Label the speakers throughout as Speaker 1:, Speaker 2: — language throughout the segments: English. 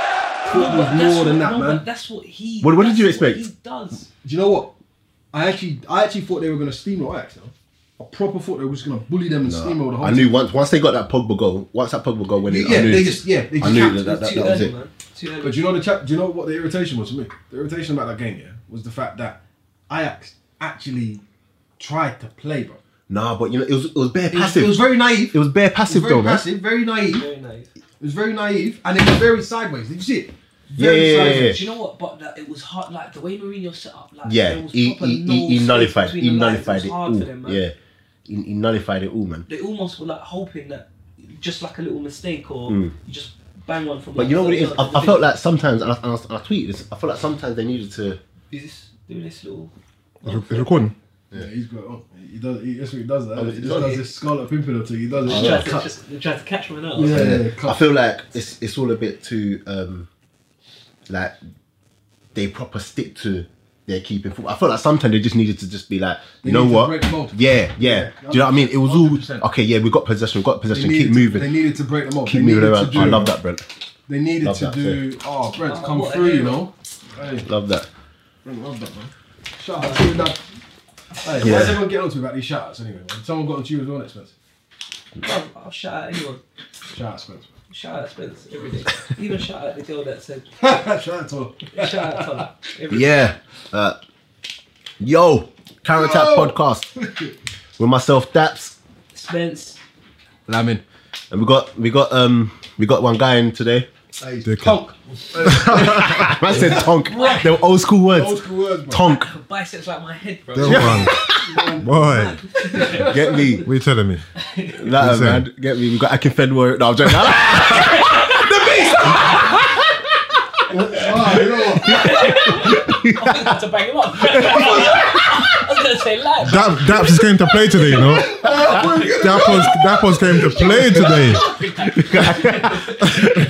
Speaker 1: thought
Speaker 2: but
Speaker 1: was
Speaker 2: that's
Speaker 1: more than
Speaker 2: what-
Speaker 1: that,
Speaker 2: no,
Speaker 1: man.
Speaker 2: But that's what he.
Speaker 3: What- what did
Speaker 2: that's
Speaker 3: you expect?
Speaker 2: He does.
Speaker 1: Do you know what? I actually, I actually thought they were gonna steamroll Ajax. though. I proper thought they were just gonna bully them and steamroll the whole.
Speaker 3: I knew once once they got that Pogba goal, once that Pogba goal went in,
Speaker 1: Yeah,
Speaker 3: I knew,
Speaker 1: they just- yeah, they
Speaker 3: I
Speaker 1: just
Speaker 3: knew
Speaker 1: capped
Speaker 3: that,
Speaker 1: it.
Speaker 3: that, that,
Speaker 2: Too
Speaker 3: that was
Speaker 2: early,
Speaker 3: it.
Speaker 2: man. Too
Speaker 1: But
Speaker 2: early.
Speaker 1: do you know the cha- do you know what the irritation was for me? The irritation about that game, yeah, was the fact that Ajax actually tried to play, bro.
Speaker 3: Nah, but you know, it was it was bare
Speaker 1: It was,
Speaker 3: passive.
Speaker 1: it was very naive.
Speaker 3: It was bare passive
Speaker 1: very
Speaker 3: though, man.
Speaker 1: passive, very naive. It
Speaker 2: Very naive.
Speaker 1: was very naive, and it was very sideways. Did you see it?
Speaker 3: Yeah,
Speaker 1: Very
Speaker 3: yeah, yeah,
Speaker 1: sideways.
Speaker 3: yeah.
Speaker 2: Do you know what? But that, it was hard. Like the way Mourinho set up. Like
Speaker 3: Yeah,
Speaker 2: there was
Speaker 3: he,
Speaker 2: proper
Speaker 3: he,
Speaker 2: no
Speaker 3: he, he
Speaker 2: space
Speaker 3: nullified it.
Speaker 2: between
Speaker 3: He
Speaker 2: the lines.
Speaker 3: nullified
Speaker 2: was
Speaker 3: it
Speaker 2: hard
Speaker 3: all.
Speaker 2: for them, man.
Speaker 3: yeah, he, he nullified it all, man.
Speaker 2: They almost were like hoping that just like a little mistake or you just bang one from.
Speaker 3: Hmm. But
Speaker 2: like,
Speaker 3: you know what it is?
Speaker 2: the-
Speaker 3: I, I felt like sometimes, and I, and I, and I tweeted this. I felt like sometimes they needed to.
Speaker 2: Is this doing this little?
Speaker 3: It's recording.
Speaker 1: Yeah, he's got. Oh, he does. He, that's what he does. That
Speaker 3: Oh,
Speaker 1: he
Speaker 3: it's
Speaker 1: just
Speaker 3: done,
Speaker 1: does
Speaker 3: yeah.
Speaker 1: this scarlet pimpernel thing. He does it.
Speaker 3: Oh,
Speaker 2: They
Speaker 3: yeah.
Speaker 2: tried to, just, they tried to catch one out.
Speaker 1: Yeah, yeah, yeah,
Speaker 3: I
Speaker 1: cut.
Speaker 3: feel like it's it's all a bit too um, like they proper stick to their keeping. football. I felt like sometimes they just needed to just be like,
Speaker 1: They
Speaker 3: you know
Speaker 1: needed to
Speaker 3: what?
Speaker 1: break the mold.
Speaker 3: Yeah, yeah.
Speaker 1: Yeah.
Speaker 3: Do you know what I mean? It was
Speaker 1: 100%.
Speaker 3: all okay. Yeah, we got possession. We got
Speaker 1: They
Speaker 3: possession.
Speaker 1: needed
Speaker 3: Keep
Speaker 1: to-
Speaker 3: moving.
Speaker 1: They needed to break them off.
Speaker 3: Keep
Speaker 1: They
Speaker 3: moving
Speaker 1: needed
Speaker 3: around.
Speaker 1: to
Speaker 3: I
Speaker 1: do-
Speaker 3: love that, Brent.
Speaker 1: They needed
Speaker 3: Love
Speaker 1: to
Speaker 3: that,
Speaker 1: do. Oh, Brent,
Speaker 2: Oh,
Speaker 1: come
Speaker 2: what a
Speaker 1: through, you
Speaker 2: hero.
Speaker 1: know. Hey,
Speaker 3: Love that.
Speaker 1: Brent, love that, man. Shout out to you, Dad. Hey,
Speaker 3: Yeah.
Speaker 1: why does everyone get on to me about these shout outs anyway, man? Someone got on to you as well next month.
Speaker 2: Bro, "Oh, I'll shout out anyone.
Speaker 1: Shout out, Spence. man.
Speaker 2: Shout out Spence every day. Even shout out the girl that said.
Speaker 1: shout out to her.
Speaker 2: Shout out Tola. Every
Speaker 3: Yeah. Uh, yo, Carrot Tap
Speaker 1: Yo!
Speaker 3: podcast with myself, Daps.
Speaker 2: Spence.
Speaker 4: Lamin.
Speaker 3: And we got we got um we got one guy in today.
Speaker 1: Hey, he's
Speaker 4: Dickhead.
Speaker 1: tonk.
Speaker 3: Man said tonk. they were old school words.
Speaker 1: Old school words, bro.
Speaker 3: Tonk.
Speaker 2: Her biceps like my head, bro.
Speaker 4: Them one. Boy,
Speaker 3: Get me.
Speaker 4: what are you telling me?
Speaker 3: Nah,
Speaker 4: Listen.
Speaker 3: man. Get me. We got Akin Fenway. No, I'm joking.
Speaker 1: Ah, you know what?
Speaker 2: I think I had to bang him up. I was gonna say live.
Speaker 4: Dap, Daps is going to play today, you know? Dap was, Dap was going to play today.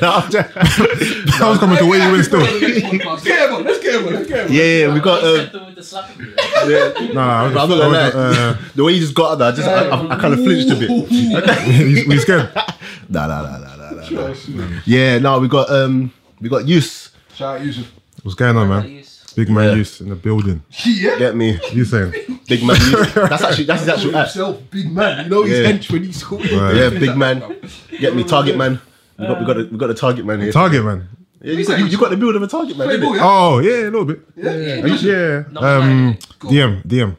Speaker 3: No, I'm joking.
Speaker 4: That was coming to where you win still.
Speaker 1: Let's get him on. Let's get him on. Let's get him on.
Speaker 3: Yeah, yeah, we got. Uh, yeah.
Speaker 4: Nah, I
Speaker 3: But I'm not
Speaker 4: was, I
Speaker 3: gonna
Speaker 4: was,
Speaker 3: lie. the way you just got out there, I just I, I, I kind of flinched a bit.
Speaker 4: uh, we, we scared.
Speaker 3: Nah, nah, nah, nah, nah, nah, nah.
Speaker 1: Oh, Shout
Speaker 3: Yeah, no, we got um, we got use.
Speaker 1: out, Yusuf.
Speaker 4: What's going on, man? Big man
Speaker 3: Yeah.
Speaker 4: use in the building.
Speaker 1: Yeah.
Speaker 3: Get me,
Speaker 4: You saying?
Speaker 3: big man. Yus. That's actually that's his actual act.
Speaker 1: himself, big man. You know he's
Speaker 3: Yeah.
Speaker 1: henchman. He's cool.
Speaker 4: Right.
Speaker 3: Yeah, big man. Get me, target man. We got we got a, we got a target man here.
Speaker 4: Target, man.
Speaker 3: Yeah, you, got, you, you got the build of a target man.
Speaker 1: Play
Speaker 3: didn't
Speaker 1: ball,
Speaker 3: it?
Speaker 1: yeah.
Speaker 4: Oh, yeah, a little bit.
Speaker 1: Yeah, yeah.
Speaker 4: Yeah.
Speaker 2: Number
Speaker 4: Um,
Speaker 2: nine.
Speaker 4: DM, DM.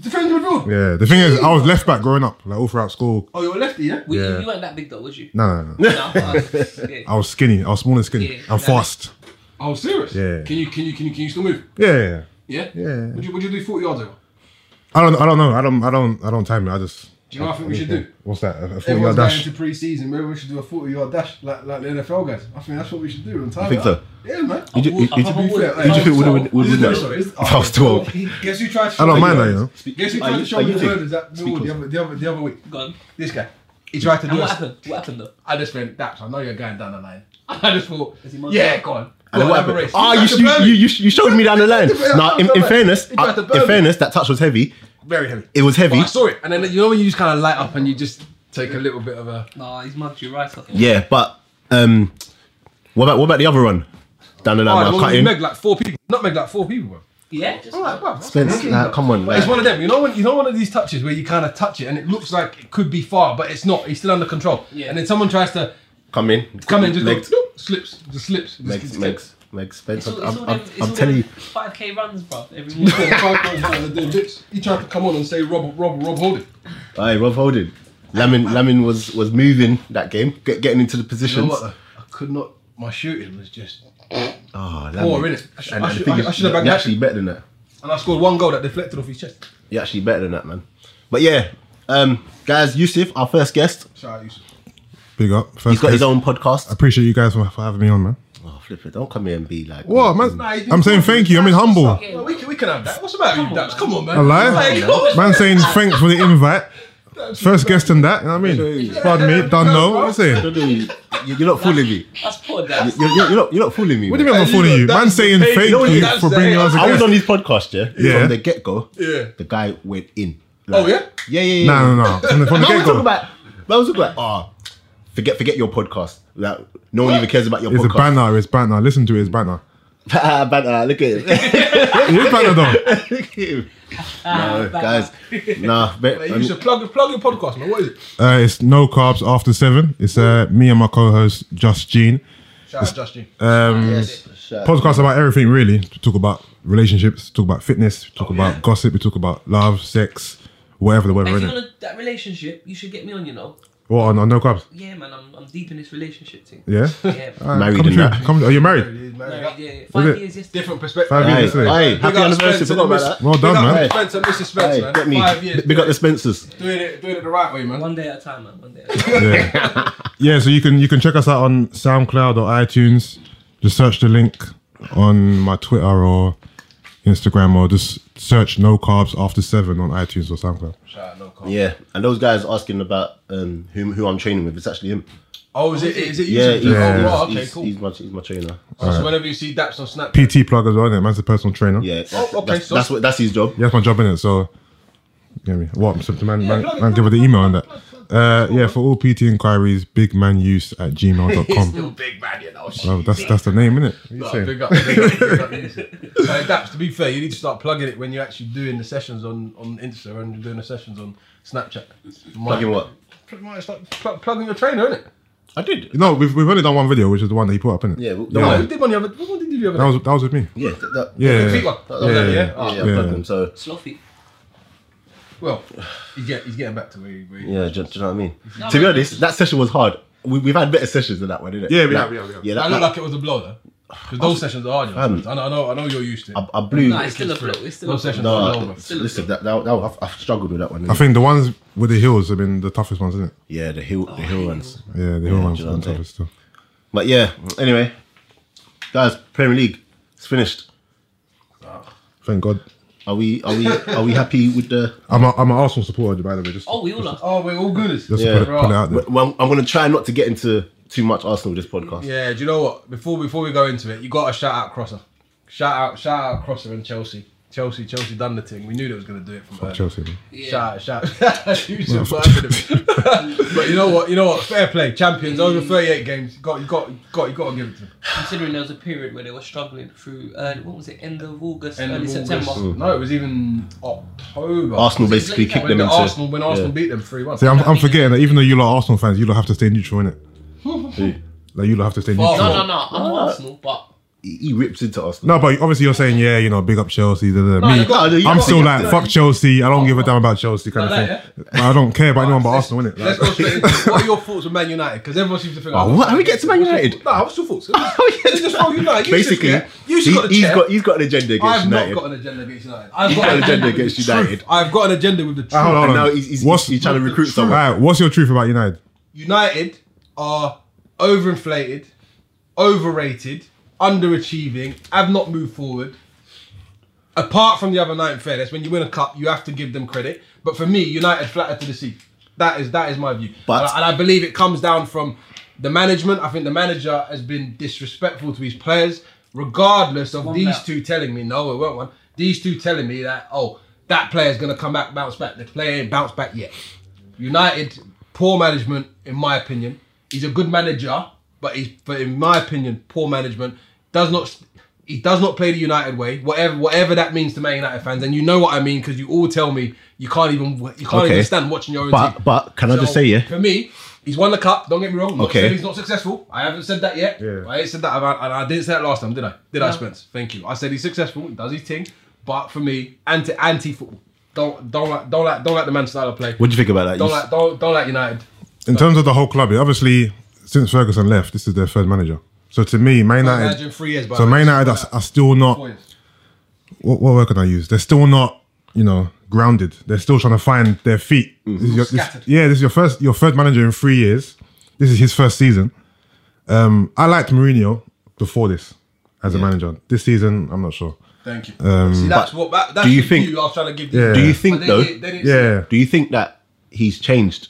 Speaker 1: Defend the midfield.
Speaker 4: Yeah, the thing is, I was left back growing up, like all throughout school.
Speaker 1: Oh, you're a lefty, yeah?
Speaker 2: We,
Speaker 4: Yeah.
Speaker 2: You weren't that big though, was you?
Speaker 4: No, no, no.
Speaker 2: No. okay.
Speaker 4: I was skinny. I was small and skinny.
Speaker 2: Yeah.
Speaker 4: I'm fast.
Speaker 1: Oh, serious?
Speaker 4: Yeah.
Speaker 1: Can you can you can you can you still move?
Speaker 4: Yeah, yeah, yeah.
Speaker 1: Yeah.
Speaker 4: Yeah.
Speaker 1: Would you would you do forty yards over?
Speaker 4: I don't, I don't know. I don't, I don't, I don't time it. I just.
Speaker 1: Do you know what I think we should do?
Speaker 4: What's that? A forty yard
Speaker 1: Everyone's going
Speaker 4: dash.
Speaker 1: into pre-season. Maybe we should do a forty-yard dash like like the NFL guys. I think that's what we should do. And time
Speaker 3: I think
Speaker 1: it up.
Speaker 3: so.
Speaker 1: Yeah, man.
Speaker 3: You ju- you- you
Speaker 1: To be
Speaker 3: ju-
Speaker 1: fair,
Speaker 2: Who
Speaker 1: hey,
Speaker 2: do you
Speaker 1: I
Speaker 2: think
Speaker 1: was
Speaker 3: would-
Speaker 1: 12.
Speaker 3: would- would
Speaker 1: I
Speaker 3: win that?
Speaker 1: sorry, it's-
Speaker 3: I was 12.
Speaker 1: Guess who tried? To
Speaker 4: I don't mind that, you know.
Speaker 1: Guess who
Speaker 3: Are
Speaker 1: tried to
Speaker 3: you-
Speaker 1: show
Speaker 3: are
Speaker 1: me
Speaker 3: you
Speaker 1: the uh,
Speaker 3: think?
Speaker 1: murders at
Speaker 3: Speak
Speaker 1: Millwall the other the other the other week?
Speaker 2: Gone.
Speaker 1: This guy. He tried to
Speaker 2: And
Speaker 1: do
Speaker 2: what
Speaker 1: us.
Speaker 2: happened? What happened though?
Speaker 1: I just went, Daps, I know you're going down the line. I just thought,
Speaker 2: Is he mine?
Speaker 1: yeah, go on. Go
Speaker 3: And then
Speaker 1: on,
Speaker 3: what
Speaker 1: have a
Speaker 3: happened?
Speaker 1: race.
Speaker 3: Ah, you,
Speaker 1: He tried to
Speaker 3: you,
Speaker 1: burn
Speaker 3: you,
Speaker 1: me.
Speaker 3: you, you showed me down the line.
Speaker 1: He
Speaker 3: Now, in, in fairness,
Speaker 1: tried
Speaker 3: I,
Speaker 1: to burn
Speaker 3: in
Speaker 1: me.
Speaker 3: fairness, that touch was heavy.
Speaker 1: Very heavy.
Speaker 3: It was
Speaker 1: But
Speaker 3: heavy.
Speaker 1: Oh, I saw it, and then you know when you just kind of light up and you just take a little bit of a.
Speaker 2: Nah, he's mugged you right off.
Speaker 3: Yeah, but um, what about what about the other one down the
Speaker 1: Oh,
Speaker 3: line?
Speaker 1: the one
Speaker 3: man, cut
Speaker 1: where you
Speaker 3: in.
Speaker 1: meg like four people. Not meg like four people, bro.
Speaker 2: Yeah. Just,
Speaker 1: I'm like, bro, that's
Speaker 3: Spence,
Speaker 1: crazy,
Speaker 3: nah,
Speaker 1: bro.
Speaker 3: come on,
Speaker 1: But
Speaker 3: like-
Speaker 1: it's one of them. You know when you know one of these touches where you kind of touch it and it looks like it could be far, but it's not. It's still under control.
Speaker 2: Yeah.
Speaker 1: And then someone tries to
Speaker 3: Come in.
Speaker 1: come in, just
Speaker 3: legs,
Speaker 1: go, "Nope," slips, just slips. just-
Speaker 3: legs,
Speaker 1: just-
Speaker 3: legs, legs. Spence,
Speaker 2: it's all,
Speaker 3: I'm,
Speaker 2: it's all
Speaker 3: I'm,
Speaker 2: them,
Speaker 3: I'm,
Speaker 2: it's all
Speaker 3: I'm telling
Speaker 2: them
Speaker 3: you.
Speaker 2: 5k runs, bro. Every morning.
Speaker 1: He tried to come on and say, Rob, Rob, Rob, hold it.
Speaker 3: All right, Rob Holding. Lamin, Lamin was was moving that game, get, getting into the
Speaker 1: You know
Speaker 3: positions.
Speaker 1: what? though? I could not. My shooting was just,
Speaker 3: oh,
Speaker 1: Poor,
Speaker 3: Lamin.
Speaker 1: innit? I should-
Speaker 3: And-
Speaker 1: I
Speaker 3: and the
Speaker 1: should-
Speaker 3: thing
Speaker 1: I- I
Speaker 3: is,
Speaker 1: should have bagged
Speaker 3: You're
Speaker 1: that
Speaker 3: actually better than that.
Speaker 1: and I scored one goal that deflected off his chest.
Speaker 3: You're actually better than that, man. But yeah, um, guys, Yusuf, our first guest,
Speaker 1: Shout out, Yusuf.
Speaker 4: Big up. First
Speaker 3: he's got his
Speaker 4: place.
Speaker 3: own
Speaker 4: I
Speaker 3: podcast.
Speaker 4: appreciate you guys for, for having me on, man.
Speaker 3: Oh, flip it! Don't come here and be like.
Speaker 4: What, man?
Speaker 1: Nah, he's been
Speaker 4: I'm saying
Speaker 1: cool.
Speaker 4: thank you. I mean, humble.
Speaker 2: Yeah.
Speaker 1: Well, we can we can have that. What's about you,
Speaker 2: on,
Speaker 1: Daps?
Speaker 2: man.
Speaker 1: Come on, man.
Speaker 4: A
Speaker 1: Like,
Speaker 4: lie.
Speaker 1: come on.
Speaker 4: Man saying thanks for the invite. First guest and that. You know what I mean? Pardon me. Don't know. What I'm saying.
Speaker 3: Don't do it. You- You're not fooling me.
Speaker 2: That's poor, Dad.
Speaker 3: You're, you're, you're not, you're not fooling me.
Speaker 4: What do you
Speaker 3: man.
Speaker 4: mean I'm not fooling you? Man saying thank you for bringing us a
Speaker 3: I was
Speaker 4: guest.
Speaker 3: on his podcast, yeah.
Speaker 4: Yeah.
Speaker 3: From the get go,
Speaker 1: Yeah.
Speaker 3: the guy went in.
Speaker 1: Oh, yeah?
Speaker 3: Yeah, yeah, yeah.
Speaker 4: No, no, no. From the, from
Speaker 3: No,
Speaker 4: the
Speaker 3: we're
Speaker 4: get
Speaker 3: talking
Speaker 4: go.
Speaker 3: about. Man was talking about. Oh, Forget forget your podcast. Like, no one even cares about your
Speaker 4: It's a
Speaker 3: podcast.
Speaker 4: banner. It's banner. Listen to it. It's banner.
Speaker 3: Ah, banter, look at him.
Speaker 4: It is banner though.
Speaker 3: look at him. No, guys. Nah, but, um,
Speaker 1: Like, Ah,
Speaker 3: I
Speaker 1: you
Speaker 3: mean,
Speaker 1: should plug plug your podcast, man. What is it?
Speaker 4: Uh, it's no carbs after seven. It's uh, me and my co-host Just Gene.
Speaker 1: Shout out, Justin.
Speaker 4: Um,
Speaker 3: yes, shout out.
Speaker 4: podcast about everything really. We talk about relationships. Talk about fitness. Talk about gossip. We talk about love, sex, whatever the weather
Speaker 5: If
Speaker 4: is.
Speaker 5: you're on a, that relationship, you should get me on. You know,
Speaker 4: What on, on no carbs?
Speaker 5: yeah, man, I'm, I'm deep in this relationship thing.
Speaker 4: Yeah.
Speaker 5: Yeah, man.
Speaker 4: Alright,
Speaker 3: Married
Speaker 4: come
Speaker 3: and
Speaker 4: through.
Speaker 3: that.
Speaker 4: Come, are you married?
Speaker 1: He's married.
Speaker 5: Married, yeah, yeah. Five
Speaker 4: it?
Speaker 5: years yesterday.
Speaker 1: Different perspective.
Speaker 4: Five
Speaker 3: Aye,
Speaker 4: years.
Speaker 3: aye,
Speaker 1: Big
Speaker 3: happy
Speaker 1: up
Speaker 3: anniversary.
Speaker 1: Spencer,
Speaker 3: Forgot
Speaker 1: Miss-
Speaker 3: about that.
Speaker 4: Well done,
Speaker 1: big up
Speaker 4: man.
Speaker 1: Spencer, Mr. Spencer,
Speaker 3: Aye,
Speaker 1: man.
Speaker 3: get me.
Speaker 1: Five years.
Speaker 3: Big up
Speaker 1: doing
Speaker 3: the Spencers.
Speaker 1: it- doing it, doing it the right way, man.
Speaker 5: One day at a time, man. One day. At a time.
Speaker 4: Yeah. yeah. So you can you can check us out on SoundCloud or iTunes. Just search the link on my Twitter or Instagram, or just search "No Carbs After Seven on iTunes or SoundCloud.
Speaker 1: Shout out, no call.
Speaker 3: Yeah, and those guys asking about um, who who I'm training with. It's actually him.
Speaker 1: Oh, is it? Is it? you
Speaker 3: Yeah,
Speaker 1: two?
Speaker 3: he's,
Speaker 1: Oh,
Speaker 3: he's,
Speaker 1: wow, okay,
Speaker 3: he's-
Speaker 1: cool.
Speaker 3: he's my he's my trainer.
Speaker 1: so whenever you see Daps on Snap,
Speaker 4: PT plug as well. Innit? Man's a personal trainer.
Speaker 3: Yeah, that's,
Speaker 1: Oh, okay,
Speaker 3: that's,
Speaker 1: so-
Speaker 3: that's what that's his job.
Speaker 4: Yeah, that's my job in it. So, you know me. What? So the man, man, man give her the email on that. Uh, yeah, for all PT inquiries, bigmanuse at
Speaker 1: still
Speaker 4: gmail.com.
Speaker 1: big man, you know.
Speaker 4: Oh, that's that's the name, innit? What you
Speaker 1: Nah,
Speaker 4: saying?
Speaker 1: big up, big up, big up. Uh, Daps, to be fair, you need to start plugging it when you're actually doing the sessions on, on Insta and you're doing the sessions on Snapchat.
Speaker 3: Fucking what?
Speaker 1: Might start pl- plugging your trainer, innit?
Speaker 3: I did.
Speaker 4: No, we've, we've only done one video, which is the one that he put up, innit?
Speaker 3: Yeah, well,
Speaker 1: No,
Speaker 3: Yeah.
Speaker 1: we did one the other. What one did you do the
Speaker 4: That
Speaker 1: other?
Speaker 4: was that was with me.
Speaker 3: Yeah, that, that,
Speaker 4: Yeah,
Speaker 1: day?
Speaker 4: yeah,
Speaker 1: The
Speaker 4: yeah.
Speaker 1: feet one. That was
Speaker 3: Yeah,
Speaker 1: that,
Speaker 4: yeah,
Speaker 1: yeah.
Speaker 3: yeah,
Speaker 1: Ah,
Speaker 3: yeah, I plugged
Speaker 4: Yeah.
Speaker 3: him. So
Speaker 5: Slothy.
Speaker 1: Well, he's, get, he's getting back to where he. Where he
Speaker 3: yeah, do, do you know what I mean? to be honest, that session was hard. We, we've had better sessions than that one, didn't it?
Speaker 4: Yeah, we
Speaker 3: Like-
Speaker 4: have, we have, we have.
Speaker 3: Yeah,
Speaker 1: I
Speaker 3: that,
Speaker 1: look
Speaker 3: that,
Speaker 1: like it was a blow though. Because those sessions are hard. you know.
Speaker 3: Um,
Speaker 1: I know, I know, I know you're used to it.
Speaker 3: I, I blew.
Speaker 5: Nah, it's still a blow. It's still a
Speaker 1: Those
Speaker 5: blow.
Speaker 1: sessions are low,
Speaker 3: No,
Speaker 1: bro.
Speaker 3: listen, that, that, that, I've, I've struggled with that one.
Speaker 4: I think the ones with the hills have been the toughest ones, isn't it?
Speaker 3: yeah, the hill,
Speaker 1: Oh,
Speaker 3: the hill ones.
Speaker 4: Yeah, the hill
Speaker 3: Yeah,
Speaker 4: ones
Speaker 3: do
Speaker 4: have
Speaker 3: you know
Speaker 4: been
Speaker 3: what I'm
Speaker 4: toughest still.
Speaker 3: But yeah, anyway, guys, Premier League, it's finished.
Speaker 4: Thank God.
Speaker 3: Are we? Are we? are we happy with the?
Speaker 4: I'm a, I'm an Arsenal supporter, by the way. Just,
Speaker 5: Oh, we all are.
Speaker 1: Oh, we're all good.
Speaker 4: just
Speaker 3: Yeah.
Speaker 4: put, it, put it out there.
Speaker 3: Well, I'm gonna try not to get into too much Arsenal this podcast.
Speaker 1: Yeah, do you know what? Before before we go into it, you got to shout out Crosser. Shout out, shout out Crosser and Chelsea. Chelsea, Chelsea done the thing. We knew they was gonna do it from early.
Speaker 4: Chelsea. man.
Speaker 5: Yeah.
Speaker 1: Shout out, shout out. You should find them. but you know what? You know what? Fair play, champions. Over 38 games, got you got got you got to give it to them.
Speaker 5: Considering there was a period where they were struggling through, uh, what was it, end of August,
Speaker 1: End of
Speaker 5: early
Speaker 1: August. Mm.
Speaker 5: September.
Speaker 1: No, it was even October.
Speaker 3: Arsenal
Speaker 5: Was it
Speaker 3: basically
Speaker 5: Blake
Speaker 3: kicked
Speaker 1: when
Speaker 3: them
Speaker 1: the
Speaker 3: into.
Speaker 1: Arsenal when Arsenal beat them three one.
Speaker 4: See, I'm, I'm forgetting that even though you lot are Arsenal fans, you lot have to stay neutral, innit? Like, you lot have to stay neutral.
Speaker 5: No, no, no. I'm Arsenal, but
Speaker 3: He, he ripped into Arsenal.
Speaker 4: No, but obviously you're saying, yeah, you know, big up Chelsea. Da, da, da. Me,
Speaker 3: you got- you
Speaker 4: I'm
Speaker 3: got-
Speaker 4: still
Speaker 3: you
Speaker 4: like,
Speaker 3: got-
Speaker 4: fuck Chelsea. I don't give a damn about Chelsea, kind
Speaker 1: Oh, Like
Speaker 4: of thing. Like, I don't care about anyone but Arsenal, innit?
Speaker 1: Let's
Speaker 4: Like,
Speaker 1: go straight into it. What are your thoughts on Man United? Because everyone seems to think.
Speaker 3: Oh, what? How we get to Man
Speaker 1: What's your
Speaker 3: United?
Speaker 1: thoughts? Nah, what's your thoughts? It's just wrong, United. You
Speaker 3: Basically,
Speaker 1: should- you should
Speaker 3: he,
Speaker 1: got the
Speaker 3: has
Speaker 1: chair.
Speaker 3: got he's got an agenda against
Speaker 1: I've
Speaker 3: United.
Speaker 1: not got an agenda against United. I've
Speaker 3: he's
Speaker 1: got
Speaker 3: got
Speaker 1: an
Speaker 3: an
Speaker 1: agenda.
Speaker 3: agenda against United.
Speaker 1: I've got an agenda with the truth.
Speaker 4: Ah, hold on,
Speaker 3: And
Speaker 4: hold on.
Speaker 3: now he's, he's,
Speaker 4: What's-
Speaker 3: he's, he's trying to recruit someone.
Speaker 4: Alright, what's your truth about United?
Speaker 1: United are overinflated, overrated, underachieving, have not moved forward. Apart from the other night in fairness, when you win a cup, you have to give them credit. But for me, United flatter to the sea. That is that is my view.
Speaker 3: But-
Speaker 1: and, I, and I believe it comes down from the management. I think the manager has been disrespectful to his players, regardless of
Speaker 5: One
Speaker 1: these
Speaker 5: now.
Speaker 1: two telling me no, it weren't one. These two telling me that oh, that player's gonna come back, bounce back. The player ain't bounced back yet. United, poor management, in my opinion. He's a good manager, but he's, but in my opinion, poor management does not. He does not play the United way, whatever whatever that means to Man United fans, and you know what I mean because you all tell me you can't even you can't
Speaker 3: Okay.
Speaker 1: even stand watching your own
Speaker 3: But-
Speaker 1: team.
Speaker 3: but can I just say, yeah?
Speaker 1: For me, he's won the cup. Don't get me wrong. Okay,
Speaker 3: Okay.
Speaker 1: he's not successful. I haven't said that yet.
Speaker 4: Yeah.
Speaker 1: I ain't said that, about, and I didn't say that last time, did I? Did I, Spence? Thank you. I said he's successful. He does his thing, but for me, anti anti football. Don't don't like don't like don't like the man style of play.
Speaker 3: What do you think about that?
Speaker 1: Don't
Speaker 3: You-
Speaker 1: like don't don't like United.
Speaker 4: In terms of the whole club, yeah, obviously, since Ferguson left, this is their third manager. So to me, Man
Speaker 1: Imagine
Speaker 4: United.
Speaker 1: three years. by the
Speaker 4: So
Speaker 1: way.
Speaker 4: Man United are, are still not.
Speaker 1: Four years.
Speaker 4: What, what word can I use? They're still not, you know, grounded. They're still trying to find their feet. This is your, this-
Speaker 1: Scattered.
Speaker 4: yeah, this is your first, your third manager in three years. This is his first season. Um, I liked Mourinho before this as a manager. This season, I'm not sure.
Speaker 1: Thank you. See, that's what that, that's
Speaker 3: do you
Speaker 1: the
Speaker 3: think-
Speaker 1: view I was trying to give
Speaker 4: Yeah.
Speaker 1: you.
Speaker 3: Do you
Speaker 1: But
Speaker 3: think
Speaker 1: they
Speaker 3: though?
Speaker 1: did- they didn't say
Speaker 4: Yeah,
Speaker 3: Do you think that he's changed,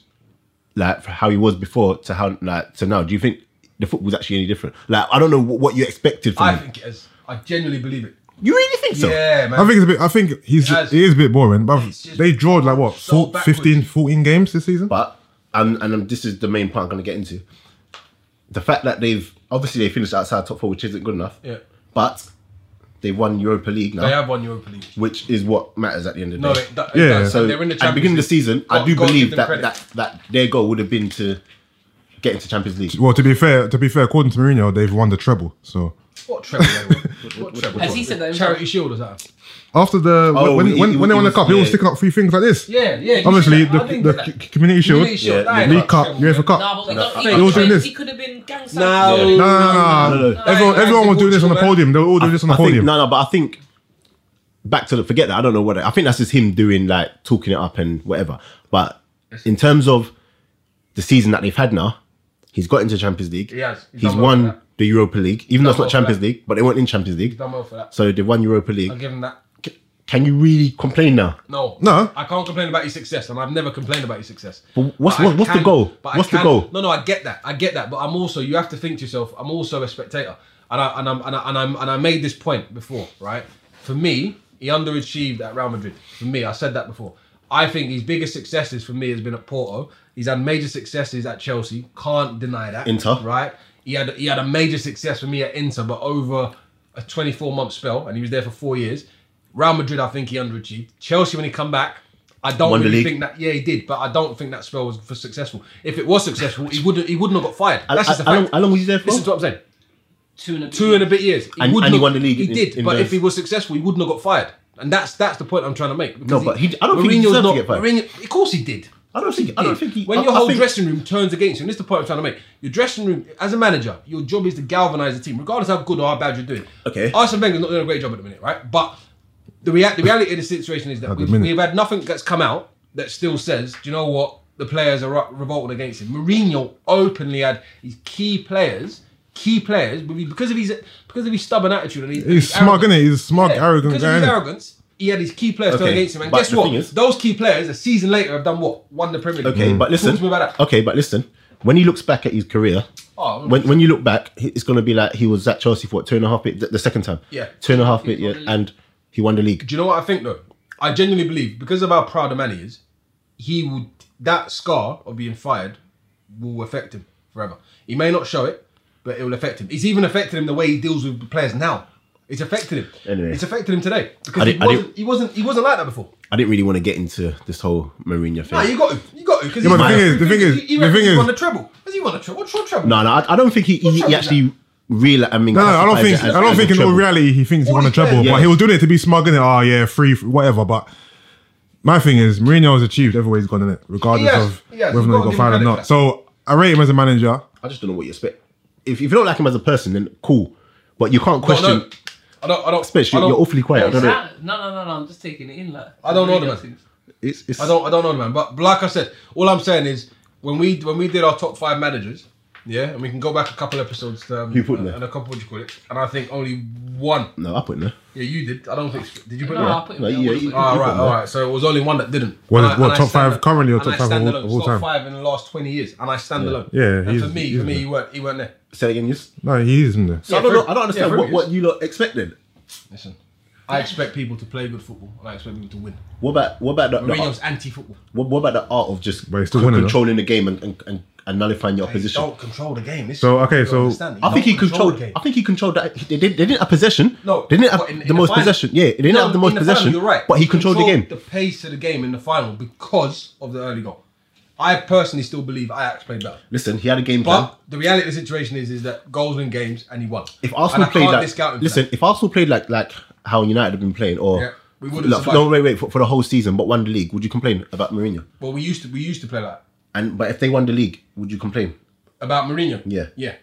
Speaker 3: like from how he was before to how like to now? Do you think the football's actually any different? Like I don't know what, what you expected from
Speaker 1: I
Speaker 3: him.
Speaker 1: think it is. I genuinely believe it.
Speaker 3: you really think so?
Speaker 1: yeah, man.
Speaker 4: I think it's a bit. I think he's
Speaker 1: It has-
Speaker 4: he is a bit boring. But
Speaker 1: It's just
Speaker 4: they drawed like what
Speaker 1: so
Speaker 4: four, 15, 14 games this season.
Speaker 3: But and and um, this is the main part I'm going to get into. The fact that they've obviously they finished outside top four, which isn't good enough.
Speaker 1: Yeah.
Speaker 3: But they won Europa League now,
Speaker 1: They have won Europa League.
Speaker 3: which is what matters at the end of the
Speaker 1: No,
Speaker 3: day.
Speaker 1: it, that,
Speaker 4: Yeah.
Speaker 1: it does.
Speaker 3: So
Speaker 1: they're in the
Speaker 3: at the beginning of
Speaker 1: Champions League.
Speaker 3: the season, I
Speaker 1: Go-
Speaker 3: do
Speaker 1: go and give
Speaker 3: believe
Speaker 1: them
Speaker 3: that,
Speaker 1: credit.
Speaker 3: that that their goal would have been to get into Champions League.
Speaker 4: Well, to be fair, to be fair, according to Mourinho, they've won the treble. So
Speaker 1: What treble? they won? What- What treble?
Speaker 2: Has he said that himself?
Speaker 1: Charity Shield or something?
Speaker 4: after the
Speaker 3: Oh,
Speaker 4: when,
Speaker 3: he-
Speaker 4: when,
Speaker 3: he-
Speaker 4: when they
Speaker 3: he
Speaker 4: won the
Speaker 3: was-
Speaker 4: cup, he was
Speaker 3: yeah.
Speaker 4: sticking up three things like this.
Speaker 1: Yeah, yeah. you
Speaker 4: Obviously,
Speaker 1: see that?
Speaker 4: the,
Speaker 1: I think
Speaker 4: the
Speaker 1: that-
Speaker 4: c- community shield,
Speaker 1: Community Shield,
Speaker 3: Yeah,
Speaker 1: that
Speaker 4: the
Speaker 1: ain't
Speaker 4: League
Speaker 1: a
Speaker 4: Cup,
Speaker 1: treble,
Speaker 4: UEFA Cup.
Speaker 2: Nah, but we got, he,
Speaker 4: They was doing
Speaker 2: could,
Speaker 4: this.
Speaker 2: he could have been gangster.
Speaker 1: No,
Speaker 2: Yeah.
Speaker 4: No, no, no, no.
Speaker 3: no.
Speaker 4: Everyone,
Speaker 1: No,
Speaker 4: everyone was doing this on the
Speaker 1: no.
Speaker 4: podium. They were all doing this on the
Speaker 3: I think,
Speaker 4: podium.
Speaker 3: no, no, but I think back to the forget that. I don't know what I think that's just him doing like talking it up and whatever. But in terms of the season that they've had now, he's got into Champions League.
Speaker 1: He has. He's
Speaker 3: He's,
Speaker 1: done well
Speaker 3: won
Speaker 1: for that.
Speaker 3: the Europa League, even though it's
Speaker 1: done
Speaker 3: not
Speaker 1: well for
Speaker 3: Champions
Speaker 1: that.
Speaker 3: League, but they weren't in Champions League.
Speaker 1: done well for that.
Speaker 3: So they won Europa League.
Speaker 1: I'll give him that.
Speaker 3: Can you really complain now?
Speaker 1: No,
Speaker 4: No.
Speaker 1: I can't complain about his success, and I've never complained about his success.
Speaker 3: But what's-
Speaker 1: I
Speaker 3: what- what's the goal?
Speaker 1: but I
Speaker 3: What's the
Speaker 1: can-
Speaker 3: goal?
Speaker 1: No, no, I get that. I get that. But I'm also you have to think to yourself. I'm also a spectator, and I and I'm and I, and, I'm, and I made this point before, right? For me, he underachieved at Real Madrid. For me, I said that before. I think his biggest successes for me has been at Porto. He's had major successes at Chelsea. Can't deny that.
Speaker 3: Inter.
Speaker 1: right? He had he had a major success for me at Inter, but over a 24 month spell, and he was there for four years. Real Madrid, I think he underachieved. Chelsea, when he come back, I don't
Speaker 3: Won the
Speaker 1: really
Speaker 3: league.
Speaker 1: Oh, think that. Yeah, he did, but I don't think that spell was for successful. If it was successful, he wouldn't he wouldn't have got fired. That's just a
Speaker 3: How long-
Speaker 1: fact.
Speaker 3: how long was he there for?
Speaker 1: Listen to what I'm saying.
Speaker 2: Two and a bit.
Speaker 1: Two and a bit years. He
Speaker 3: And-
Speaker 1: wouldn't
Speaker 3: and he
Speaker 1: have-
Speaker 3: won the league
Speaker 1: He
Speaker 3: in-
Speaker 1: did,
Speaker 3: in
Speaker 1: but
Speaker 3: those-
Speaker 1: if he was successful, he wouldn't have got fired. And that's that's the point I'm trying to make. because
Speaker 3: No, but he- I don't think he
Speaker 1: Mourinho's
Speaker 3: deserved to get fired.
Speaker 1: Mourinho, of course he did.
Speaker 3: I don't think. I don't think he.
Speaker 1: When
Speaker 3: I,
Speaker 1: your
Speaker 3: I
Speaker 1: whole
Speaker 3: think-
Speaker 1: dressing room turns against you, and this is the point I'm trying to make. Your dressing room, as a manager, your job is to galvanise the team, regardless how good or how bad you're doing.
Speaker 3: Okay.
Speaker 1: Arsene Wenger's not doing a great job at the minute, right? But the, rea- the reality of the situation is that
Speaker 4: At the
Speaker 1: we've,
Speaker 4: minute.
Speaker 1: we've had nothing that's come out that still says, do you know what? The players are revolting against him. Mourinho openly had his key players, key players, because of his because of his stubborn attitude and his,
Speaker 4: He's
Speaker 1: his
Speaker 4: smug,
Speaker 1: arrogance.
Speaker 4: innit? He's a smug,
Speaker 1: Yeah,
Speaker 4: arrogant
Speaker 1: Because of his
Speaker 4: guy. innit?
Speaker 1: arrogance, he had his key players turn
Speaker 3: Okay,
Speaker 1: against him. And
Speaker 3: but
Speaker 1: guess
Speaker 3: the
Speaker 1: what?
Speaker 3: thing is-
Speaker 1: Those key players, a season later, have done what? Won the Premier League.
Speaker 3: Okay,
Speaker 4: Mm.
Speaker 3: but listen.
Speaker 1: Talk to me about that.
Speaker 3: Okay, but listen. When he looks back at his career,
Speaker 1: Oh,
Speaker 3: when, when you look back, he- it's going to be like he was at Chelsea for what, two and a half bit the, the second time.
Speaker 1: Yeah.
Speaker 3: two and a half bit, yeah, and he won the league.
Speaker 1: do you know what I think though? I genuinely believe because of how proud a man he is, he would that scar of being fired will affect him forever. He may not show it, but it will affect him. It's even affected him the way he deals with the players now. It's affected him.
Speaker 3: Anyway.
Speaker 1: It's affected him today
Speaker 3: I
Speaker 1: because he
Speaker 3: didn't- I didn't-
Speaker 1: wasn't, he wasn't. He wasn't like that before.
Speaker 3: I didn't really want to get into this whole Mourinho thing.
Speaker 1: No, you got to. You got to. Because
Speaker 4: but the thing is- the thing is-
Speaker 1: he,
Speaker 4: the
Speaker 1: reckons
Speaker 4: thing
Speaker 1: he
Speaker 4: is-
Speaker 1: won the treble. Has he won a treble? What's your treble?
Speaker 3: no, no, I, I don't think he, he,
Speaker 1: What's
Speaker 3: he
Speaker 1: up with
Speaker 3: actually real. I mean,
Speaker 4: No, no, I don't
Speaker 3: classifies
Speaker 4: think.
Speaker 3: it as-
Speaker 4: I don't
Speaker 3: as
Speaker 4: think
Speaker 3: a
Speaker 4: in all
Speaker 3: treble.
Speaker 4: reality he thinks he
Speaker 1: All
Speaker 4: won a
Speaker 1: these players,
Speaker 4: treble,
Speaker 1: yeah.
Speaker 4: but he was doing it to be smug in it. Oh yeah, free, whatever. But my thing is, Mourinho has achieved everywhere he's gone in it, regardless
Speaker 1: Yes,
Speaker 4: of
Speaker 1: yes,
Speaker 4: whether
Speaker 1: you gotta
Speaker 4: or not he
Speaker 1: give him
Speaker 4: got fired or
Speaker 1: credit for
Speaker 4: not.
Speaker 1: that.
Speaker 4: So I rate him as a manager.
Speaker 3: I just don't know what you expect. If, if you don't like him as a person, then cool, but you can't
Speaker 1: No, no.
Speaker 3: question.
Speaker 1: I don't. I don't.
Speaker 3: Spitz,
Speaker 1: I
Speaker 3: you,
Speaker 1: don't-
Speaker 3: you're awfully quiet. I
Speaker 2: Is
Speaker 3: don't know.
Speaker 2: that- No, no, no, no. I'm just taking it in. Like
Speaker 1: I don't know the
Speaker 2: Mourinho
Speaker 1: man.
Speaker 2: thinks-
Speaker 3: It's, it's,
Speaker 1: I don't I don't know the man. But but like I said, all I'm saying is when we when we did our top five managers, yeah, and we can go back a couple episodes to um,
Speaker 3: Who put in there?
Speaker 1: and a couple what do you call it? And I think only one.
Speaker 3: No, I put no.
Speaker 1: Yeah, you did. I don't think did you put
Speaker 2: No,
Speaker 1: that?
Speaker 2: I put him.
Speaker 3: No,
Speaker 2: there,
Speaker 3: yeah,
Speaker 2: I would've
Speaker 3: you-
Speaker 2: put him.
Speaker 1: All right,
Speaker 3: put in
Speaker 1: all
Speaker 3: there.
Speaker 1: right. So it was only one that didn't.
Speaker 4: What
Speaker 1: And
Speaker 4: is-
Speaker 1: I-
Speaker 4: what,
Speaker 1: and I
Speaker 4: top
Speaker 1: stand-
Speaker 4: five currently or
Speaker 1: and
Speaker 4: top
Speaker 1: I
Speaker 4: five of
Speaker 1: stand
Speaker 4: all-
Speaker 1: alone.
Speaker 4: of all
Speaker 1: Top
Speaker 4: time?
Speaker 1: five in the last twenty years, and I stand alone.
Speaker 4: Yeah,
Speaker 1: and
Speaker 4: he's-
Speaker 1: for me,
Speaker 4: he's
Speaker 1: for me,
Speaker 4: there.
Speaker 1: you weren't, you weren't there.
Speaker 3: Say again, you. So
Speaker 4: No, he isn't there.
Speaker 3: I don't
Speaker 1: for-
Speaker 3: know. I don't understand
Speaker 1: yeah, for
Speaker 3: what,
Speaker 1: it
Speaker 3: what
Speaker 1: is.
Speaker 3: you lot expect then.
Speaker 1: Listen, I expect people to play good football, and I expect people to win.
Speaker 3: What about what about the, the
Speaker 1: Mourinho's anti-football.
Speaker 3: What, what about the art of just
Speaker 4: But he's still
Speaker 3: con-
Speaker 4: winning,
Speaker 3: controlling the game and, and, and, and nullifying your
Speaker 1: They
Speaker 3: opposition?
Speaker 1: don't control the game. This
Speaker 4: So,
Speaker 1: is-
Speaker 4: okay,
Speaker 1: you don't
Speaker 4: so-
Speaker 1: understand. You
Speaker 3: I think
Speaker 1: don't
Speaker 3: he
Speaker 1: control the
Speaker 3: controlled.
Speaker 1: game.
Speaker 3: I think he controlled that. They, did, they didn't have possession.
Speaker 1: No,
Speaker 3: they didn't
Speaker 1: but
Speaker 3: have
Speaker 1: in- in
Speaker 3: the most
Speaker 1: final-
Speaker 3: possession. Yeah, they didn't
Speaker 1: No,
Speaker 3: have the
Speaker 1: in
Speaker 3: most
Speaker 1: final,
Speaker 3: possession.
Speaker 1: you're right.
Speaker 3: But he controlled, the game.
Speaker 1: The pace of the game in the final because of the early goal. I personally still believe Ajax played better.
Speaker 3: Listen, he had a game plan.
Speaker 1: But the reality of the situation is, is that goals win games and he won.
Speaker 3: If
Speaker 1: and
Speaker 3: Arsenal
Speaker 1: I
Speaker 3: played
Speaker 1: can't
Speaker 3: like,
Speaker 1: discount him for
Speaker 3: listen, if Arsenal played like like how United have been playing, or
Speaker 1: Yeah, we would've
Speaker 3: Look,
Speaker 1: survived.
Speaker 3: no, wait, wait, for, for the whole season, but won the league, would you complain about Mourinho?
Speaker 1: that. well, we used to we used to play like
Speaker 3: And but if they won the league, would you complain?
Speaker 1: that. about Mourinho.
Speaker 3: Yeah.
Speaker 1: yeah,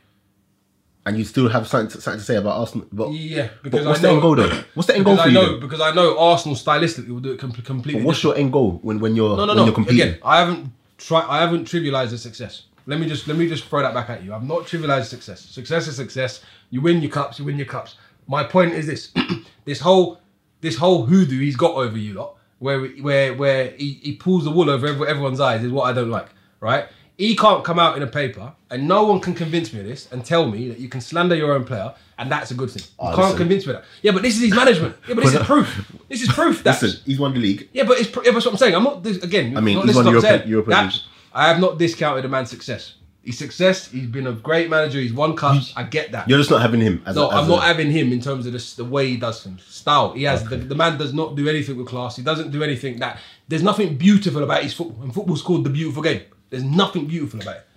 Speaker 3: And you still have something to, something to say about Arsenal? But,
Speaker 1: yeah. Because
Speaker 3: but what's
Speaker 1: I
Speaker 3: the
Speaker 1: know,
Speaker 3: end goal though? What's the end goal
Speaker 1: because
Speaker 3: for
Speaker 1: I
Speaker 3: you?
Speaker 1: know
Speaker 3: then?
Speaker 1: because I know Arsenal stylistically will do it com- completely.
Speaker 3: But what's your end goal when when you're
Speaker 1: No, no,
Speaker 3: when
Speaker 1: no.
Speaker 3: you're competing?
Speaker 1: Again, I haven't try. I haven't trivialized the success. Let me just let me just throw that back at you. I've not trivialized success. Success is success. You win your cups. You win your cups. My point is this: this whole this whole hoodoo he's got over you lot, where where where he, he pulls the wool over every- everyone's eyes, is what I don't like. Right? He can't come out in a paper, and no one can convince me of this and tell me that you can slander your own player, and that's a good thing. You
Speaker 3: Ah,
Speaker 1: can't
Speaker 3: listen.
Speaker 1: convince me of that. Yeah, but this is his management. Yeah, but this is proof. This is proof. That
Speaker 3: Listen, he's won the league.
Speaker 1: yeah, but it's, pr- yeah, that's what I'm saying. I'm not this, again.
Speaker 3: I mean,
Speaker 1: not,
Speaker 3: he's
Speaker 1: this
Speaker 3: won
Speaker 1: is what I'm
Speaker 3: Europa-
Speaker 1: saying.
Speaker 3: Europa
Speaker 1: That-
Speaker 3: Leagues.
Speaker 1: I have not discounted a man's success. He's success. He's been a great manager. He's won cups. I get that.
Speaker 3: You're just not having him as
Speaker 1: No,
Speaker 3: a, as
Speaker 1: I'm not
Speaker 3: a-
Speaker 1: having him in terms of the, the way he does things. Style. He has the, the man does not do anything with class. He doesn't do anything that there's nothing beautiful about his football. And football's called the beautiful game. There's nothing beautiful about it.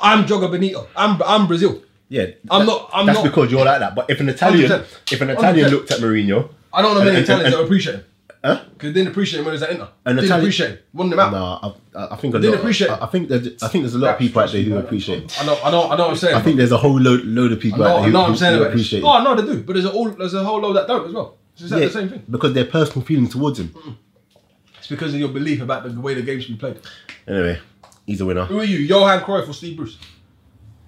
Speaker 1: I'm Joga Benito. I'm I'm Brazil.
Speaker 3: Yeah,
Speaker 1: I'm
Speaker 3: that-
Speaker 1: not- I'm
Speaker 3: that's
Speaker 1: not-
Speaker 3: because you're like that. But if an Italian,
Speaker 1: 100%.
Speaker 3: if an Italian
Speaker 1: 100%.
Speaker 3: looked at Mourinho,
Speaker 1: I don't know
Speaker 3: And-
Speaker 1: many
Speaker 3: and-
Speaker 1: Italians
Speaker 3: and-
Speaker 1: that appreciate him.
Speaker 3: Huh?
Speaker 1: Because they didn't appreciate him when he was at Inter.
Speaker 3: an
Speaker 1: didn't
Speaker 3: Italian,
Speaker 1: appreciate him. Won him out.
Speaker 3: Nah, I, I think a
Speaker 1: Didn't
Speaker 3: lot.
Speaker 1: appreciate
Speaker 3: I, I think there's, I think there's a lot of people out there who appreciate. it.
Speaker 1: I know, I know, I know what I'm saying.
Speaker 3: I think there's a whole load, load of people
Speaker 1: I know, I
Speaker 3: out there who,
Speaker 1: know what
Speaker 3: who,
Speaker 1: I'm saying
Speaker 3: who
Speaker 1: about
Speaker 3: appreciate.
Speaker 1: it.
Speaker 3: it.
Speaker 1: Oh, I know they do, but there's a, all, there's a whole load that don't as well. It's exactly
Speaker 3: Yeah,
Speaker 1: the same thing. Mm.
Speaker 3: because their personal feelings towards him.
Speaker 1: It's because of your belief about the way the game should be played.
Speaker 3: Anyway, he's a winner.
Speaker 1: Who are you, Johan Cruyff or Steve Bruce?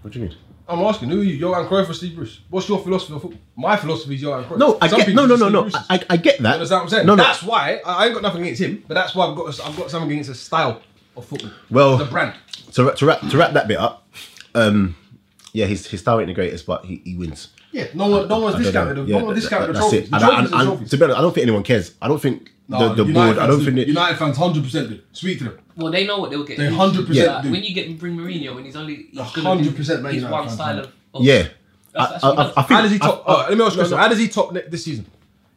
Speaker 3: What do you mean?
Speaker 1: I'm asking, who are you, Johan Cruyff or Steve Bruce? What's your philosophy of football? My philosophy is Johan Cruyff.
Speaker 3: No, I
Speaker 1: Some
Speaker 3: get
Speaker 1: people
Speaker 3: no, no,
Speaker 1: use
Speaker 3: no,
Speaker 1: Steve
Speaker 3: no.
Speaker 1: Bruce's.
Speaker 3: I, I- I get that.
Speaker 1: You understand what I'm saying?
Speaker 3: No, no.
Speaker 1: That's why I, I ain't got nothing against him, but that's why I've got I've got something against the style of football.
Speaker 3: Well-
Speaker 1: the brand.
Speaker 3: to, wrap- to wrap to wrap that bit up. Um, yeah, his his style ain't the greatest, but he, he wins.
Speaker 1: Yeah, no one, no
Speaker 3: I
Speaker 1: one's
Speaker 3: don't
Speaker 1: Oh, discounted.
Speaker 3: know.
Speaker 1: them.
Speaker 3: Yeah,
Speaker 1: no one
Speaker 3: that-
Speaker 1: discounted
Speaker 3: that-
Speaker 1: the
Speaker 3: that's
Speaker 1: trophies.
Speaker 3: it.
Speaker 1: The
Speaker 3: And I-
Speaker 1: trophies
Speaker 3: and-
Speaker 1: are
Speaker 3: and
Speaker 1: trophies.
Speaker 3: to be honest, I don't think anyone cares. I don't think
Speaker 1: No,
Speaker 3: the, the
Speaker 1: United
Speaker 3: board. I
Speaker 1: fans
Speaker 3: don't
Speaker 1: do.
Speaker 3: think it.
Speaker 1: United fans hundred percent do. Sweet to them.
Speaker 2: Well, they know what they'll get.
Speaker 1: They 100%
Speaker 2: Like,
Speaker 1: do.
Speaker 2: When you get bring Mourinho, and he's only he's gonna do
Speaker 1: 100% Man
Speaker 2: his
Speaker 1: United
Speaker 2: one
Speaker 1: fans,
Speaker 2: style
Speaker 1: man.
Speaker 2: of, of
Speaker 3: Yeah,
Speaker 2: That's- that's
Speaker 3: I, I,
Speaker 2: what he
Speaker 3: I,
Speaker 2: does.
Speaker 3: I think.
Speaker 1: How does he
Speaker 3: I-
Speaker 1: top?
Speaker 3: I-
Speaker 1: uh, let me ask you a
Speaker 3: no,
Speaker 1: question.
Speaker 3: no.
Speaker 1: How does he top ne- this season?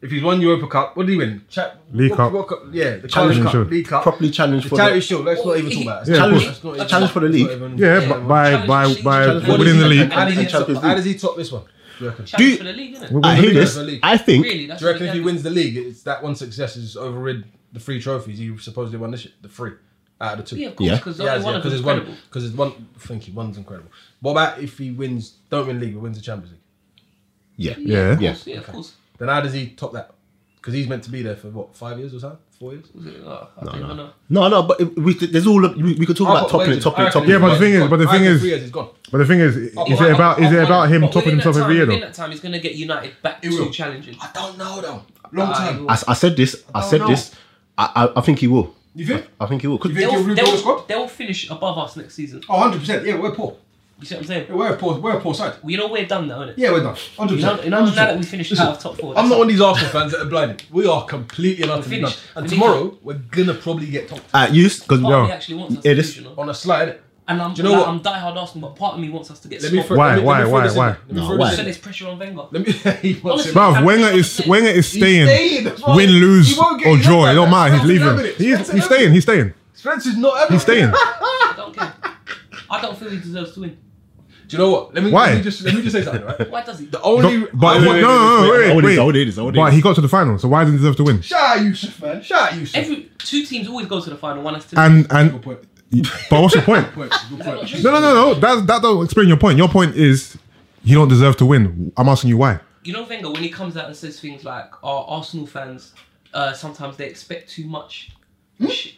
Speaker 1: If he's won Europa Cup, what did he win? Cha-
Speaker 4: League
Speaker 1: what-
Speaker 4: Cup.
Speaker 1: what Yeah, the
Speaker 3: Challenge
Speaker 1: Challenge Cup,
Speaker 4: Shield.
Speaker 1: League Cup,
Speaker 3: Properly challenged
Speaker 1: the
Speaker 3: for
Speaker 1: Charity
Speaker 3: the-
Speaker 1: Shield. Let's not even talk about it.
Speaker 4: Yeah,
Speaker 1: Challenge-
Speaker 4: cool.
Speaker 1: let's not even
Speaker 3: A challenge for the
Speaker 1: let's not
Speaker 3: league.
Speaker 1: even-
Speaker 4: Yeah,
Speaker 2: Yeah,
Speaker 4: but by
Speaker 2: challenge
Speaker 4: by
Speaker 2: the
Speaker 4: by,
Speaker 2: league.
Speaker 4: by winning the league.
Speaker 1: How does he
Speaker 3: And Champions
Speaker 1: top- how
Speaker 3: League.
Speaker 1: does he top this one? Do you reckon? Do
Speaker 2: challenge
Speaker 3: Do-
Speaker 2: for the league, innit?
Speaker 4: We'll
Speaker 3: I
Speaker 4: win the
Speaker 3: hear
Speaker 4: league.
Speaker 3: this.
Speaker 1: League.
Speaker 3: I think.
Speaker 2: Really, that's
Speaker 1: you reckon
Speaker 2: what
Speaker 1: if
Speaker 2: he
Speaker 1: he wins the league, it's that one success is overrid the three trophies he supposedly won this year, the three out of the two.
Speaker 2: Yeah, of course,
Speaker 3: Yeah.
Speaker 2: because
Speaker 1: Yeah,
Speaker 2: only one
Speaker 1: yeah,
Speaker 2: of them
Speaker 1: because
Speaker 2: is
Speaker 1: it's one.
Speaker 2: credible.
Speaker 1: Because it's one. Thank you. One's incredible. What about if he wins? Don't win league, but wins the Champions League.
Speaker 3: Yeah.
Speaker 4: Yeah.
Speaker 2: of
Speaker 3: Yeah.
Speaker 2: course, yeah, of course.
Speaker 1: Then how does he top that? Because he's meant to be there for what five years or so, four years.
Speaker 2: Was it- oh, I don't even know.
Speaker 3: No, no, but it- we, there's all of- we, we could talk
Speaker 1: I've
Speaker 3: about
Speaker 1: got
Speaker 3: topping it,
Speaker 1: wages.
Speaker 3: topping
Speaker 1: I
Speaker 3: it,
Speaker 1: reckon
Speaker 3: topping
Speaker 4: Yeah,
Speaker 3: it.
Speaker 1: he's
Speaker 4: but the
Speaker 1: gone.
Speaker 4: thing is-
Speaker 1: I reckon
Speaker 4: but the thing is-
Speaker 1: three years, he's gone.
Speaker 4: But the thing is, is
Speaker 1: Oh,
Speaker 4: it
Speaker 1: oh,
Speaker 4: about
Speaker 2: But
Speaker 4: is it
Speaker 2: within
Speaker 4: about
Speaker 2: that
Speaker 4: him
Speaker 2: time-
Speaker 4: topping
Speaker 2: within
Speaker 4: top
Speaker 2: that
Speaker 4: every
Speaker 2: time-
Speaker 4: year
Speaker 2: Within
Speaker 4: though?
Speaker 2: that time, he's going to get United back
Speaker 1: He
Speaker 2: to
Speaker 1: will.
Speaker 2: challenging.
Speaker 1: I don't know though. Long
Speaker 2: Ah,
Speaker 1: time.
Speaker 2: he will.
Speaker 3: I, s- I said this. I,
Speaker 2: Oh,
Speaker 1: don't
Speaker 3: said
Speaker 1: know.
Speaker 3: this. I, I I think he will.
Speaker 1: You think?
Speaker 3: I think he will. 'Cause-
Speaker 1: You think-
Speaker 2: They'll,
Speaker 1: You're rebuilding the
Speaker 2: they'll,
Speaker 1: squad?
Speaker 2: they'll finish above us next season.
Speaker 1: Oh, 100 percent. Yeah, we're poor.
Speaker 2: You see what I'm saying?
Speaker 1: Yeah, we're a poor. We're a poor side.
Speaker 2: Well, you know we're done now, innit?
Speaker 1: Yeah, we're done. 100.
Speaker 2: You know, you know now that we finished out of top four.
Speaker 1: I'm
Speaker 2: that's
Speaker 1: not
Speaker 2: it.
Speaker 1: one of these Arsenal fans that are blinded. We are completely and utterly done.
Speaker 2: finished.
Speaker 1: And
Speaker 2: We need-
Speaker 1: tomorrow we're gonna probably get top
Speaker 3: Uh, use because
Speaker 2: Part of
Speaker 3: no.
Speaker 2: me actually wants us
Speaker 3: Yeah,
Speaker 2: to
Speaker 3: this-
Speaker 2: lose, you know.
Speaker 1: on a slide.
Speaker 2: And I'm,
Speaker 1: Do you know
Speaker 2: like,
Speaker 1: what?
Speaker 2: I'm diehard Arsenal, but part of me wants us to get
Speaker 1: Let me
Speaker 2: swamped.
Speaker 1: throw-
Speaker 4: Why,
Speaker 1: let me-
Speaker 4: why,
Speaker 1: let me throw
Speaker 4: why,
Speaker 1: this in
Speaker 4: why?
Speaker 1: there. Let me
Speaker 3: No,
Speaker 1: throw
Speaker 3: why?
Speaker 1: this
Speaker 2: So
Speaker 1: in there.
Speaker 2: there's pressure on Wenger.
Speaker 1: Let me. he wants
Speaker 2: Honestly,
Speaker 1: him.
Speaker 4: Bruv, Wenger is Wenger is staying.
Speaker 1: staying, that's why.
Speaker 4: Win, lose,
Speaker 1: He won't get-
Speaker 4: or
Speaker 1: he's
Speaker 4: draw.
Speaker 1: not
Speaker 4: It don't
Speaker 1: that-
Speaker 4: matter. He's
Speaker 1: that's
Speaker 4: leaving.
Speaker 1: evidence.
Speaker 4: He is,
Speaker 1: That's
Speaker 4: he's staying. He's staying.
Speaker 1: Spencer's not having.
Speaker 4: He's staying.
Speaker 2: I don't care. I don't feel he deserves to win.
Speaker 1: Do you know what? Let me.
Speaker 4: Why?
Speaker 1: Let me just let me just say something. Right.
Speaker 2: Why does he?
Speaker 1: The only.
Speaker 4: But, but
Speaker 1: I want-
Speaker 4: no, no,
Speaker 3: I want
Speaker 4: no,
Speaker 3: this,
Speaker 4: wait,
Speaker 3: I want
Speaker 4: wait.
Speaker 3: this, I want
Speaker 4: But
Speaker 3: this.
Speaker 4: he got to the final, so why didn't he deserve to win?
Speaker 1: Shout out Yusuf, man. Shout out Yusuf.
Speaker 2: Every two teams always go to the final. One has to.
Speaker 4: And and
Speaker 1: Good point.
Speaker 4: but what's your point?
Speaker 1: Point. Good point.
Speaker 4: No, no, no, no. That that don't explain your point. Your point is you don't deserve to win. I'm asking you why.
Speaker 2: you know Wenger when he comes out and says things like, "Our Arsenal fans uh, sometimes they expect too much."
Speaker 4: Hmm?
Speaker 2: Shit.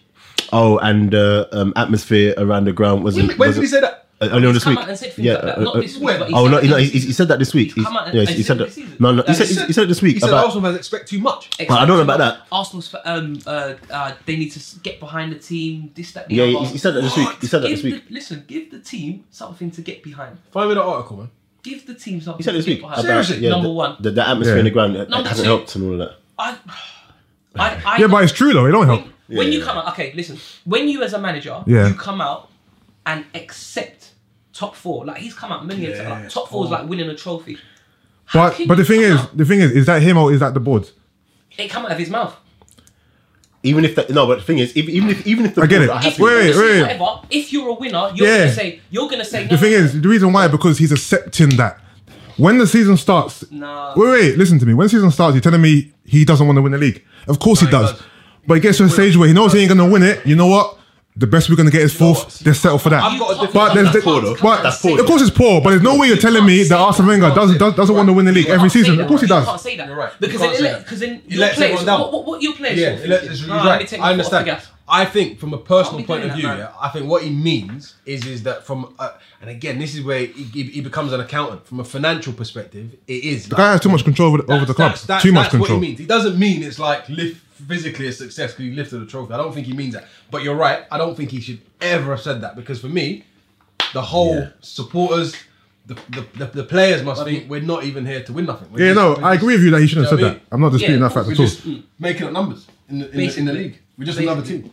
Speaker 3: Oh, and uh, um, atmosphere around the ground wasn't.
Speaker 1: When did
Speaker 3: wasn't-
Speaker 1: he say that?
Speaker 3: uh, Only on this
Speaker 2: come
Speaker 3: week.
Speaker 2: out and said things
Speaker 3: Yeah.
Speaker 2: like that.
Speaker 3: uh,
Speaker 2: Not
Speaker 3: uh,
Speaker 2: this week, but he
Speaker 3: Oh
Speaker 2: said
Speaker 3: no,
Speaker 2: it
Speaker 3: he, no,
Speaker 2: this
Speaker 3: he, he said that this week.
Speaker 2: He's come
Speaker 3: He's-
Speaker 2: out and-
Speaker 3: yeah,
Speaker 2: and
Speaker 3: he, he
Speaker 2: said
Speaker 3: said
Speaker 2: it
Speaker 3: that.
Speaker 2: this season.
Speaker 3: No, no, he
Speaker 2: Like,
Speaker 3: said,
Speaker 2: he
Speaker 3: he said it this week.
Speaker 1: He said
Speaker 3: about-
Speaker 1: Arsenal fans expect too much.
Speaker 3: Well, I don't know about that.
Speaker 2: Arsenal's fa- um uh, uh they need to s- get behind the team. This that. The
Speaker 3: yeah,
Speaker 2: other.
Speaker 3: he, he said that this week. He said that
Speaker 2: Give
Speaker 3: this week.
Speaker 2: The, listen, give the team something to get behind.
Speaker 1: Find me the article, man.
Speaker 2: Give the team something.
Speaker 3: He said
Speaker 2: to
Speaker 3: this
Speaker 2: get
Speaker 3: week.
Speaker 2: Behind.
Speaker 3: about-
Speaker 1: Seriously?
Speaker 3: yeah,
Speaker 2: number
Speaker 3: the-
Speaker 2: one.
Speaker 3: The, the atmosphere in the ground it, it
Speaker 2: Number
Speaker 3: hasn't
Speaker 2: two.
Speaker 3: helped and all of that.
Speaker 2: I, I, I
Speaker 4: Yeah, but it's true though. It don't help.
Speaker 2: when you
Speaker 3: yeah.
Speaker 2: come out, okay, listen. When you as a manager,
Speaker 4: Yeah.
Speaker 2: you come out and accept top four. Like he's come out many times. Like, top four is like winning a trophy. How
Speaker 4: But
Speaker 2: can
Speaker 4: but the
Speaker 2: you
Speaker 4: thing
Speaker 2: come
Speaker 4: is,
Speaker 2: out?
Speaker 4: the thing is, is that him or is that the board?
Speaker 2: it come out of his mouth.
Speaker 3: Even if that, no, but the thing is, if, even if even if the
Speaker 4: I get
Speaker 3: board
Speaker 4: it.
Speaker 3: are
Speaker 2: If
Speaker 3: happy-
Speaker 2: you
Speaker 4: Wait,
Speaker 2: wanna
Speaker 4: wait.
Speaker 2: say whatever, if you're a winner, you're
Speaker 4: Yeah.
Speaker 2: gonna say you're gonna say
Speaker 4: The thing is, the reason why because he's accepting that when the season starts.
Speaker 2: Nah.
Speaker 4: Wait, wait, listen to me. When the season starts, you're telling me he doesn't want to win the league. Of course he
Speaker 1: No, he
Speaker 4: does.
Speaker 1: does.
Speaker 4: But it gets to a stage where he knows he ain't gonna win it. You know what? The best we're gonna get is
Speaker 1: what?
Speaker 4: fourth. Let's settle for that.
Speaker 1: I've got a different-
Speaker 4: But there's the-
Speaker 3: poor though.
Speaker 4: But
Speaker 3: That's poor.
Speaker 4: of course it's poor. But there's no way you're telling me that Arsene Wenger doesn't does, doesn't want to win the league every season. Of course he
Speaker 2: You can't
Speaker 4: does.
Speaker 2: say that.
Speaker 1: You're right. You
Speaker 2: Because then,
Speaker 1: can't
Speaker 2: it
Speaker 1: say
Speaker 2: let-
Speaker 1: that.
Speaker 2: because then
Speaker 1: He
Speaker 2: your
Speaker 1: lets everyone
Speaker 2: players,
Speaker 1: down.
Speaker 2: what, what, what your players?
Speaker 1: Yeah,
Speaker 2: are
Speaker 1: it lets-
Speaker 2: thinking,
Speaker 1: it's-
Speaker 2: "Nah,
Speaker 1: you're
Speaker 2: let me
Speaker 1: right.
Speaker 2: take
Speaker 1: I
Speaker 2: the foot off the
Speaker 1: understand.
Speaker 2: gas."
Speaker 1: I think from a personal
Speaker 2: Can't be
Speaker 1: point
Speaker 2: doing
Speaker 1: of
Speaker 2: that,
Speaker 1: view,
Speaker 2: man.
Speaker 1: yeah, I think what he means is is that from uh, and again, this is where he, he, he becomes an accountant from a financial perspective. It is
Speaker 4: The guy has too much control over the, over the club.
Speaker 1: That's, that's,
Speaker 4: too much
Speaker 1: that's
Speaker 4: control.
Speaker 1: what he means. He doesn't mean it's like lift physically a success because he lifted a trophy. I don't think he means that. But you're right. I don't think he should ever have said that because for me, the whole supporters, the, the, the, the players must think we're not even here to win nothing. We're
Speaker 4: Yeah,
Speaker 1: just-
Speaker 4: no,
Speaker 1: we're
Speaker 4: I
Speaker 1: just-
Speaker 4: agree with you that he shouldn't have
Speaker 1: Do you
Speaker 4: said
Speaker 1: know
Speaker 4: that. I'm not disputing
Speaker 2: Yeah,
Speaker 4: that fact
Speaker 1: We're
Speaker 4: at all.
Speaker 1: just making up numbers in the, in, the, in the
Speaker 2: Basically.
Speaker 1: league. We're just another
Speaker 2: Basically.
Speaker 1: team.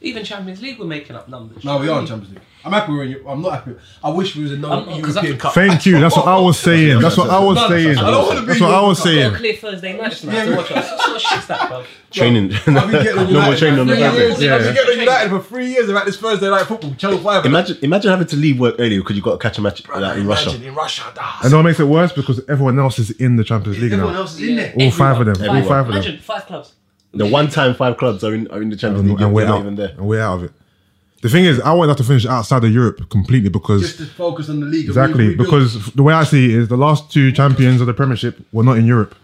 Speaker 2: Even Champions League were making up numbers.
Speaker 1: No, we are in Champions League. I'm happy we're in Europe. I'm not happy. I wish we was in
Speaker 2: I'm not- 'cause
Speaker 1: non-European
Speaker 2: that's-
Speaker 1: cup.
Speaker 4: Thank you. That's what I was saying. That's what I was
Speaker 2: No, no,
Speaker 4: saying.
Speaker 2: I
Speaker 1: don't wanna be
Speaker 4: That's what I was
Speaker 2: Got
Speaker 1: your-
Speaker 4: saying.
Speaker 2: a clear Thursday night tonight to watch us. What sort of shit's that, bro?
Speaker 3: Training.
Speaker 1: I've been getting on
Speaker 3: no more
Speaker 1: United
Speaker 3: training on the
Speaker 1: for three years.
Speaker 3: ground.
Speaker 1: I've
Speaker 4: Yeah.
Speaker 1: been getting on United for three years about this Thursday night football. Channel Five.
Speaker 3: Imagine, imagine having to leave work early because you got to catch a match like, in Russia.
Speaker 1: Imagine in Russia. ah,
Speaker 4: And what makes it worse because everyone else is in the Champions League
Speaker 1: Everyone
Speaker 4: now. Oh.
Speaker 1: else is in there.
Speaker 4: All five of them. All
Speaker 3: Everyone.
Speaker 4: five of them.
Speaker 2: Imagine five clubs.
Speaker 3: The one time five clubs are in are in the Champions League.
Speaker 4: And
Speaker 3: And
Speaker 4: we're
Speaker 3: we're not
Speaker 4: out.
Speaker 3: even there.
Speaker 4: And we're out of it. The thing is, I want that to finish outside of Europe completely
Speaker 1: Just
Speaker 4: because
Speaker 1: to focus on the league. and re-
Speaker 4: exactly
Speaker 1: rebuild.
Speaker 4: because the way I see it is the last two champions of the Premiership were not in Europe.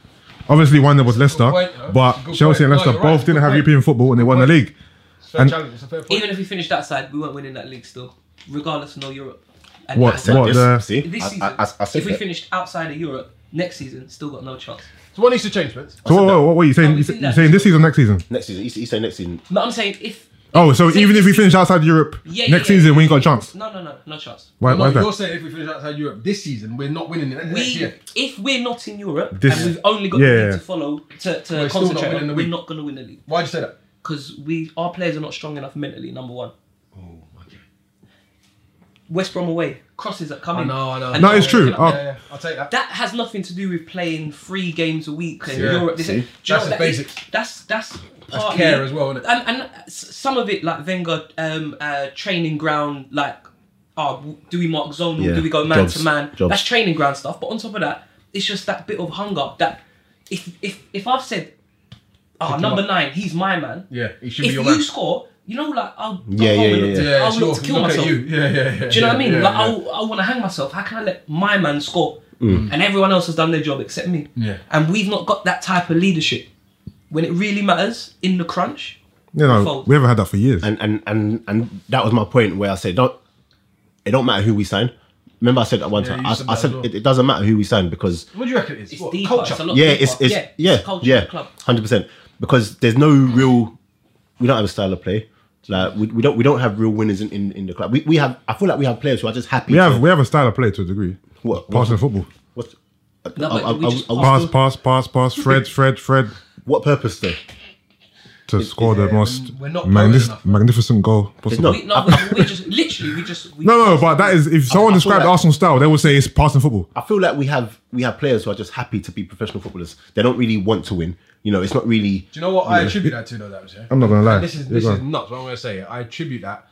Speaker 4: Obviously, one there was Leicester,
Speaker 1: point, huh?
Speaker 4: but
Speaker 1: Good point.
Speaker 4: Chelsea and
Speaker 1: No,
Speaker 4: Leicester
Speaker 1: you're right.
Speaker 4: both didn't
Speaker 1: Good
Speaker 4: have
Speaker 1: point.
Speaker 4: European football and they won the league.
Speaker 1: It's a fair
Speaker 4: and-
Speaker 1: challenge, it's a fair point.
Speaker 2: Even if we finished outside, we weren't winning that league still, regardless of no Europe. And
Speaker 4: What?
Speaker 2: that's-
Speaker 4: What? the-
Speaker 3: See,
Speaker 2: This
Speaker 3: I-
Speaker 2: season,
Speaker 3: I, I, I said
Speaker 2: if we
Speaker 3: that.
Speaker 2: finished outside of Europe next season, still got no chance.
Speaker 1: So what needs to change, Vince?
Speaker 4: So what, what, what are you saying?
Speaker 2: No,
Speaker 4: You
Speaker 2: we've
Speaker 4: say-
Speaker 2: seen
Speaker 4: You're
Speaker 2: that.
Speaker 4: saying this season, next season?
Speaker 3: next season. You say next season.
Speaker 2: No, I'm saying if.
Speaker 4: Oh, so
Speaker 2: if-
Speaker 4: even if we finish outside Europe
Speaker 2: Yeah, yeah,
Speaker 4: next
Speaker 2: yeah.
Speaker 4: season, we ain't got a chance.
Speaker 2: No, no, no, no chance.
Speaker 4: Why, why
Speaker 1: No,
Speaker 4: is that?
Speaker 1: you're saying if we finish outside Europe this season, we're not winning it next
Speaker 2: We,
Speaker 1: year.
Speaker 2: if we're not in Europe
Speaker 4: This-
Speaker 2: and we've only got
Speaker 4: yeah,
Speaker 2: the league
Speaker 4: yeah.
Speaker 2: to follow to, to
Speaker 1: We're still not
Speaker 2: concentrate,
Speaker 1: winning the
Speaker 2: on, we're
Speaker 1: league.
Speaker 2: not going to win the league
Speaker 1: Why'd you say that?
Speaker 2: because we our players are not strong enough mentally. Number one,
Speaker 1: Oh, okay.
Speaker 2: West Brom away crosses that come
Speaker 1: I
Speaker 2: in.
Speaker 1: know, I know.
Speaker 2: And
Speaker 4: No,
Speaker 2: they're
Speaker 4: it's true.
Speaker 2: picking up.
Speaker 4: Oh,
Speaker 1: Yeah, yeah, I'll take that.
Speaker 2: That has nothing to do with playing three games a week and
Speaker 1: Yeah.
Speaker 2: Europe. This,
Speaker 3: See?
Speaker 2: do you know
Speaker 1: That's
Speaker 2: what
Speaker 1: the
Speaker 2: that is?
Speaker 1: basics.
Speaker 2: That's that's
Speaker 1: That's
Speaker 2: partly
Speaker 1: care as well, isn't it?
Speaker 2: and, and s- some of it like Wenger um, uh, training ground like oh, w- do we mark zone
Speaker 3: Yeah.
Speaker 2: or do we go man
Speaker 3: Jobs.
Speaker 2: to man
Speaker 3: Jobs.
Speaker 2: that's training ground stuff but on top of that it's just that bit of hunger that if if, if I've said oh number nine he's my man
Speaker 1: Yeah, he should
Speaker 2: if
Speaker 1: be
Speaker 2: you
Speaker 1: your man.
Speaker 2: score you know like I'll go
Speaker 3: Yeah,
Speaker 2: home
Speaker 3: yeah,
Speaker 2: and
Speaker 3: yeah,
Speaker 2: look to-
Speaker 3: yeah.
Speaker 1: Yeah,
Speaker 2: I'll
Speaker 1: sure.
Speaker 2: look to kill
Speaker 1: look
Speaker 2: myself
Speaker 1: At you. Yeah, yeah, yeah.
Speaker 2: do you know what I mean?
Speaker 1: Yeah,
Speaker 2: like,
Speaker 1: yeah.
Speaker 2: I, I want to hang myself. How can I let my man score?
Speaker 3: Mm.
Speaker 2: And everyone else has done their job except me.
Speaker 1: Yeah.
Speaker 2: And we've not got that type of leadership. When it really matters, in the crunch,
Speaker 4: you know,
Speaker 2: Fold.
Speaker 4: we haven't had that for years.
Speaker 3: and and and and that was my point where I said don't it don't matter who we sign. Remember I said that one
Speaker 1: Yeah,
Speaker 3: time.
Speaker 1: you
Speaker 3: I,
Speaker 1: said
Speaker 3: I
Speaker 1: that
Speaker 3: said
Speaker 1: as well.
Speaker 3: it, it doesn't matter who we sign because
Speaker 1: What do you reckon it is?
Speaker 2: it's
Speaker 1: What,
Speaker 2: deeper.
Speaker 1: culture.
Speaker 2: It's a lot
Speaker 3: yeah,
Speaker 2: deeper.
Speaker 3: it's it's yeah
Speaker 2: it's culture of the
Speaker 3: yeah
Speaker 2: club.
Speaker 3: hundred percent because there's no real we don't have a style of play. Like we, we don't we don't have real winners in, in, in the club. We, we have I feel like we have players who are just happy.
Speaker 4: We
Speaker 3: to-
Speaker 4: have we have a style of play to a degree.
Speaker 3: What-
Speaker 4: Passing football.
Speaker 3: what
Speaker 2: No, but
Speaker 3: I-
Speaker 2: we
Speaker 3: I-
Speaker 2: just
Speaker 3: I- I-
Speaker 4: Pass, pass, pass, pass. Fred, Fred, Fred
Speaker 3: what purpose though?
Speaker 4: to score the
Speaker 1: yeah,
Speaker 4: most
Speaker 1: we're not
Speaker 4: magnis-
Speaker 1: potent enough.
Speaker 4: magnificent goal
Speaker 3: not.
Speaker 4: possible.
Speaker 2: We, no, we, we just literally we just we
Speaker 4: No, no, but that is if someone
Speaker 3: I feel
Speaker 4: described
Speaker 3: like-
Speaker 4: Arsenal style, they would say it's passing football.
Speaker 3: I feel like we have we have players who are just happy to be professional footballers. They don't really want to win. You know, it's not really
Speaker 1: Do you know what I attribute that to though? That was yeah.
Speaker 4: I'm not gonna lie.
Speaker 1: This is
Speaker 4: Yeah,
Speaker 1: this
Speaker 4: go
Speaker 1: is
Speaker 4: on.
Speaker 1: nuts. What I'm gonna say, I attribute that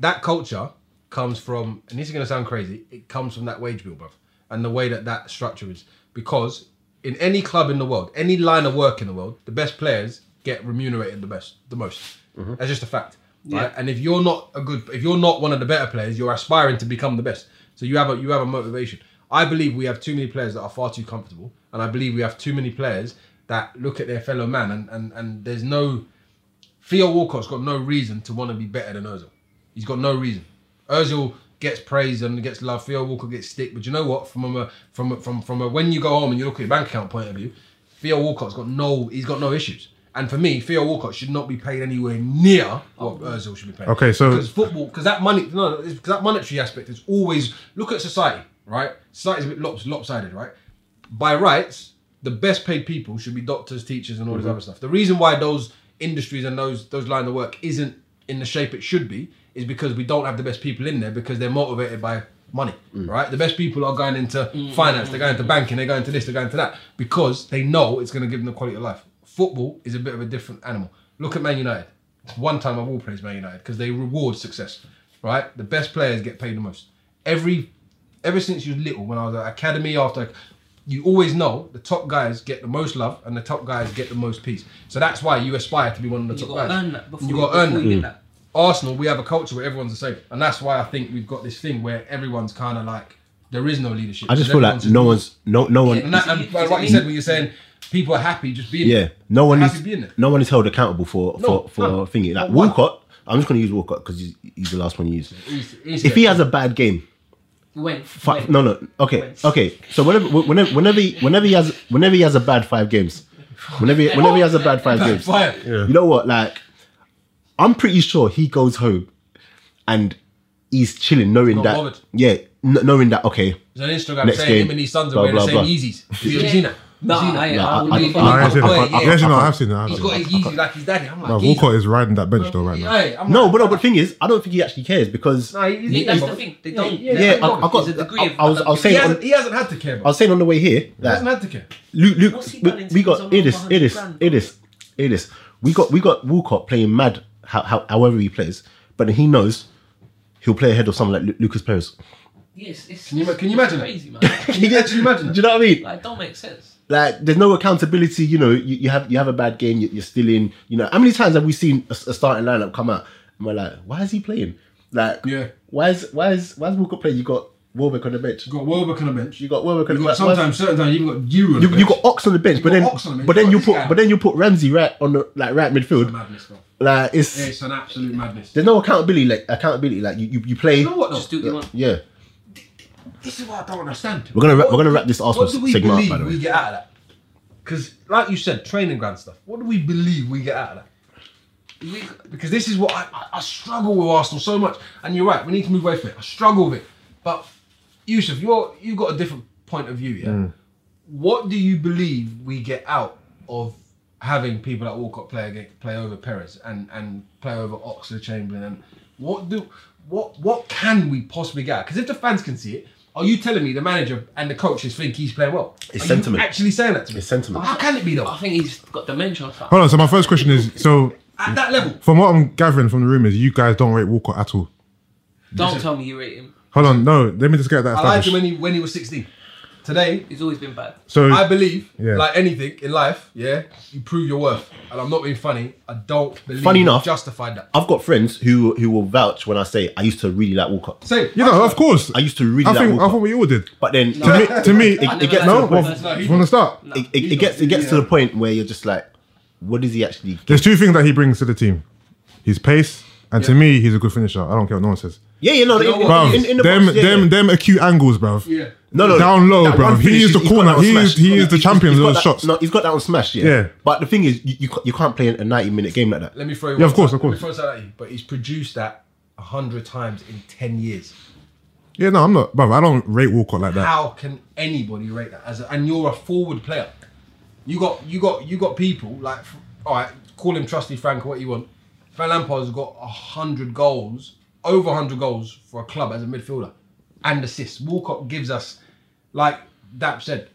Speaker 1: that culture comes from, and this is gonna sound crazy. It comes from that wage bill, bruv, and the way that that structure is. Because in any club in the world, any line of work in the world, the best players get remunerated the best, the most.
Speaker 4: Mm-hmm.
Speaker 1: That's just a fact, right? And if you're not a good, if you're not one of the better players, you're aspiring to become the best. So you have a you have a motivation. I believe we have too many players that are far too comfortable, and I believe we have too many players that look at their fellow man and and, and there's no Theo Walcott's got no reason to want to be better than Ozil. He's got no reason. Ozil gets praise and gets love. Theo Walcott gets stick. But you know what? From a from a, from from a, when you go home and you look at your bank account point of view, Theo Walcott's got no. He's got no issues. And for me, Theo Walcott should not be paid anywhere near what Ozil should be paid.
Speaker 4: Okay, so-
Speaker 1: because football, because that money, no, because that monetary aspect is always look at society, right? Society's a bit lops, lopsided, right? by rights, the best paid people should be doctors, teachers, and all this other stuff. The reason why those industries and those those lines of work isn't in the shape it should be is because we don't have the best people in there because they're motivated by money, right? The best people are going into finance, they're going into banking, they're going to this, they're going to that because they know it's going to give them the quality of life. Football is a bit of a different animal. Look at Man United. One time I've all praised Man United because they reward success, right? The best players get paid the most. Every ever since you was little, when I was at academy, after you always know the top guys get the most love and the top guys get the most peace. So that's why you aspire to be one of the
Speaker 2: you
Speaker 1: top
Speaker 2: got to
Speaker 1: guys.
Speaker 2: earn that before
Speaker 1: you got to earn
Speaker 2: before
Speaker 1: that.
Speaker 2: you get that.
Speaker 1: Arsenal, we have a culture where everyone's the same, and that's why I think we've got this thing where everyone's kind of like there is no leadership.
Speaker 3: I just feel like
Speaker 1: Everyone's just-
Speaker 3: no one's no no one
Speaker 1: And, that, and like you said, when you're saying people are happy just being
Speaker 3: Yeah, no one
Speaker 1: They're happy
Speaker 3: is
Speaker 1: being there.
Speaker 3: no one is held accountable for
Speaker 1: No,
Speaker 3: for for
Speaker 1: no.
Speaker 3: thingy like
Speaker 1: Not one.
Speaker 3: Walcott. I'm just going to use Walcott because he's, he's the last one you use.
Speaker 1: He's- he's
Speaker 3: If he
Speaker 1: there.
Speaker 3: has a bad game,
Speaker 2: When,
Speaker 3: fi-
Speaker 2: when
Speaker 3: no, no, okay,
Speaker 2: Wait.
Speaker 3: okay. So whenever whenever whenever he, whenever he has whenever he has a bad five games, whenever he, whenever he has a bad five games,
Speaker 1: fire.
Speaker 3: you know what? Like, I'm pretty sure he goes home and he's chilling, knowing
Speaker 1: Not
Speaker 3: that
Speaker 1: bothered.
Speaker 3: yeah, kn- knowing that okay,
Speaker 1: There's an Instagram
Speaker 3: Next
Speaker 1: saying
Speaker 3: game,
Speaker 1: him and his sons are
Speaker 3: blah,
Speaker 1: wearing
Speaker 3: blah,
Speaker 1: the same
Speaker 3: blah.
Speaker 1: Yeezys. Have you seen that?
Speaker 2: Nah,
Speaker 1: seen it?
Speaker 2: I ain't.
Speaker 3: Nah,
Speaker 2: I
Speaker 3: I-
Speaker 2: wouldn't
Speaker 1: I-
Speaker 2: even-
Speaker 1: I-
Speaker 4: I ain't seen
Speaker 1: Oh,
Speaker 4: it.
Speaker 1: yeah.
Speaker 4: Yes, you know, I've seen it. I've
Speaker 1: He's
Speaker 4: seen
Speaker 1: got
Speaker 4: it.
Speaker 1: his Yeezy like his daddy. I'm like,
Speaker 4: No,
Speaker 1: geez.
Speaker 4: Walcott is riding that bench though right now.
Speaker 1: Hey, I'm
Speaker 3: No,
Speaker 1: like-
Speaker 3: but no, but the thing is, I don't think he actually cares because
Speaker 1: Nah, he-
Speaker 3: he-
Speaker 1: he-
Speaker 2: That's
Speaker 1: he-
Speaker 2: the thing. They don't.
Speaker 1: Yeah,
Speaker 3: yeah,
Speaker 1: yeah,
Speaker 3: I,
Speaker 1: no,
Speaker 3: I got.
Speaker 2: there's a degree
Speaker 3: I,
Speaker 2: of-
Speaker 3: I was, I was
Speaker 1: He
Speaker 3: saying, on,
Speaker 1: hasn't, he hasn't had to care.
Speaker 3: I
Speaker 1: Bro.
Speaker 3: was saying on the way here
Speaker 1: He hasn't
Speaker 3: that
Speaker 1: had to care.
Speaker 3: Luke, Luke,
Speaker 2: What's he done
Speaker 3: we,
Speaker 2: in
Speaker 3: we
Speaker 2: terms
Speaker 3: got
Speaker 2: of
Speaker 3: it is,
Speaker 2: over
Speaker 3: it is,
Speaker 2: 100 grand?
Speaker 3: it is, it is. We got we got Walcott playing mad, how, how, however he plays, but he knows he'll play ahead of someone like Lu- Lucas Perez.
Speaker 2: Yes, it's.
Speaker 1: Can you- can you imagine that?
Speaker 2: Crazy man.
Speaker 1: Can you actually imagine?
Speaker 3: Do
Speaker 1: that?
Speaker 3: you know what I mean?
Speaker 2: Like, don't make sense.
Speaker 3: Like, there's no accountability. You know, you, you have you have a bad game. You, you're still in. You know, how many times have we seen a, a starting lineup come out and we're like, why is he playing? Like,
Speaker 1: Yeah.
Speaker 3: why is why is why is Walcott playing? You got Warbeck on the bench.
Speaker 1: You got Welbeck on the bench.
Speaker 3: You got Warbeck on
Speaker 1: You
Speaker 3: the
Speaker 1: got
Speaker 3: bench.
Speaker 1: sometimes, certain times, you even got you on the
Speaker 3: You,
Speaker 1: bench.
Speaker 3: you got Ox on the bench,
Speaker 1: You
Speaker 3: but
Speaker 1: got
Speaker 3: then,
Speaker 1: Ox on the bench.
Speaker 3: but
Speaker 1: You
Speaker 3: then
Speaker 1: got
Speaker 3: you
Speaker 1: this
Speaker 3: put,
Speaker 1: guy.
Speaker 3: but then you put Ramsey right on the like right midfield.
Speaker 1: madness, bro.
Speaker 3: Like it's
Speaker 1: It's an absolute madness.
Speaker 3: there's no accountability. Like accountability. Like you, you, you play.
Speaker 1: You know what? Though?
Speaker 2: Just do what you want.
Speaker 3: Yeah.
Speaker 1: This is what I don't understand.
Speaker 3: We're gonna wrap-
Speaker 1: What-
Speaker 3: we're gonna wrap this Arsenal
Speaker 1: What do we
Speaker 3: segment up,
Speaker 1: believe
Speaker 3: by the way.
Speaker 1: we get out of that? Because, like you said, training ground stuff. What do we believe we get out of that? We, because this is what I, I, I struggle with Arsenal so much. And you're right, we need to move away from it. I struggle with it. But Yusuf, you're you've got a different point of view. Yeah.
Speaker 3: Mm.
Speaker 1: What do you believe we get out of having people like Walcott play again, play over Perez and and play over Oxley Chamberlain? And what do what what can we possibly get? Because if the fans can see it. Are you telling me the manager and the coaches think he's playing well?
Speaker 3: It's
Speaker 1: Are you
Speaker 3: sentiment.
Speaker 1: actually saying that to me.
Speaker 3: It's sentiment.
Speaker 1: How can it be though?
Speaker 2: I think he's got dementia or something.
Speaker 4: Hold on. So my first question is: so
Speaker 1: At that level,
Speaker 4: from what I'm gathering from the room is you guys don't rate Walcott at all.
Speaker 2: Don't tell me you rate him.
Speaker 4: Hold on. No, let me just get that
Speaker 1: I liked him
Speaker 4: established.
Speaker 1: when he when he was 16. Today,
Speaker 2: He's always been bad.
Speaker 4: So
Speaker 1: I believe,
Speaker 4: Yeah.
Speaker 1: like anything in life, yeah, you prove your worth. And I'm not being funny. I don't believe
Speaker 3: Funny
Speaker 1: you
Speaker 3: enough-
Speaker 1: justified that.
Speaker 3: I've got friends who who will vouch when I say I used to really like Walcott.
Speaker 1: Same.
Speaker 4: you know, of course,
Speaker 3: I used to really
Speaker 4: I
Speaker 3: like
Speaker 4: think I
Speaker 3: Walcott.
Speaker 4: thought we all did.
Speaker 3: but then
Speaker 4: To me, to me,
Speaker 3: it, it
Speaker 2: never
Speaker 3: gets
Speaker 2: liked
Speaker 3: to
Speaker 4: no.
Speaker 3: the
Speaker 2: him.
Speaker 3: point,
Speaker 4: Well, from the start,
Speaker 3: it, it, it gets it gets to the point where you're just like, what does he actually?
Speaker 4: there's two things that he brings to the team: his pace, and to me, he's a good finisher. I don't care what no one says.
Speaker 3: Yeah, you know,
Speaker 1: know
Speaker 3: in-
Speaker 1: what?
Speaker 4: Bruv,
Speaker 3: in, in the
Speaker 4: them,
Speaker 3: box, yeah,
Speaker 4: them,
Speaker 3: yeah.
Speaker 4: them acute angles, bruv.
Speaker 1: Yeah.
Speaker 3: No, no,
Speaker 4: down low,
Speaker 3: that
Speaker 4: bruv.
Speaker 3: one
Speaker 4: He
Speaker 3: finish,
Speaker 4: is the
Speaker 3: he's got
Speaker 4: corner.
Speaker 3: that on
Speaker 4: He
Speaker 3: smash.
Speaker 4: is- he is the
Speaker 3: He's-
Speaker 4: champion
Speaker 3: he's
Speaker 4: of
Speaker 3: got
Speaker 4: those
Speaker 3: that-
Speaker 4: shots.
Speaker 3: No, he's got that on smash. Yeah.
Speaker 4: Yeah.
Speaker 3: But the thing is, you, you, ca- you can't play a 90 minute game like that.
Speaker 1: Let me throw you
Speaker 4: Yeah,
Speaker 1: one
Speaker 4: of course,
Speaker 1: side-
Speaker 4: of course.
Speaker 1: Let me throw a side at you. But he's produced that a hundred times in ten years.
Speaker 4: Yeah, no, I'm not, bruv. I don't rate Walcott like that.
Speaker 1: How can anybody rate that? As a, and you're a forward player. You got you got you got people like f- all right, call him trusty Frank or what you want. Van Lampard's got a hundred goals, over hundred goals for a club as a midfielder, and assists. Walcott gives us, like Dap said,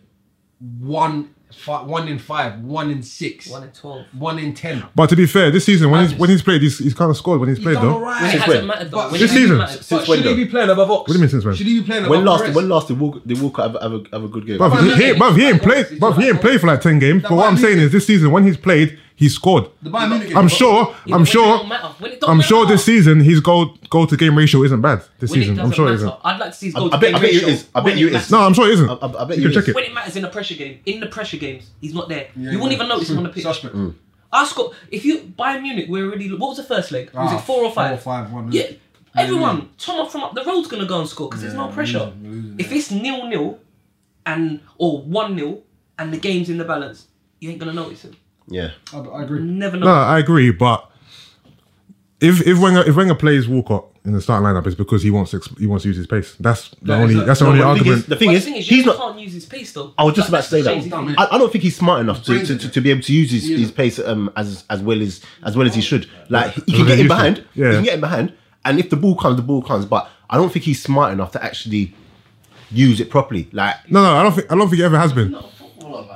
Speaker 1: one fi- one in five, one in six,
Speaker 2: One in twelve.
Speaker 1: one in ten.
Speaker 4: But to be fair, this season when he's
Speaker 1: Madness.
Speaker 4: when he's played, he's, he's kind of scored when he's
Speaker 1: He's
Speaker 4: played
Speaker 1: done
Speaker 4: though.
Speaker 1: all
Speaker 2: It
Speaker 1: right.
Speaker 3: Since when?
Speaker 2: hasn't mattered though.
Speaker 1: But-
Speaker 2: When
Speaker 1: This
Speaker 2: it hasn't
Speaker 4: season?
Speaker 2: mattered.
Speaker 1: But
Speaker 3: Since when
Speaker 1: should he
Speaker 3: though?
Speaker 1: be playing above Ox?
Speaker 4: do you mean since when?
Speaker 1: Should he be playing above
Speaker 3: When last,
Speaker 1: Perez?
Speaker 3: when last did Walcott, did Walcott have, have, a, have a good game?
Speaker 4: Bruv, he,
Speaker 1: Bayern
Speaker 4: he,
Speaker 1: Munich-
Speaker 4: bruv, he ain't played.
Speaker 1: It's
Speaker 4: Bruv, he ain't
Speaker 1: like-
Speaker 4: played for like ten games. But
Speaker 1: Bayern
Speaker 4: what I'm saying
Speaker 1: Munich-
Speaker 4: is, this season when he's played, he scored.
Speaker 1: The Bayern Munich game,
Speaker 4: I'm
Speaker 1: but-
Speaker 4: sure.
Speaker 2: Yeah,
Speaker 4: I'm
Speaker 2: but When it
Speaker 4: sure.
Speaker 2: don't matter. When it don't
Speaker 4: I'm
Speaker 2: matter.
Speaker 4: sure this season his goal goal to game ratio isn't bad. This
Speaker 2: When it
Speaker 4: season, I'm
Speaker 2: doesn't
Speaker 4: sure it
Speaker 2: matter.
Speaker 4: isn't.
Speaker 2: I'd like to see his
Speaker 3: I-
Speaker 2: goal
Speaker 3: I bet-
Speaker 2: to
Speaker 3: I bet
Speaker 2: game
Speaker 3: you it
Speaker 2: ratio.
Speaker 3: is. I bet
Speaker 2: When
Speaker 3: you it is.
Speaker 2: matters-
Speaker 4: No, I'm sure it isn't.
Speaker 3: I- I- I bet
Speaker 4: you
Speaker 3: you
Speaker 4: can check
Speaker 3: it
Speaker 4: it.
Speaker 2: When it matters in a pressure game, in the pressure games, he's not there.
Speaker 1: Yeah,
Speaker 2: you wouldn't
Speaker 1: yeah.
Speaker 2: even notice him on the pitch.
Speaker 1: Suspect.
Speaker 3: Mm.
Speaker 2: I scored. If you Bayern Munich, we're already. What was the first leg? was
Speaker 1: Ah,
Speaker 2: it four or five?
Speaker 1: Four or five, one.
Speaker 2: Yeah. Everyone, Tom from up the road's gonna go and score because there's no
Speaker 1: we're
Speaker 2: pressure.
Speaker 1: losing, we're losing,
Speaker 2: If
Speaker 1: yeah.
Speaker 2: it's nil nil, and or one nil, and the game's in the balance, you ain't gonna notice him.
Speaker 3: yeah.
Speaker 1: I, I agree.
Speaker 2: Never
Speaker 4: No,
Speaker 2: know.
Speaker 4: I agree, but if if Wenger if Wenger plays Walcott in the starting lineup, it's because he wants to, exp- he wants to use his pace. That's the
Speaker 1: That is
Speaker 4: only
Speaker 1: a-
Speaker 4: that's the
Speaker 1: no,
Speaker 4: only
Speaker 1: but
Speaker 3: The thing is,
Speaker 4: argument.
Speaker 3: the thing
Speaker 2: But
Speaker 3: is,
Speaker 2: the thing is, you
Speaker 3: he's not.
Speaker 2: can't use his pace though.
Speaker 3: I was just about
Speaker 2: Like,
Speaker 3: to say
Speaker 2: that's crazy.
Speaker 3: that. I, I don't think he's smart enough to, to, to, to be able to use his, his pace um, as as well as as well as he should. Like he can
Speaker 4: Yeah.
Speaker 3: get in behind.
Speaker 4: Yeah.
Speaker 3: He can get in behind, and if the ball comes, the ball comes. But I don't think he's smart enough to actually use it properly. Like
Speaker 4: No, no, I don't think I don't think he ever has been. No, no, no,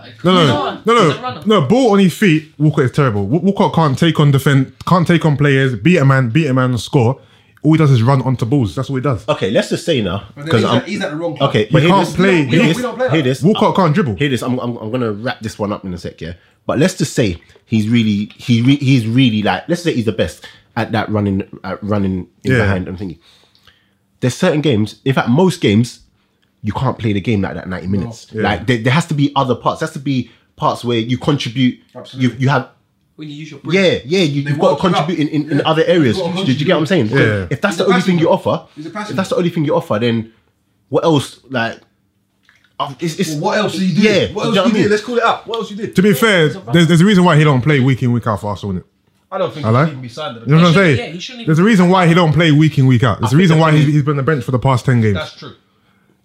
Speaker 2: He's a
Speaker 4: no,
Speaker 2: runner.
Speaker 4: no. Ball on his feet. Walcott is terrible. Wa- Walcott can't take on defend, can't take on players, beat a man, beat a man, and score. All he does is run onto balls. That's all he does.
Speaker 3: okay, let's just say now
Speaker 1: But then
Speaker 3: because
Speaker 1: he's
Speaker 3: I'm
Speaker 1: at- he's at the wrong club.
Speaker 3: okay.
Speaker 4: He
Speaker 3: hear
Speaker 4: can't
Speaker 3: this-
Speaker 4: play.
Speaker 1: We
Speaker 3: Hear
Speaker 1: don't-
Speaker 3: this.
Speaker 1: we don't play
Speaker 3: Hear
Speaker 1: like
Speaker 3: this.
Speaker 4: Walcott can't dribble.
Speaker 3: Hear this. I'm, I'm, I'm gonna wrap this one up in a sec, yeah. But let's just say he's really he re, he's really like let's say he's the best at that running at running in
Speaker 4: Yeah.
Speaker 3: behind. I'm thinking there's certain games. In fact, most games you can't play the game like that 90 minutes.
Speaker 4: Yeah.
Speaker 3: Like there, there has to be other parts. There has to be parts where you contribute. You
Speaker 1: Absolutely.
Speaker 3: you have.
Speaker 2: When you use your brain.
Speaker 3: Yeah, yeah, you, you've got to
Speaker 1: work it up.
Speaker 3: contribute in, in, in
Speaker 1: Yeah.
Speaker 3: other areas.
Speaker 1: You've got to
Speaker 3: Did you get what I'm saying?
Speaker 4: contribute. Yeah.
Speaker 3: If that's
Speaker 1: He's
Speaker 3: the
Speaker 1: a
Speaker 3: only thing you offer,
Speaker 1: He's a
Speaker 3: if
Speaker 1: passenger.
Speaker 3: that's the only thing you offer, then what else? Like, uh, it's, it's,
Speaker 1: Well, what else are you doing?
Speaker 3: Yeah,
Speaker 1: What else
Speaker 3: do you know
Speaker 1: you
Speaker 3: what I mean?
Speaker 1: did? Let's call it up. What else you did?
Speaker 4: To be fair, there's, there's a reason why he don't play week in week out for Arsenal. Isn't it?
Speaker 1: I don't think
Speaker 4: Hello?
Speaker 1: he's even be signed. at the
Speaker 4: You know what I'm
Speaker 1: bench.
Speaker 2: shouldn't-
Speaker 4: saying?
Speaker 2: yeah, he shouldn't
Speaker 4: there's a reason why he don't play week in week out. There's a reason why he's, he's been on the bench for the past ten games.
Speaker 1: That's true.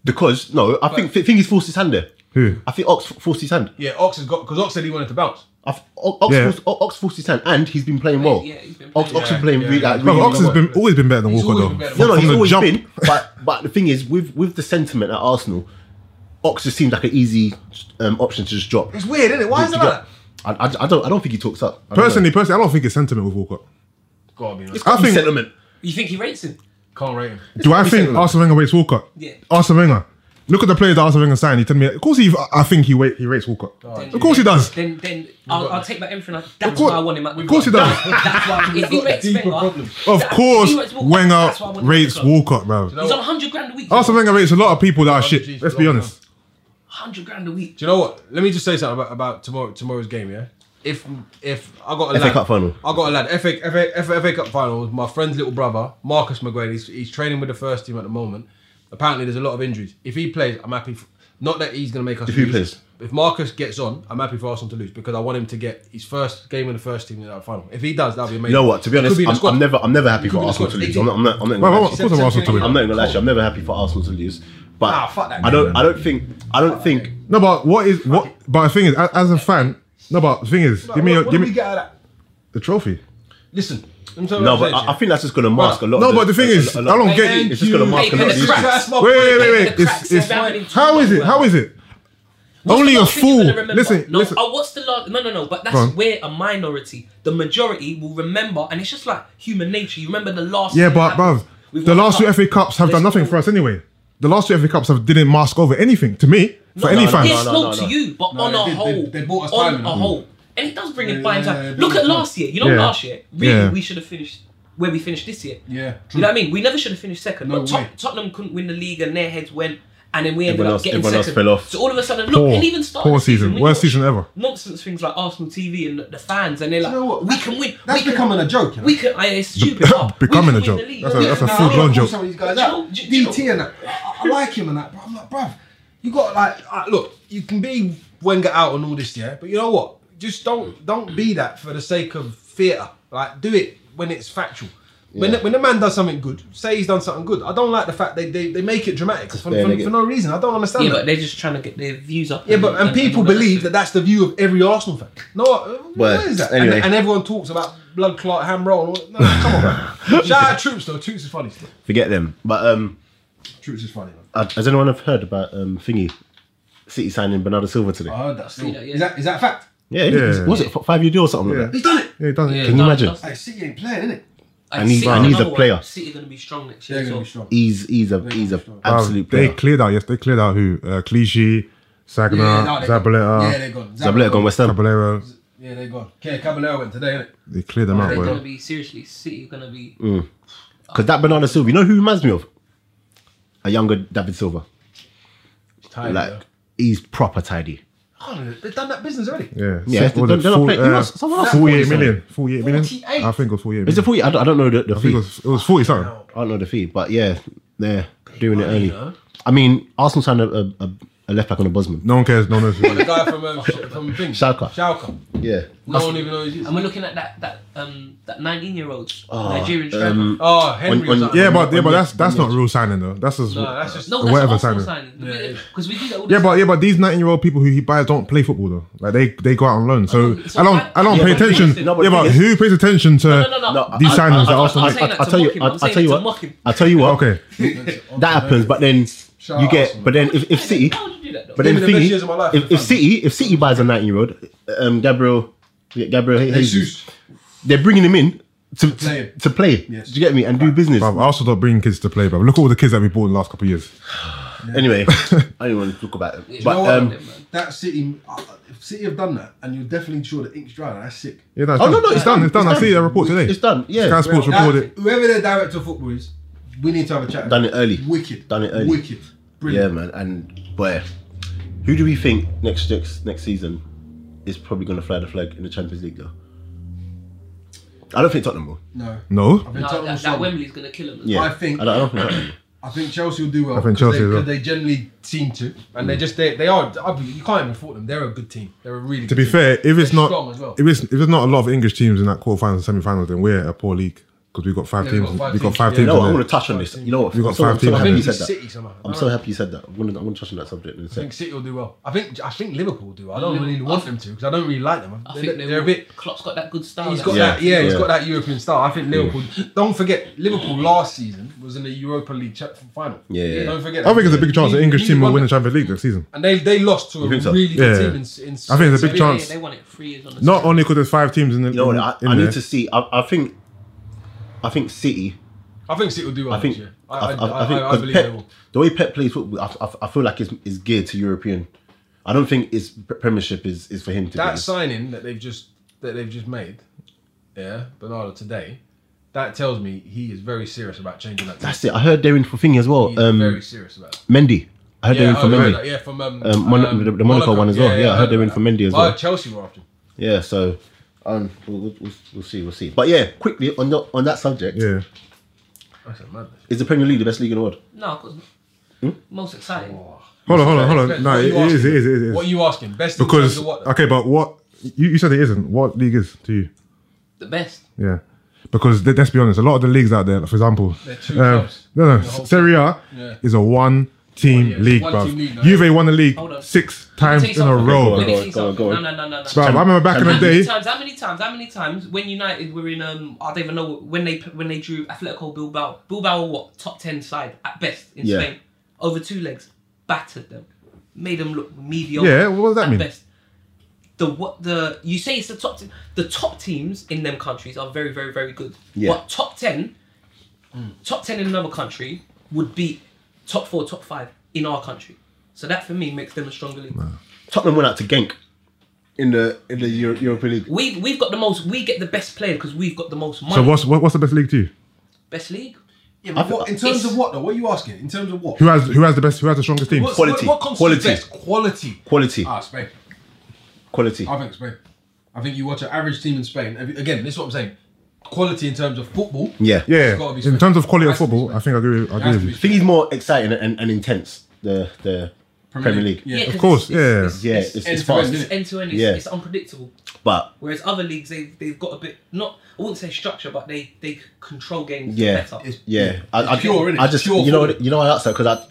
Speaker 3: Because no, I think F- Fingy's forced his hand there.
Speaker 4: Who?
Speaker 3: I think Ox forced his hand.
Speaker 1: Yeah, Ox has got because Ox said he wanted to bounce.
Speaker 3: I th- O- Ox,
Speaker 4: Yeah.
Speaker 3: forced, O- Ox forced his hand, and he's been playing well.
Speaker 2: Yeah, he's been
Speaker 3: Ox,
Speaker 2: playing
Speaker 3: Ox
Speaker 1: well.
Speaker 3: been playing
Speaker 1: Yeah,
Speaker 3: really,
Speaker 1: yeah.
Speaker 3: like,
Speaker 4: Bro,
Speaker 3: really
Speaker 4: Ox has
Speaker 3: well.
Speaker 4: been always been better than
Speaker 1: He's always
Speaker 4: Walker though.
Speaker 1: been better than
Speaker 3: No, no,
Speaker 4: From
Speaker 3: he's
Speaker 4: the
Speaker 3: always
Speaker 4: jump.
Speaker 3: been. But but the thing is, with with the sentiment at Arsenal, Ox just seems like an easy um, option to just drop.
Speaker 1: It's weird, isn't it? Why is it
Speaker 3: To
Speaker 1: like
Speaker 3: drop.
Speaker 1: that?
Speaker 3: I, I, I don't I don't think he talks up. I don't know.
Speaker 4: Personally, personally, I don't think it's sentiment with Walker.
Speaker 1: Gotta be honest.
Speaker 3: It's got
Speaker 4: I
Speaker 3: to be
Speaker 4: think-
Speaker 3: sentiment.
Speaker 2: You think he rates him?
Speaker 1: Can't rate him.
Speaker 4: Do I think Arsene Wenger rates Walker?
Speaker 2: Yeah.
Speaker 4: Arsene Wenger. Look at the players that Arsene Wenger signed. You tell me, of course he. I think he wait, he rates Walker.
Speaker 2: Oh,
Speaker 4: of course he does.
Speaker 2: Then, then I'll, I'll take back everything. That's
Speaker 4: course-
Speaker 2: why I want him. At
Speaker 4: of course he does.
Speaker 2: That's why. If he
Speaker 1: got
Speaker 2: rates
Speaker 1: deeper
Speaker 2: Wenger,
Speaker 1: problems.
Speaker 4: Of
Speaker 2: that-
Speaker 4: course,
Speaker 2: he rates Walker,
Speaker 4: Wenger
Speaker 2: that's why I want him at
Speaker 4: rates
Speaker 2: the club.
Speaker 4: Walker, bro.
Speaker 2: He's on 100 grand a week.
Speaker 4: Arsene Wenger rates a lot of people that are
Speaker 1: geez,
Speaker 4: shit. Let's be
Speaker 1: Walker.
Speaker 4: honest.
Speaker 2: 100 grand a week.
Speaker 1: Do you know what? Let me just say something about, about tomorrow tomorrow's game. Yeah, if if I got a
Speaker 3: FA
Speaker 1: lad,
Speaker 3: Cup final.
Speaker 1: I got a lad. FA, FA, FA, FA Cup final. My friend's little brother, Marcus McGuane. He's, he's training with the first team at the moment. Apparently, there's a lot of injuries. If he plays, I'm happy. For, not that he's going to make us.
Speaker 3: If he
Speaker 1: lose.
Speaker 3: plays.
Speaker 1: if Marcus gets on, I'm happy for Arsenal to lose because I want him to get his first game in the first team in that final. If he does, that'll be amazing.
Speaker 3: You know what? To be
Speaker 1: He could
Speaker 3: honest,
Speaker 1: in the
Speaker 3: I'm,
Speaker 1: squad.
Speaker 3: I'm never I'm never happy
Speaker 1: He could
Speaker 3: for
Speaker 1: be in the
Speaker 3: Arsenal
Speaker 1: squad.
Speaker 3: to lose.
Speaker 1: They
Speaker 3: I'm
Speaker 1: did.
Speaker 3: not I'm not I'm not
Speaker 4: Bro,
Speaker 3: gonna lie
Speaker 4: of
Speaker 3: to you.
Speaker 4: course I'm Arsenal to
Speaker 3: I'm
Speaker 4: win.
Speaker 3: not even gonna lie to you. I'm never happy for Arsenal to lose, but
Speaker 1: Ah, fuck that
Speaker 3: I
Speaker 1: game,
Speaker 3: don't. I don't think. I don't think.
Speaker 4: No, but what is what? But the thing is, a- as a fan, no, but the thing is, give
Speaker 1: what,
Speaker 4: me
Speaker 1: what
Speaker 4: your, give
Speaker 1: do we
Speaker 4: me
Speaker 1: get out of that?
Speaker 4: the trophy.
Speaker 1: Listen.
Speaker 3: No, but I, I think that's just gonna mask a lot.
Speaker 4: No,
Speaker 3: of
Speaker 4: but the thing
Speaker 3: a-
Speaker 4: is,
Speaker 3: a
Speaker 4: I
Speaker 3: lot-
Speaker 4: don't get
Speaker 1: Thank
Speaker 4: it.
Speaker 3: It's just gonna
Speaker 1: you.
Speaker 3: mark
Speaker 2: Hey,
Speaker 3: a lot of
Speaker 2: the
Speaker 3: these.
Speaker 2: cracks.
Speaker 1: That's my
Speaker 4: Wait,
Speaker 1: point.
Speaker 4: wait, wait, wait.
Speaker 2: The
Speaker 4: It's,
Speaker 2: cracks
Speaker 4: it's,
Speaker 2: are rounding
Speaker 4: how is it? How is it?
Speaker 2: What's
Speaker 4: Only
Speaker 2: the
Speaker 4: a
Speaker 2: last thing you're
Speaker 4: fool.
Speaker 2: gonna remember?
Speaker 4: Listen,
Speaker 2: no,
Speaker 4: listen.
Speaker 2: Oh, what's the last? No, no, no. But
Speaker 4: Go
Speaker 2: that's
Speaker 4: on.
Speaker 2: we're a minority. The majority will remember, and it's just like human nature. You remember the last.
Speaker 4: Yeah,
Speaker 2: thing
Speaker 4: but
Speaker 2: that
Speaker 4: bruv,
Speaker 2: happened. We've
Speaker 4: the
Speaker 2: won a
Speaker 4: last two
Speaker 2: cup.
Speaker 4: FA Cups have done
Speaker 2: Let's
Speaker 4: nothing
Speaker 2: go.
Speaker 4: for us anyway. The last two FA Cups have didn't mask over anything to me for any
Speaker 3: no,
Speaker 4: fan.
Speaker 2: Yes,
Speaker 3: no,
Speaker 2: no,
Speaker 3: no, no.
Speaker 2: to you, but on
Speaker 1: they
Speaker 2: a
Speaker 1: did. They-
Speaker 2: whole,
Speaker 1: they bought us
Speaker 2: on
Speaker 1: time,
Speaker 2: a
Speaker 1: innit?
Speaker 2: whole, and it does bring in buying
Speaker 1: yeah,
Speaker 2: time.
Speaker 1: yeah, they
Speaker 2: Look
Speaker 1: bought
Speaker 2: at
Speaker 1: us
Speaker 2: last year. You know,
Speaker 4: Yeah.
Speaker 2: last year, really,
Speaker 4: Yeah.
Speaker 2: we should have finished where we finished this year.
Speaker 1: Yeah.
Speaker 2: You know what I mean? We never should have finished second.
Speaker 1: No
Speaker 2: but
Speaker 1: way.
Speaker 2: Tot- Tottenham couldn't win the league, and their heads went, and then we ended
Speaker 3: Everyone
Speaker 2: up
Speaker 3: else-
Speaker 2: getting
Speaker 3: everyone else
Speaker 2: second.
Speaker 3: fell off.
Speaker 2: So all of a sudden, look,
Speaker 4: Poor,
Speaker 2: and even start
Speaker 4: poor
Speaker 2: the season,
Speaker 4: season,
Speaker 2: we
Speaker 4: worst
Speaker 2: watched
Speaker 4: season ever.
Speaker 2: Nonsense things like Arsenal TV and the fans, and they're like,
Speaker 1: You know what?
Speaker 2: "We can win."
Speaker 1: That's
Speaker 2: we can,
Speaker 1: becoming a joke, you know?
Speaker 2: We can. I, it's stupid. oh, we
Speaker 4: Becoming
Speaker 2: can
Speaker 4: a
Speaker 2: win
Speaker 4: joke.
Speaker 2: the league.
Speaker 4: That's a-
Speaker 2: Yeah,
Speaker 4: that's a
Speaker 2: no,
Speaker 4: full
Speaker 2: no,
Speaker 4: blown
Speaker 2: no.
Speaker 1: I
Speaker 4: joke.
Speaker 1: Some of these guys
Speaker 2: Do you
Speaker 1: out.
Speaker 2: know- do you know-
Speaker 1: DT and that. I, I like him and that, but I'm like, bruv, you got like, uh, look, you can be Wenger out and all this, yeah, but you know what? Just don't don't be that for the sake of theatre. Like, do it when it's factual. When, the, when the man does something good, say he's done something good. I don't like the fact they they, they make it dramatic for,
Speaker 3: fair,
Speaker 1: for,
Speaker 3: nigga.
Speaker 1: for no reason. I don't understand
Speaker 2: Yeah,
Speaker 1: that.
Speaker 2: but they're just trying to get their views up.
Speaker 1: Yeah, but and people
Speaker 2: all that
Speaker 1: believe
Speaker 2: stuff.
Speaker 1: that that's the view of every Arsenal fan. No, uh,
Speaker 3: Well,
Speaker 1: what is that?
Speaker 3: anyway.
Speaker 1: And, and everyone talks about blood clot, ham roll. and all- No, come on, man. Shout out Troops though. Troops is funny. Still.
Speaker 3: Forget them. But um,
Speaker 1: Troops is funny. Man.
Speaker 3: uh, has anyone have heard about um thingy? City signing Bernardo Silva today.
Speaker 1: I heard that. Still.
Speaker 2: that, yeah.
Speaker 1: Oh, Is that is that a fact?
Speaker 3: yeah, it is.
Speaker 4: Yeah.
Speaker 3: was it five year deal or something like that?
Speaker 1: He's done it.
Speaker 4: Yeah, it doesn't.
Speaker 2: Yeah,
Speaker 3: Can you
Speaker 2: no,
Speaker 3: imagine?
Speaker 2: that's-
Speaker 1: Like, City ain't playing, it?
Speaker 2: I
Speaker 3: And he's-
Speaker 2: see
Speaker 3: and he's a
Speaker 2: another one.
Speaker 3: player.
Speaker 2: City are going to be strong next year.
Speaker 1: They're
Speaker 2: So.
Speaker 1: gonna be strong.
Speaker 3: He's he's a he's a
Speaker 4: Um,
Speaker 3: absolute
Speaker 4: they
Speaker 3: player.
Speaker 4: cleared out. Yes, they cleared out who? Uh, Clichy, Sagna,
Speaker 1: no, they're gone. Yeah,
Speaker 4: Zabaleta,
Speaker 1: they're gone.
Speaker 3: Zabaleta gone West Ham.
Speaker 4: Caballero.
Speaker 1: Yeah, they're gone. Okay, Caballero went today, innit?
Speaker 4: They cleared them out.
Speaker 2: They're
Speaker 4: boy.
Speaker 2: going to be seriously. City are going to be.
Speaker 3: Mm. Because that Bernardo Silva, you know who he reminds me of? A younger David Silva.
Speaker 1: He's tired,
Speaker 3: like
Speaker 1: yeah.
Speaker 3: he's proper tidy.
Speaker 1: Oh, they've done that business already.
Speaker 4: Yeah,
Speaker 3: Yeah,
Speaker 4: Seth-
Speaker 3: they
Speaker 4: was
Speaker 3: don't-
Speaker 4: it
Speaker 3: they're not
Speaker 4: full-
Speaker 3: playing- you know,
Speaker 4: uh,
Speaker 3: someone else-
Speaker 4: 48 million. 48 million?
Speaker 1: 48.
Speaker 4: I think it was 48 million.
Speaker 3: Is it forty? I don't, I don't know the, the
Speaker 4: I think
Speaker 3: fee.
Speaker 4: it was, it was 40 something.
Speaker 3: I don't know the fee, but yeah, they're doing it
Speaker 1: money,
Speaker 3: early.
Speaker 1: you know?
Speaker 3: I mean, Arsenal signed a, a, a, a left back on a Bosman.
Speaker 4: No one cares. No one knows.
Speaker 1: The guy from um, from thing.
Speaker 3: Schalke.
Speaker 1: Schalke.
Speaker 3: Yeah,
Speaker 1: No one even knows. who he is.
Speaker 2: And we're looking at that that um that 19 year old
Speaker 3: Oh,
Speaker 2: Nigerian striker.
Speaker 3: um,
Speaker 1: Oh, Henry. was
Speaker 3: When- when-
Speaker 1: like-
Speaker 4: yeah, but yeah, but
Speaker 3: Onion-
Speaker 4: that's that's not real signing though. That's just
Speaker 1: No, that's just.
Speaker 2: no, that's
Speaker 4: whatever
Speaker 2: whatever Arsenal
Speaker 4: signing.
Speaker 2: signing. Because we do that all the
Speaker 4: yeah,
Speaker 2: time.
Speaker 4: but yeah, but these nineteen-year-old people who he buys don't play football though. Like they they go out on loan. So
Speaker 2: Okay, so
Speaker 4: I don't
Speaker 2: I-
Speaker 4: I don't
Speaker 2: Yeah,
Speaker 4: pay
Speaker 2: but the
Speaker 4: attention.
Speaker 2: thing
Speaker 3: is- No, but
Speaker 4: Yeah,
Speaker 3: the
Speaker 4: but
Speaker 3: thing
Speaker 4: who pays attention to?
Speaker 2: no, no, no.
Speaker 3: I- I-
Speaker 4: These signings that
Speaker 3: I- I-
Speaker 4: Arsenal
Speaker 3: I-
Speaker 2: make. I'm saying
Speaker 3: I- I
Speaker 2: that
Speaker 3: tell
Speaker 2: to
Speaker 3: you,
Speaker 2: mock him.
Speaker 3: I
Speaker 2: I'm saying
Speaker 3: I tell you
Speaker 2: that to
Speaker 3: what,
Speaker 2: mock him.
Speaker 3: I tell you what.
Speaker 4: Okay,
Speaker 3: that happens, but then
Speaker 1: Shout
Speaker 3: you
Speaker 1: out
Speaker 3: get.
Speaker 1: Arsenal.
Speaker 3: But then if, if City,
Speaker 2: How would you do that? Though?
Speaker 3: but then
Speaker 1: Maybe the
Speaker 3: the thing
Speaker 1: best
Speaker 3: is,
Speaker 1: years of my life
Speaker 3: if,
Speaker 1: in
Speaker 3: if
Speaker 1: front.
Speaker 3: City, if City buys a nineteen-year-old, um, Gabriel, yeah, Gabriel Jesus, they're bringing him in to
Speaker 1: play
Speaker 3: to,
Speaker 1: him.
Speaker 3: to play.
Speaker 1: Yes.
Speaker 3: Do you get me? And do business.
Speaker 4: bruv, I also don't bring kids to play, bruv. Look at all the kids that we bought in the last couple of years.
Speaker 3: Anyway, I didn't want to talk about it,
Speaker 1: you know
Speaker 3: but
Speaker 1: what?
Speaker 3: um,
Speaker 1: that City, uh, if City have done that, and you're definitely sure the ink's dry, that's sick.
Speaker 4: Yeah, no, it's
Speaker 3: Oh,
Speaker 4: done.
Speaker 3: no, no, it's done.
Speaker 4: It's done.
Speaker 3: It's
Speaker 4: I see
Speaker 3: done.
Speaker 4: a report today.
Speaker 3: it's done. Yeah,
Speaker 4: Sky Sports
Speaker 1: That-
Speaker 4: reported.
Speaker 1: Whoever their director of football is, we need to have a chat.
Speaker 3: Done it early.
Speaker 1: Wicked.
Speaker 3: Done it early.
Speaker 1: Wicked.
Speaker 3: Yeah,
Speaker 1: Brilliant.
Speaker 3: man. And boy, who do we think next next, next season is probably going to fly the flag in the Champions League though? I don't think Tottenham will.
Speaker 1: No. I
Speaker 4: No,
Speaker 1: think,
Speaker 2: No,
Speaker 1: Tottenham
Speaker 2: that,
Speaker 1: will
Speaker 2: that
Speaker 1: struggle.
Speaker 2: Wembley's going to kill him.
Speaker 3: Yeah,
Speaker 1: I think-
Speaker 3: I don't, I don't think Tottenham will.
Speaker 1: I think Chelsea will do well.
Speaker 4: I think
Speaker 1: 'cause
Speaker 4: Chelsea
Speaker 1: they,
Speaker 4: will.
Speaker 1: 'cause they generally seem to, and
Speaker 3: Mm.
Speaker 1: they just they, they are. I- You can't even fault them. They're a good team. They're a really.
Speaker 4: to
Speaker 1: good
Speaker 4: be
Speaker 1: team.
Speaker 4: fair, if it's
Speaker 1: They're strong
Speaker 4: not
Speaker 1: as well.
Speaker 4: if it's if there's not a lot of English teams in that quarterfinals and semifinals, then we're a poor league. because we've got five
Speaker 1: Yeah, we've got
Speaker 4: teams.
Speaker 1: five
Speaker 4: We've got
Speaker 1: teams.
Speaker 4: five
Speaker 1: Yeah,
Speaker 4: teams.
Speaker 3: No,
Speaker 4: in
Speaker 3: I'm
Speaker 4: there.
Speaker 3: going to touch on this. You know what?
Speaker 4: You've got
Speaker 3: I'm so-
Speaker 4: five
Speaker 3: I'm
Speaker 4: teams.
Speaker 3: so
Speaker 4: I
Speaker 3: happy
Speaker 4: think
Speaker 3: you
Speaker 1: it's
Speaker 3: said that.
Speaker 1: City somehow.
Speaker 3: I'm so happy you said that. I'm going to I'm gonna touch on that subject in a
Speaker 1: I
Speaker 3: sec.
Speaker 1: think City will do well. I think I think Liverpool do. well. I don't really want them to because I don't really like them.
Speaker 2: I
Speaker 1: They-
Speaker 2: think
Speaker 1: they're,
Speaker 2: they
Speaker 1: a
Speaker 2: will.
Speaker 1: bit.
Speaker 2: Klopp's got that good style.
Speaker 1: He's
Speaker 2: that-
Speaker 1: got
Speaker 3: Yeah,
Speaker 1: that. Yeah, he's
Speaker 3: yeah.
Speaker 1: got that European style. I think Liverpool. Don't forget, Liverpool last season was in the Europa League cha- final.
Speaker 3: Yeah, yeah.
Speaker 1: Don't forget.
Speaker 4: I think it's a big chance the
Speaker 1: We-
Speaker 4: English
Speaker 1: we
Speaker 4: team will
Speaker 1: won
Speaker 4: win the
Speaker 1: that.
Speaker 4: Champions League this season.
Speaker 1: And they they lost to a
Speaker 3: You think so?
Speaker 1: really good
Speaker 4: Yeah.
Speaker 1: team. In, in
Speaker 4: I think it's a big
Speaker 2: They-
Speaker 1: Serie A.
Speaker 4: chance.
Speaker 2: They won it three years on the
Speaker 4: Not only because there's five teams in the.
Speaker 3: You know what?
Speaker 4: in,
Speaker 3: I,
Speaker 4: in
Speaker 3: I
Speaker 4: there.
Speaker 3: need to see. I, I think. I think City.
Speaker 1: I think City will do well.
Speaker 3: I think.
Speaker 1: This year. I,
Speaker 3: I, I, I
Speaker 1: I,
Speaker 3: think
Speaker 1: I,
Speaker 3: 'cause
Speaker 1: believe they
Speaker 3: Pep,
Speaker 1: will.
Speaker 3: the way Pep plays football, I, I, I feel like it's, it's geared to European. I don't think his Premiership is, is for him to. be
Speaker 1: That
Speaker 3: honest.
Speaker 1: signing that they've just that they've just made, yeah, Bernardo today, that tells me he is very serious about changing that. team.
Speaker 3: That's it. I heard they're in for thingy as well.
Speaker 1: He's
Speaker 3: Um,
Speaker 1: very serious about. It.
Speaker 3: Mendy. I heard they're in
Speaker 1: I
Speaker 3: for
Speaker 1: heard
Speaker 3: Mendy.
Speaker 1: that, yeah, from um,
Speaker 3: Um, Mon- the- the Monaco one as well. Yeah, I heard they were in for Mendy as
Speaker 1: Why
Speaker 3: well.
Speaker 1: Chelsea were after him.
Speaker 3: Yeah. So, um, we'll, we'll- we'll, we'll see. We'll see. But yeah, quickly on the, on that subject,
Speaker 4: Yeah.
Speaker 1: That's a madness.
Speaker 3: is the Premier League the best league in the world?
Speaker 2: No, 'cause
Speaker 3: Hmm?
Speaker 2: most exciting.
Speaker 4: Hold on, hold on, hold
Speaker 1: Fred,
Speaker 4: on. No,
Speaker 1: what
Speaker 4: it
Speaker 1: are you
Speaker 4: is,
Speaker 1: asking?
Speaker 4: it is, it is.
Speaker 1: What are you asking? Best in terms
Speaker 4: because
Speaker 1: of what? though?
Speaker 4: okay, but what you, you said it isn't. What league is to you?
Speaker 2: The best.
Speaker 4: Yeah, because let- let's be honest, a lot of the leagues out there, for example,
Speaker 1: They're two
Speaker 4: um,
Speaker 1: clubs.
Speaker 4: no, no,
Speaker 1: The whole
Speaker 4: Serie A
Speaker 1: Yeah.
Speaker 4: is a one.
Speaker 1: Oh,
Speaker 4: Team
Speaker 1: yeah, it's
Speaker 4: league,
Speaker 1: one
Speaker 4: bruv.
Speaker 1: team league, no.
Speaker 4: Juve won the league
Speaker 2: Hold on.
Speaker 4: six
Speaker 2: Let
Speaker 4: times
Speaker 2: me tell you
Speaker 4: in a
Speaker 2: something.
Speaker 4: row.
Speaker 2: Let me tell you
Speaker 3: Go on, go on,
Speaker 2: something. No, no, no, no, no.
Speaker 4: Bruv, I remember back in the
Speaker 2: How many
Speaker 4: day.
Speaker 2: times? How many times? How many times? When United were in, um, I don't even know when they when they drew Atletico Bilbao. Bilbao were what top ten side at best in
Speaker 3: Yeah.
Speaker 2: Spain. Over two legs, battered them, made them look mediocre.
Speaker 4: Yeah, what does that
Speaker 2: at
Speaker 4: mean?
Speaker 2: Best. The what the you say it's the top te- the top teams in them countries are very very very good.
Speaker 3: Yeah.
Speaker 2: But top ten, top ten in another country would be top four, top five in our country. So that for me makes them a stronger league.
Speaker 3: Tottenham went out to Genk in the in the Euro- European League.
Speaker 2: We've we've got the most. We get the best player because we've got the most money.
Speaker 4: So what's what, what's the best league to you?
Speaker 2: best league?
Speaker 1: Yeah, but
Speaker 3: I-
Speaker 1: what, in terms
Speaker 2: It's-
Speaker 1: of what though? What are you asking? In terms of what?
Speaker 4: Who has who has the best? Who has the strongest team?
Speaker 1: What's-
Speaker 3: Quality.
Speaker 1: What, what comes
Speaker 3: Quality.
Speaker 1: best? Quality.
Speaker 3: Quality,
Speaker 1: Ah, Spain.
Speaker 3: quality.
Speaker 1: I think Spain. I think you watch an average team in Spain. Again, this is what I'm saying. Quality in terms of football.
Speaker 3: yeah,
Speaker 4: Yeah,
Speaker 1: gotta be
Speaker 4: in
Speaker 1: Spain.
Speaker 4: terms of quality of
Speaker 1: Has to be
Speaker 4: football,
Speaker 1: Spain.
Speaker 4: I think I agree. With, I
Speaker 1: has to
Speaker 4: agree with
Speaker 1: be
Speaker 4: you.
Speaker 3: I think he's more exciting and, and intense. The the Premier, League.
Speaker 1: Yeah.
Speaker 2: Yeah.
Speaker 4: Of course, yeah.
Speaker 3: Yeah, it's, it's, fast.
Speaker 1: end-to-end,
Speaker 2: End to end, it's
Speaker 3: Yeah.
Speaker 2: it's unpredictable.
Speaker 3: But
Speaker 2: Whereas other leagues, they they've got a bit not. I wouldn't say structure, but they they control games
Speaker 3: Yeah.
Speaker 2: better.
Speaker 1: It's-
Speaker 3: yeah, I, I,
Speaker 1: It's pure, innit?
Speaker 3: I
Speaker 1: It's
Speaker 3: just
Speaker 1: pure
Speaker 3: you know
Speaker 1: football.
Speaker 3: you know I asked that because I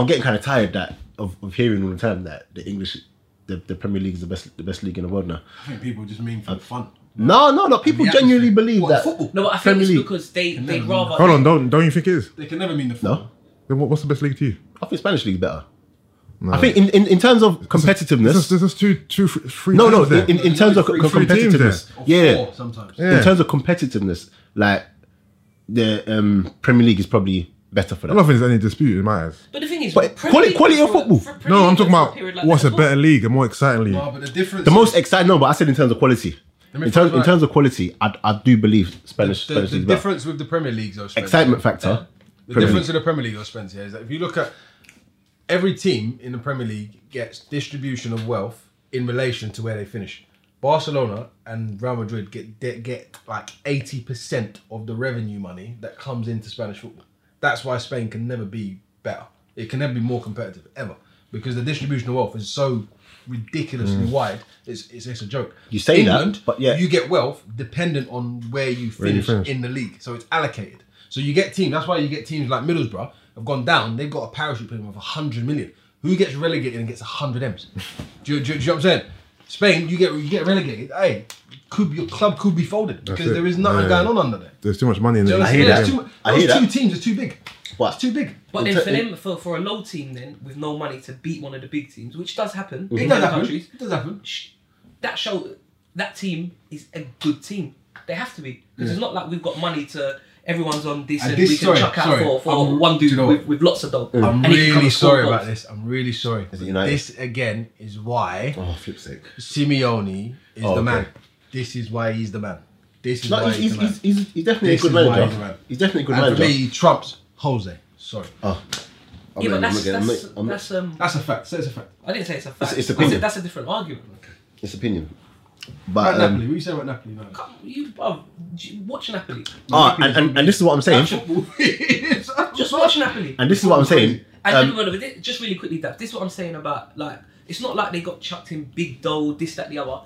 Speaker 3: I'm getting kind of tired that of, of hearing all the time that the English the, the Premier League is the best the best league in the world now.
Speaker 1: I think people just mean
Speaker 3: Uh,
Speaker 1: for fun.
Speaker 3: No, no, no. People
Speaker 1: The
Speaker 3: genuinely
Speaker 1: atmosphere.
Speaker 3: believe
Speaker 1: What,
Speaker 3: that
Speaker 1: football?
Speaker 2: no, but I think
Speaker 3: Premier
Speaker 2: it's
Speaker 3: League.
Speaker 2: because they they
Speaker 1: never
Speaker 2: rather.
Speaker 4: Hold on, don't don't you think it is?
Speaker 1: They can never mean the football.
Speaker 3: No,
Speaker 4: Then what, what's the best league to you?
Speaker 3: I think Spanish league's better. I think in, in, in terms of competitiveness,
Speaker 4: This is, this is two two three. three
Speaker 3: no, no.
Speaker 4: teams there.
Speaker 3: In, in terms of co-
Speaker 4: Three teams there.
Speaker 3: competitiveness,
Speaker 1: Or
Speaker 3: yeah,
Speaker 1: Four sometimes.
Speaker 4: Yeah.
Speaker 3: in terms of competitiveness, like the um, Premier League is probably better for
Speaker 4: I don't
Speaker 3: that.
Speaker 4: think there's any dispute in my eyes.
Speaker 2: But the thing is,
Speaker 3: But
Speaker 2: Premier
Speaker 3: quali-
Speaker 2: League
Speaker 3: quality
Speaker 2: goes
Speaker 3: of
Speaker 2: for a-
Speaker 3: football.
Speaker 2: for- Premier
Speaker 4: No, I'm
Speaker 2: League goes
Speaker 4: talking
Speaker 2: for
Speaker 4: about
Speaker 2: period like
Speaker 4: what's a
Speaker 2: that as well.
Speaker 4: better league, a more exciting league.
Speaker 1: No, but the difference.
Speaker 3: The most
Speaker 1: is-
Speaker 3: exciting, no, but I said in terms of quality.
Speaker 1: me
Speaker 3: In terms,
Speaker 1: put it
Speaker 3: in
Speaker 1: right.
Speaker 3: terms of quality, I, I do believe Spanish
Speaker 1: the,
Speaker 3: Spanish
Speaker 1: the
Speaker 3: is better.
Speaker 1: difference with the Premier League, though, Spence,
Speaker 3: Excitement factor.
Speaker 1: The
Speaker 3: Premier
Speaker 1: difference
Speaker 3: League.
Speaker 1: in the Premier League, though, Spence, yeah, is that if you look at every team in the Premier League gets distribution of wealth in relation to where they finish. Barcelona and Real Madrid get they get like eighty percent of the revenue money that comes into Spanish football. That's why Spain can never be better. It can never be more competitive ever because the distribution of wealth is so ridiculously wide. It's, it's it's a joke.
Speaker 3: Mm. You say that,
Speaker 1: England,
Speaker 3: but yeah.
Speaker 1: you get wealth dependent on where you
Speaker 4: you
Speaker 1: finish,
Speaker 4: finish.
Speaker 1: in the league. So it's allocated. So you get teams. That's why you get teams like Middlesbrough have gone down. They've got a parachute payment of hundred million. Who gets relegated and gets hundred m's? do, you, do, you, do you know what I'm saying? Spain, you get you get relegated. Hey, could be- your club could be folded because
Speaker 4: it.
Speaker 1: there is nothing
Speaker 4: Yeah.
Speaker 1: going on under there.
Speaker 4: There's too much money in it.
Speaker 1: Do you know what I'm
Speaker 3: hear
Speaker 1: saying? There's
Speaker 3: that.
Speaker 1: Too, mu-
Speaker 3: I hear
Speaker 1: those two
Speaker 3: that.
Speaker 1: teams are too big.
Speaker 3: What?
Speaker 1: It's too big.
Speaker 2: But then
Speaker 3: In ter-
Speaker 2: for them, for, for a low team, then with no money to beat one of the big teams, which does happen
Speaker 1: Mhm. It
Speaker 2: in
Speaker 1: does
Speaker 2: other
Speaker 1: happen.
Speaker 2: countries,
Speaker 1: It does happen.
Speaker 2: sh- that show that team is a good team. They have to be because it's not like we've got money to everyone's on this
Speaker 1: And
Speaker 2: and,
Speaker 1: this-
Speaker 2: we can
Speaker 1: sorry,
Speaker 2: chuck out
Speaker 1: sorry,
Speaker 2: for, for
Speaker 1: I'm-
Speaker 2: one
Speaker 1: do you
Speaker 2: dude
Speaker 1: know
Speaker 2: with,
Speaker 1: what?
Speaker 2: with lots of dough.
Speaker 1: I'm
Speaker 2: and he can come
Speaker 1: really
Speaker 2: and score
Speaker 1: sorry
Speaker 2: goals.
Speaker 1: about this. I'm really sorry.
Speaker 3: it United?
Speaker 1: This again is why
Speaker 3: Oh, flip sake.
Speaker 1: Simeone is
Speaker 3: Oh,
Speaker 1: the
Speaker 3: okay.
Speaker 1: man. This is why he's the man. This is
Speaker 3: No,
Speaker 1: why
Speaker 3: he's, he's,
Speaker 1: the man.
Speaker 3: he's, he's, he's definitely
Speaker 1: This
Speaker 3: a good
Speaker 1: is why
Speaker 3: manager.
Speaker 1: he's the man.
Speaker 3: He's definitely a good
Speaker 1: and for
Speaker 3: manager.
Speaker 1: me, he trumps Jose. Sorry,
Speaker 3: oh, I'm
Speaker 2: Yeah, but
Speaker 3: not- I'm
Speaker 2: that's,
Speaker 3: not getting- I'm
Speaker 2: that's,
Speaker 3: not- I'm not-
Speaker 2: that's, um,
Speaker 1: that's a fact. So it's a fact.
Speaker 2: I didn't say it's a fact.
Speaker 3: it's
Speaker 2: I
Speaker 3: opinion.
Speaker 2: said that's a different argument.
Speaker 3: It's opinion.
Speaker 1: Right,
Speaker 3: But um,
Speaker 1: Napoli. What you say about Napoli? Man?
Speaker 2: Come, you are watch Napoli.
Speaker 3: ah, and, and, and this is what I'm saying.
Speaker 2: Just watch Napoli.
Speaker 3: And this is what I'm saying.
Speaker 2: And
Speaker 3: Um,
Speaker 2: remember, thi- just really quickly, Daph, this is what I'm saying about like it's not like they got chucked in big dough, this, that, the other.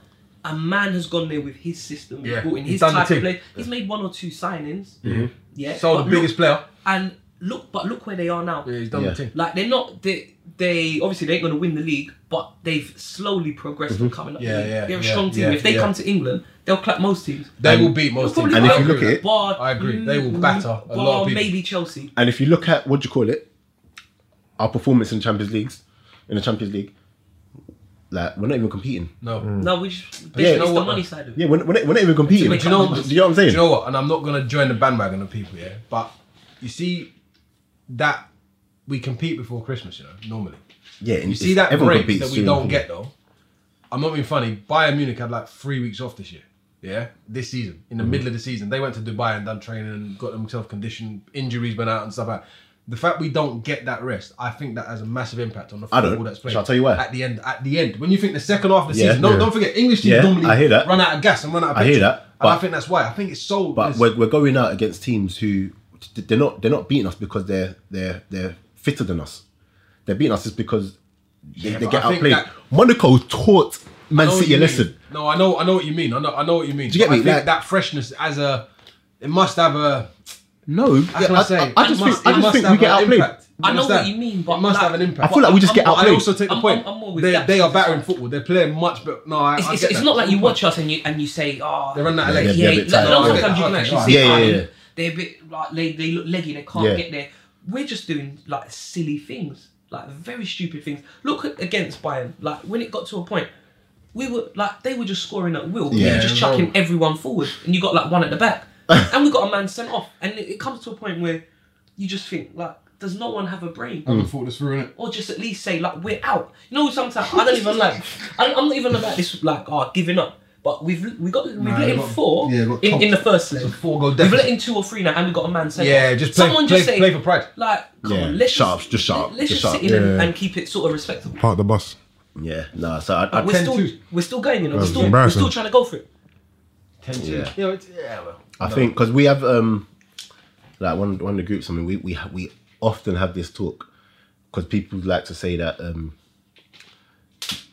Speaker 2: a man has gone there with his system,
Speaker 1: Yeah,
Speaker 2: yeah. brought in
Speaker 1: he's
Speaker 2: his
Speaker 1: done the
Speaker 2: type of
Speaker 1: team.
Speaker 2: play. He's made one or two signings. Yeah,
Speaker 1: So
Speaker 2: but
Speaker 1: the
Speaker 2: look-
Speaker 1: biggest player.
Speaker 2: and look, but look where they are now.
Speaker 1: Yeah, he's done
Speaker 3: Yeah.
Speaker 1: the thing.
Speaker 2: Like they're not they they obviously they ain't gonna win the league, but they've slowly progressed and coming up. the
Speaker 1: Mm-hmm. Yeah,
Speaker 2: league.
Speaker 1: yeah,
Speaker 2: They're a
Speaker 1: yeah,
Speaker 2: strong team.
Speaker 1: yeah,
Speaker 2: if they
Speaker 1: yeah.
Speaker 2: come to England, they'll clap most teams.
Speaker 1: They
Speaker 3: um,
Speaker 1: will beat most
Speaker 2: They'll
Speaker 1: teams.
Speaker 3: And
Speaker 2: probably
Speaker 3: if you
Speaker 2: beat
Speaker 3: look at it-
Speaker 2: bar-
Speaker 1: I agree. They will
Speaker 2: mm,
Speaker 1: batter a
Speaker 2: bar
Speaker 1: lot of people.
Speaker 2: Maybe Chelsea.
Speaker 3: And if you look at what do you call it, our performance in Champions Leagues, in the Champions League, like we're not even competing.
Speaker 1: No.
Speaker 2: No, we just
Speaker 3: Yeah,
Speaker 2: it's
Speaker 3: you know
Speaker 2: the
Speaker 1: what,
Speaker 2: money
Speaker 1: man?
Speaker 2: side of it.
Speaker 3: Yeah, we're, we're, not, we're not even competing.
Speaker 2: make
Speaker 3: Do you,
Speaker 1: Do
Speaker 3: know,
Speaker 1: you know,
Speaker 3: do you know what I'm saying?
Speaker 1: Do you know what? And I'm not gonna join the bandwagon of people, yeah. But you see that we compete before Christmas, you know, normally.
Speaker 3: yeah, and
Speaker 1: You see
Speaker 3: it's-
Speaker 1: that
Speaker 3: everyone
Speaker 1: break
Speaker 3: competes
Speaker 1: that we
Speaker 3: during
Speaker 1: don't
Speaker 3: the-
Speaker 1: get though. I'm not being funny. Bayern Munich had like three weeks off this year. Yeah, this season, in the
Speaker 3: Mm-hmm.
Speaker 1: middle of the season, they went to Dubai and done training and got themselves conditioned. Injuries went out and stuff. Like that. the fact we don't get that rest, I think that has a massive impact on the
Speaker 3: I don't.
Speaker 1: football that's played.
Speaker 3: Shall I tell you why?
Speaker 1: At the end, at the end, when you think the second half of the
Speaker 3: Yeah,
Speaker 1: season, don't,
Speaker 3: yeah.
Speaker 1: don't forget English teams
Speaker 3: Yeah,
Speaker 1: normally
Speaker 3: I hear that.
Speaker 1: run out of gas and run out of
Speaker 3: I hear
Speaker 1: petrol.
Speaker 3: that,
Speaker 1: and I
Speaker 3: but-
Speaker 1: think that's why. I think it's so.
Speaker 3: But
Speaker 1: it's-
Speaker 3: we're, we're going out against teams who d- they're not they're not beating us because they're they're they're fitter than us. They're beating us just because they,
Speaker 1: Yeah,
Speaker 3: they
Speaker 1: but
Speaker 3: get
Speaker 1: I think
Speaker 3: outplayed.
Speaker 1: that-
Speaker 3: Monaco taught Man
Speaker 1: know what
Speaker 3: City
Speaker 1: you
Speaker 3: a
Speaker 1: mean.
Speaker 3: lesson.
Speaker 1: No, I know, I know what you mean. I know, I know what you mean.
Speaker 3: Do you get
Speaker 1: But I
Speaker 3: me?
Speaker 1: think
Speaker 3: Like-
Speaker 1: that freshness as a, it must have a.
Speaker 3: No,
Speaker 1: How can I, say?
Speaker 3: I just
Speaker 1: It
Speaker 3: think
Speaker 1: must-
Speaker 3: I
Speaker 1: it
Speaker 3: just
Speaker 1: must
Speaker 3: think
Speaker 1: have
Speaker 3: we get
Speaker 1: an
Speaker 3: outplayed.
Speaker 1: impact.
Speaker 2: I know what
Speaker 1: understand?
Speaker 2: you mean, but
Speaker 1: it must
Speaker 2: like-
Speaker 1: have an impact.
Speaker 3: I feel like we just
Speaker 2: I'm
Speaker 3: get
Speaker 1: But
Speaker 2: more-
Speaker 1: I
Speaker 3: outplayed.
Speaker 1: also take the
Speaker 2: I'm-
Speaker 1: point.
Speaker 2: I'm- I'm more with
Speaker 1: they,
Speaker 2: that.
Speaker 1: they are battering football. They're playing much, but no, I,
Speaker 2: It's,
Speaker 1: I
Speaker 2: it's,
Speaker 1: get
Speaker 2: it's
Speaker 1: that.
Speaker 2: not like you watch us and you and you say, oh,
Speaker 1: They run that
Speaker 3: Yeah,
Speaker 1: leg.
Speaker 3: yeah,
Speaker 2: yeah,
Speaker 3: a
Speaker 2: yeah,
Speaker 3: bit
Speaker 2: no,
Speaker 3: tired.
Speaker 2: no,
Speaker 1: Okay,
Speaker 2: sometimes you can
Speaker 1: okay,
Speaker 2: actually
Speaker 1: alright.
Speaker 2: see
Speaker 3: Yeah, yeah,
Speaker 2: "Ah,
Speaker 3: yeah.
Speaker 2: they're a bit like they, they look leggy, they can't
Speaker 3: Yeah.
Speaker 2: get there. We're just doing like silly things, like very stupid things. Look at, against Bayern, like when it got to a point, we were like they were just scoring at will. we
Speaker 3: Yeah.
Speaker 2: were just chucking everyone forward, and you got like one at the back, and we got a man sent off. And it, it comes to a point where you just think like, does no one have a brain?
Speaker 6: I haven't thought this through, innit?
Speaker 2: or just at least say like we're out. You know, sometimes I don't even like. I- I'm not even about this like oh giving up. But we've we got we've
Speaker 6: Nah,
Speaker 2: let
Speaker 6: they
Speaker 2: him
Speaker 6: got-
Speaker 2: four
Speaker 6: yeah, got
Speaker 2: in, in the first leg.
Speaker 1: It's a four goal
Speaker 2: We've let
Speaker 1: deficit.
Speaker 2: him two or three now, and we got a man saying
Speaker 1: Yeah, just play- play- play for pride.
Speaker 2: Like, come
Speaker 3: Yeah,
Speaker 2: on, let's
Speaker 3: shut
Speaker 2: just,
Speaker 3: up, just shut up,
Speaker 2: Let's
Speaker 3: just
Speaker 2: just,
Speaker 3: shut
Speaker 2: sit
Speaker 3: up.
Speaker 2: in and,
Speaker 4: Yeah.
Speaker 2: and keep it sort of respectable.
Speaker 4: Park the bus.
Speaker 3: Yeah, no. So I, I,
Speaker 2: But we're still
Speaker 1: 10-2.
Speaker 2: we're still going, you know. We're
Speaker 4: That's
Speaker 2: still we're
Speaker 4: embarrassing.
Speaker 2: still trying to go for it.
Speaker 3: Yeah.
Speaker 1: You know, it's, yeah, well.
Speaker 3: I think because we have um, like one one of the groups. I mean, we we ha- we often have this talk because people like to say that um,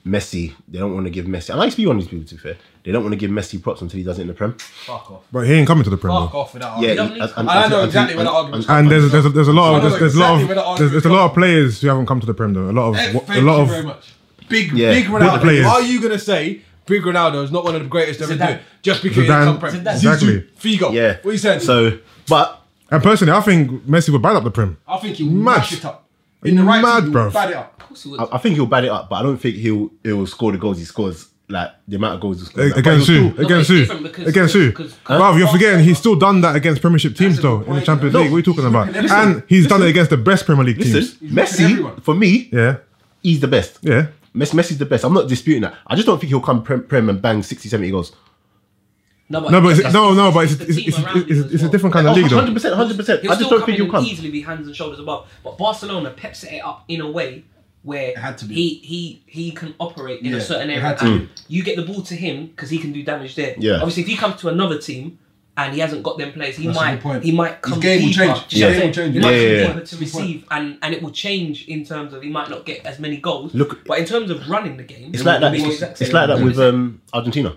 Speaker 3: Messi. They don't want to give Messi. And I used to be one of these people. To be fair, they don't want to give Messi props until he does it in the Prem.
Speaker 1: Fuck off.
Speaker 4: But he ain't coming to the Premier.
Speaker 1: Fuck off with that.
Speaker 3: Yeah,
Speaker 1: argument.
Speaker 2: need to-
Speaker 1: I know exactly where the argument's
Speaker 4: And there's there's a, there's a lot
Speaker 1: I
Speaker 4: of
Speaker 1: know
Speaker 4: there's, there's a lot
Speaker 1: exactly where the
Speaker 4: of there's, there's a
Speaker 1: argument's
Speaker 4: lot of players who haven't come to the Prem though. A lot
Speaker 1: Eh,
Speaker 4: of
Speaker 1: Thank
Speaker 4: a lot
Speaker 1: you
Speaker 4: of
Speaker 1: very much. Big,
Speaker 3: Yeah.
Speaker 1: big
Speaker 3: Big
Speaker 1: Ronaldo.
Speaker 4: players.
Speaker 1: Are you gonna say big Ronaldo is not one of the greatest ever
Speaker 2: Zidane.
Speaker 1: do it just because he
Speaker 4: Zidane.
Speaker 1: come prem?
Speaker 4: Zidane.
Speaker 1: Zizou,
Speaker 4: Exactly.
Speaker 1: Figo.
Speaker 3: Yeah.
Speaker 1: What are you saying?
Speaker 3: So, but
Speaker 4: and personally, I think Messi would bad up the Prem.
Speaker 1: I think he'll mash
Speaker 4: Mad.
Speaker 1: it up. In the right
Speaker 4: Mad,
Speaker 1: team, he'll
Speaker 4: bruv.
Speaker 1: bad it up.
Speaker 2: Of course it would.
Speaker 4: Uh,
Speaker 3: I, I think he'll bat it up. But I don't think he'll he'll score the goals he scores. Like the amount of goals he scores.
Speaker 4: A-
Speaker 3: Like,
Speaker 4: Against
Speaker 3: but he'll
Speaker 4: who?
Speaker 3: still-
Speaker 2: but
Speaker 4: Against
Speaker 2: it's
Speaker 4: who?
Speaker 2: different because-
Speaker 4: Against who?
Speaker 2: because-
Speaker 4: Bruv, you're forgetting he's still done that against Premiership teams
Speaker 1: a
Speaker 4: though
Speaker 1: good
Speaker 4: in the
Speaker 1: point,
Speaker 4: Champions
Speaker 1: though.
Speaker 4: League. What are you talking about?
Speaker 1: Listen.
Speaker 4: And he's done it against the best Premier League teams.
Speaker 3: Listen,
Speaker 1: looking at everyone.
Speaker 3: Messi for me.
Speaker 4: Yeah,
Speaker 3: He's the best.
Speaker 4: yeah.
Speaker 3: Messi, Messi's the best. I'm not disputing that. I just don't think he'll come prem, prem and bang 60, 70 goals.
Speaker 4: No, but
Speaker 2: it's-
Speaker 4: it's, no, no, but it's
Speaker 2: the
Speaker 4: it's,
Speaker 2: team
Speaker 4: it's,
Speaker 2: around
Speaker 4: it's,
Speaker 2: him
Speaker 4: it's,
Speaker 2: as
Speaker 4: it's a
Speaker 2: well.
Speaker 4: different kind
Speaker 3: Oh,
Speaker 4: of league though.
Speaker 3: 100%, 100%.
Speaker 2: He'll
Speaker 3: I just
Speaker 2: still
Speaker 3: don't
Speaker 2: come
Speaker 3: think
Speaker 2: in
Speaker 3: he'll
Speaker 2: and
Speaker 3: come.
Speaker 2: easily be hands and shoulders above. But Barcelona peps it up in a way where
Speaker 6: had to be.
Speaker 2: he he he can operate in
Speaker 6: Yeah,
Speaker 2: a certain
Speaker 6: it
Speaker 2: area.
Speaker 6: had to
Speaker 2: and You get the ball to him because he can do damage there.
Speaker 3: Yeah.
Speaker 2: Obviously, if he comes to another team and he hasn't got them players, he
Speaker 6: That's a
Speaker 2: might
Speaker 6: good point.
Speaker 2: he might
Speaker 6: His
Speaker 2: come
Speaker 6: game will
Speaker 2: deeper.
Speaker 6: change.
Speaker 2: Do you
Speaker 6: His
Speaker 2: know what I'm
Speaker 6: game
Speaker 2: saying?
Speaker 6: will
Speaker 2: He
Speaker 6: change.
Speaker 2: might
Speaker 3: Yeah,
Speaker 2: come
Speaker 3: yeah, yeah.
Speaker 2: deeper to receive, and and it will change in terms of he might not get as many goals.
Speaker 3: Look-
Speaker 2: but in terms of running the game,
Speaker 3: It's like
Speaker 2: it'll
Speaker 3: that.
Speaker 2: be the
Speaker 3: It's,
Speaker 2: exact
Speaker 3: it's
Speaker 2: same.
Speaker 3: like that with um, Argentina.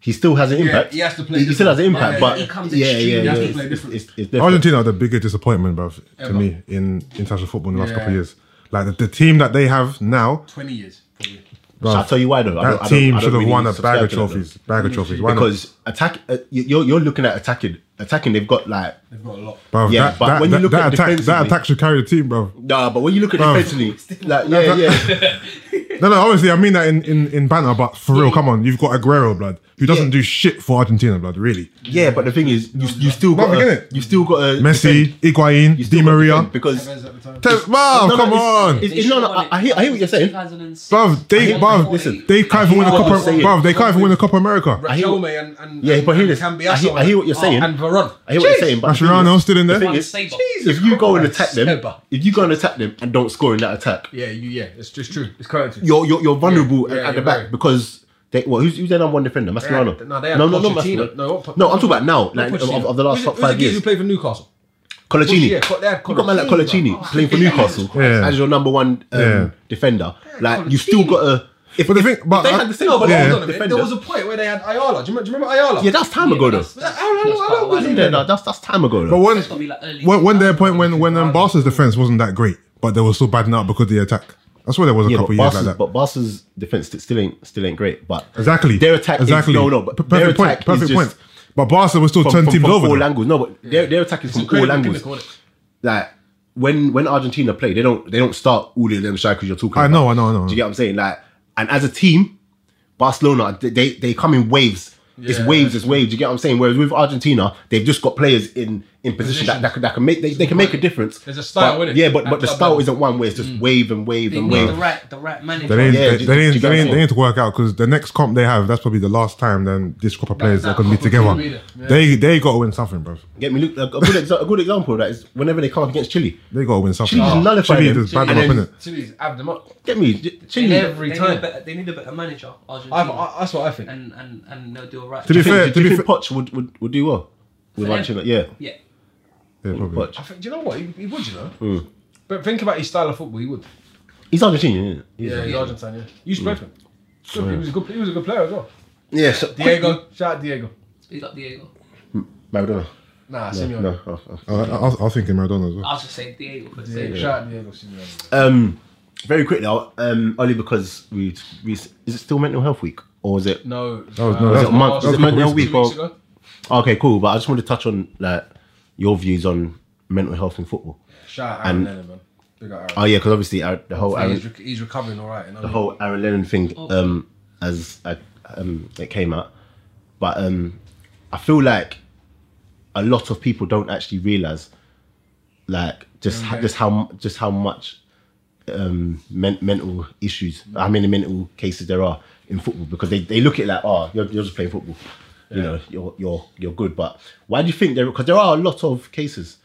Speaker 3: He still has an impact.
Speaker 6: he has to play
Speaker 3: He, he still has an
Speaker 6: different.
Speaker 3: impact,
Speaker 6: Yeah,
Speaker 3: but
Speaker 6: he
Speaker 2: comes
Speaker 3: yeah, yeah,
Speaker 2: extremely-
Speaker 3: yeah.
Speaker 6: he has to
Speaker 3: It's,
Speaker 6: play
Speaker 3: it's,
Speaker 6: different.
Speaker 3: it's, it's different.
Speaker 4: Argentina are the biggest disappointment, bruv, to
Speaker 1: Ever.
Speaker 4: me in international football in the last
Speaker 6: Yeah.
Speaker 4: couple of years. Like the, the team that they have now,
Speaker 6: 20 years, probably.
Speaker 4: bruv,
Speaker 3: I'll tell you why though. I don't- I
Speaker 4: that
Speaker 3: don't- I
Speaker 4: team
Speaker 3: don't
Speaker 4: should have
Speaker 3: really
Speaker 4: won a bag
Speaker 3: subscribe
Speaker 4: of
Speaker 3: to that, though.
Speaker 4: trophies. Bag of trophies. Why not?
Speaker 3: because attack. Uh, you- you're you're looking at attacking. Attacking, they've got like
Speaker 6: They've got a lot.
Speaker 4: Bruv,
Speaker 3: Yeah,
Speaker 4: that,
Speaker 3: but
Speaker 4: that,
Speaker 3: when you
Speaker 4: that-
Speaker 3: look
Speaker 4: that
Speaker 3: at
Speaker 4: attack, that
Speaker 3: defensively-
Speaker 4: attack should carry the team, bro.
Speaker 3: nah. But when you look at
Speaker 4: Bruv.
Speaker 3: defensively, like yeah, yeah.
Speaker 4: No, no, obviously I mean that in, in, in banter, but for real, come on, you've got Aguero, blood, who doesn't
Speaker 3: Yeah.
Speaker 4: do shit for Argentina, blood, really.
Speaker 3: Yeah, but the thing is, you, you still
Speaker 4: Bruv,
Speaker 3: got
Speaker 4: get
Speaker 3: a,
Speaker 4: it?
Speaker 3: you still got a
Speaker 4: Messi, Higuain, Di Maria.
Speaker 3: because
Speaker 6: Tevez at the time.
Speaker 4: Tevez- Bruv,
Speaker 3: No, no,
Speaker 4: come
Speaker 3: it's-
Speaker 4: on,
Speaker 3: it's- no, no, I- I hear- I hear what you're saying.
Speaker 2: 2006.
Speaker 4: bruv. They,
Speaker 2: I
Speaker 4: bruv,
Speaker 2: hear-
Speaker 3: listen,
Speaker 4: they can't even win a
Speaker 3: what
Speaker 4: Copa,
Speaker 3: you're saying.
Speaker 4: bruv. They can't even win a Copa America.
Speaker 3: I hear what-
Speaker 1: Rachome and, and
Speaker 3: Yeah, but hear
Speaker 1: and
Speaker 3: this.
Speaker 1: Cambiasso
Speaker 3: I hear- I hear what you're
Speaker 1: and-
Speaker 3: saying.
Speaker 1: And Varane.
Speaker 3: I hear what you're saying, but the thing
Speaker 4: Mascherano
Speaker 3: is-
Speaker 4: still in
Speaker 3: the
Speaker 4: there.
Speaker 3: thing
Speaker 2: One
Speaker 3: is,
Speaker 2: saber.
Speaker 3: if you go and attack them,
Speaker 1: Saber.
Speaker 3: if you go and attack them and don't score in that attack,
Speaker 1: Yeah, you, yeah, it's just true. It's coincidence.
Speaker 3: you're you're, you're vulnerable
Speaker 1: Yeah, yeah,
Speaker 3: at, at the
Speaker 1: you're
Speaker 3: back
Speaker 1: right.
Speaker 3: because they well who's who's their number one defender Mascherano
Speaker 1: no, they had
Speaker 3: no no not
Speaker 1: Pochettino.
Speaker 3: Mascherano
Speaker 1: No,
Speaker 3: no,
Speaker 1: what Po-
Speaker 3: I'm talking about now like of,
Speaker 1: Pochettino.
Speaker 3: of the last
Speaker 1: Who's
Speaker 3: top
Speaker 1: the-
Speaker 3: five
Speaker 1: who's the geezer
Speaker 3: years
Speaker 1: who played for Newcastle?
Speaker 3: Colaccini
Speaker 1: Yeah, they had Oh,
Speaker 3: you got man like
Speaker 1: Colaccini,
Speaker 3: Colaccini
Speaker 1: bro.
Speaker 3: playing for Newcastle
Speaker 4: Yeah.
Speaker 3: as your number one um,
Speaker 4: Yeah.
Speaker 3: defender like you've still got a If,
Speaker 4: But the
Speaker 3: if-
Speaker 4: thing- but
Speaker 3: if they
Speaker 4: I-
Speaker 3: had the same
Speaker 1: No, but
Speaker 4: Yeah.
Speaker 1: hold on a minute.
Speaker 3: defender-
Speaker 1: There was a point where they had Ayala. Do you, remember- do you remember Ayala?
Speaker 3: yeah, that's time ago though.
Speaker 1: Was that- how- how- how- how was he
Speaker 3: Yeah,
Speaker 1: then?
Speaker 3: no, that's that's time ago
Speaker 4: But
Speaker 3: though.
Speaker 4: when,
Speaker 2: gotta be like early
Speaker 4: when, when their point when when um, Barca's defense wasn't that great, but they were still bad out because of the attack. That's why there was a
Speaker 3: Yeah,
Speaker 4: couple
Speaker 3: but
Speaker 4: of years
Speaker 3: Barca's,
Speaker 4: like that.
Speaker 3: but Barca's defense st- still ain't still ain't great. But
Speaker 4: exactly.
Speaker 3: their attack
Speaker 4: Exactly.
Speaker 3: is no no. But
Speaker 4: P-
Speaker 3: their
Speaker 4: perfect point.
Speaker 3: attack
Speaker 4: Perfect
Speaker 3: is just
Speaker 4: point. But Barca was still
Speaker 3: From,
Speaker 4: turning
Speaker 3: from-
Speaker 4: teams
Speaker 3: from
Speaker 4: over.
Speaker 3: all
Speaker 4: though.
Speaker 3: angles. No, but their, their attack is from all
Speaker 1: incredible
Speaker 3: angles.
Speaker 1: clinical, isn't
Speaker 3: Like when when Argentina play, they don't they don't start all of them strikers you're talking.
Speaker 4: I
Speaker 3: about.
Speaker 4: know, I know, I know.
Speaker 3: Do you get what I'm saying? Like, and as a team, Barcelona they- they they come in waves. It's
Speaker 1: Yeah.
Speaker 3: waves, it's waves. Do you get what I'm saying? Whereas with Argentina, they've just got players in in position that, that, can- that can make they, they can make a difference.
Speaker 1: There's a style,
Speaker 3: but,
Speaker 1: innit?
Speaker 3: Yeah, but
Speaker 1: At
Speaker 3: but the
Speaker 1: club Mm.
Speaker 3: style
Speaker 1: level.
Speaker 3: isn't one where it's just wave and wave
Speaker 2: They
Speaker 3: and
Speaker 2: need
Speaker 3: wave.
Speaker 2: the right, the right
Speaker 4: They
Speaker 2: manager.
Speaker 4: didn't,
Speaker 3: Yeah, do-
Speaker 4: they, they
Speaker 3: do you get
Speaker 4: didn't, they
Speaker 3: what I'm
Speaker 4: didn't, they
Speaker 3: saying?
Speaker 4: didn't work out because the next comp they have, that's probably the last time then this group of players are
Speaker 1: that
Speaker 4: going to be
Speaker 1: couple will
Speaker 4: together.
Speaker 1: be there, yeah.
Speaker 4: They they got to win something, bro.
Speaker 3: Get me look a good exa- a good example of that is whenever they come up against Chile.
Speaker 4: They got to win something.
Speaker 3: Chile just nullified
Speaker 4: Chile
Speaker 3: them.
Speaker 4: just bad
Speaker 3: And
Speaker 4: them
Speaker 3: then-
Speaker 4: up, innit?
Speaker 1: Chile's have them up.
Speaker 3: Get me J-
Speaker 2: They
Speaker 3: Chile.
Speaker 2: need,
Speaker 1: Every
Speaker 2: they Need
Speaker 1: time.
Speaker 2: a better, they need a better manager, Argentina,
Speaker 1: I, I, that's what I think.
Speaker 2: and and and they'll do all right.
Speaker 4: To be
Speaker 3: Do you
Speaker 4: fair,
Speaker 3: think-
Speaker 4: to
Speaker 3: do you
Speaker 4: be
Speaker 3: think
Speaker 4: fair,
Speaker 3: Poch would would, would do well with
Speaker 2: them?
Speaker 3: Argentina? Yeah,
Speaker 2: yeah,
Speaker 4: yeah, probably.
Speaker 3: Poch.
Speaker 1: I think, do you know what? He, he would, you know.
Speaker 3: Hmm.
Speaker 1: But think about his style of football. He would.
Speaker 3: He's Hmm. Argentinian. Isn't he?
Speaker 1: Yeah, he's Argentine. Yeah. You spread him. Good, He was a good. He was a good player as well.
Speaker 3: yeah. So,
Speaker 1: Diego, shout out Diego.
Speaker 2: he's got Diego.
Speaker 3: Maradona.
Speaker 1: Nah,
Speaker 3: No,
Speaker 1: Simeone.
Speaker 3: no, oh, oh.
Speaker 4: I, I, I was- I was thinking Maradona as well.
Speaker 2: I was just saying Diego. For the
Speaker 1: Diego,
Speaker 2: sake.
Speaker 1: shout out Diego Simeone.
Speaker 3: Um, very quickly, I'll- um, only because we, we is it still Mental Health Week or is it?
Speaker 1: No,
Speaker 4: was-
Speaker 1: uh,
Speaker 4: no,
Speaker 3: Was
Speaker 4: that's-
Speaker 3: it a month?
Speaker 1: that was
Speaker 3: Is it
Speaker 1: a couple
Speaker 3: Mental
Speaker 1: weeks-
Speaker 3: Health
Speaker 1: two weeks
Speaker 3: Week? Or,
Speaker 1: ago.
Speaker 3: okay, cool. But I just want to touch on like your views on mental health in football.
Speaker 1: Shout out Aaron
Speaker 3: And-
Speaker 1: Lennon, man. Big up
Speaker 3: Oh
Speaker 1: Aaron.
Speaker 3: yeah, because obviously uh, the whole
Speaker 1: He's,
Speaker 3: Aaron,
Speaker 1: rec- he's recovering all right. You know?
Speaker 3: the whole Aaron Lennon thing
Speaker 1: Oh.
Speaker 3: um, as I, um, it came out, but um, I feel like a lot of people don't actually realize like just ho- just how mu- just how much um, men- mental issues, how many mental cases there are in football because they, they look at it like, oh, you're, you're just playing football, you know, you're you're you're good. But why do you think there? Because there are a lot of cases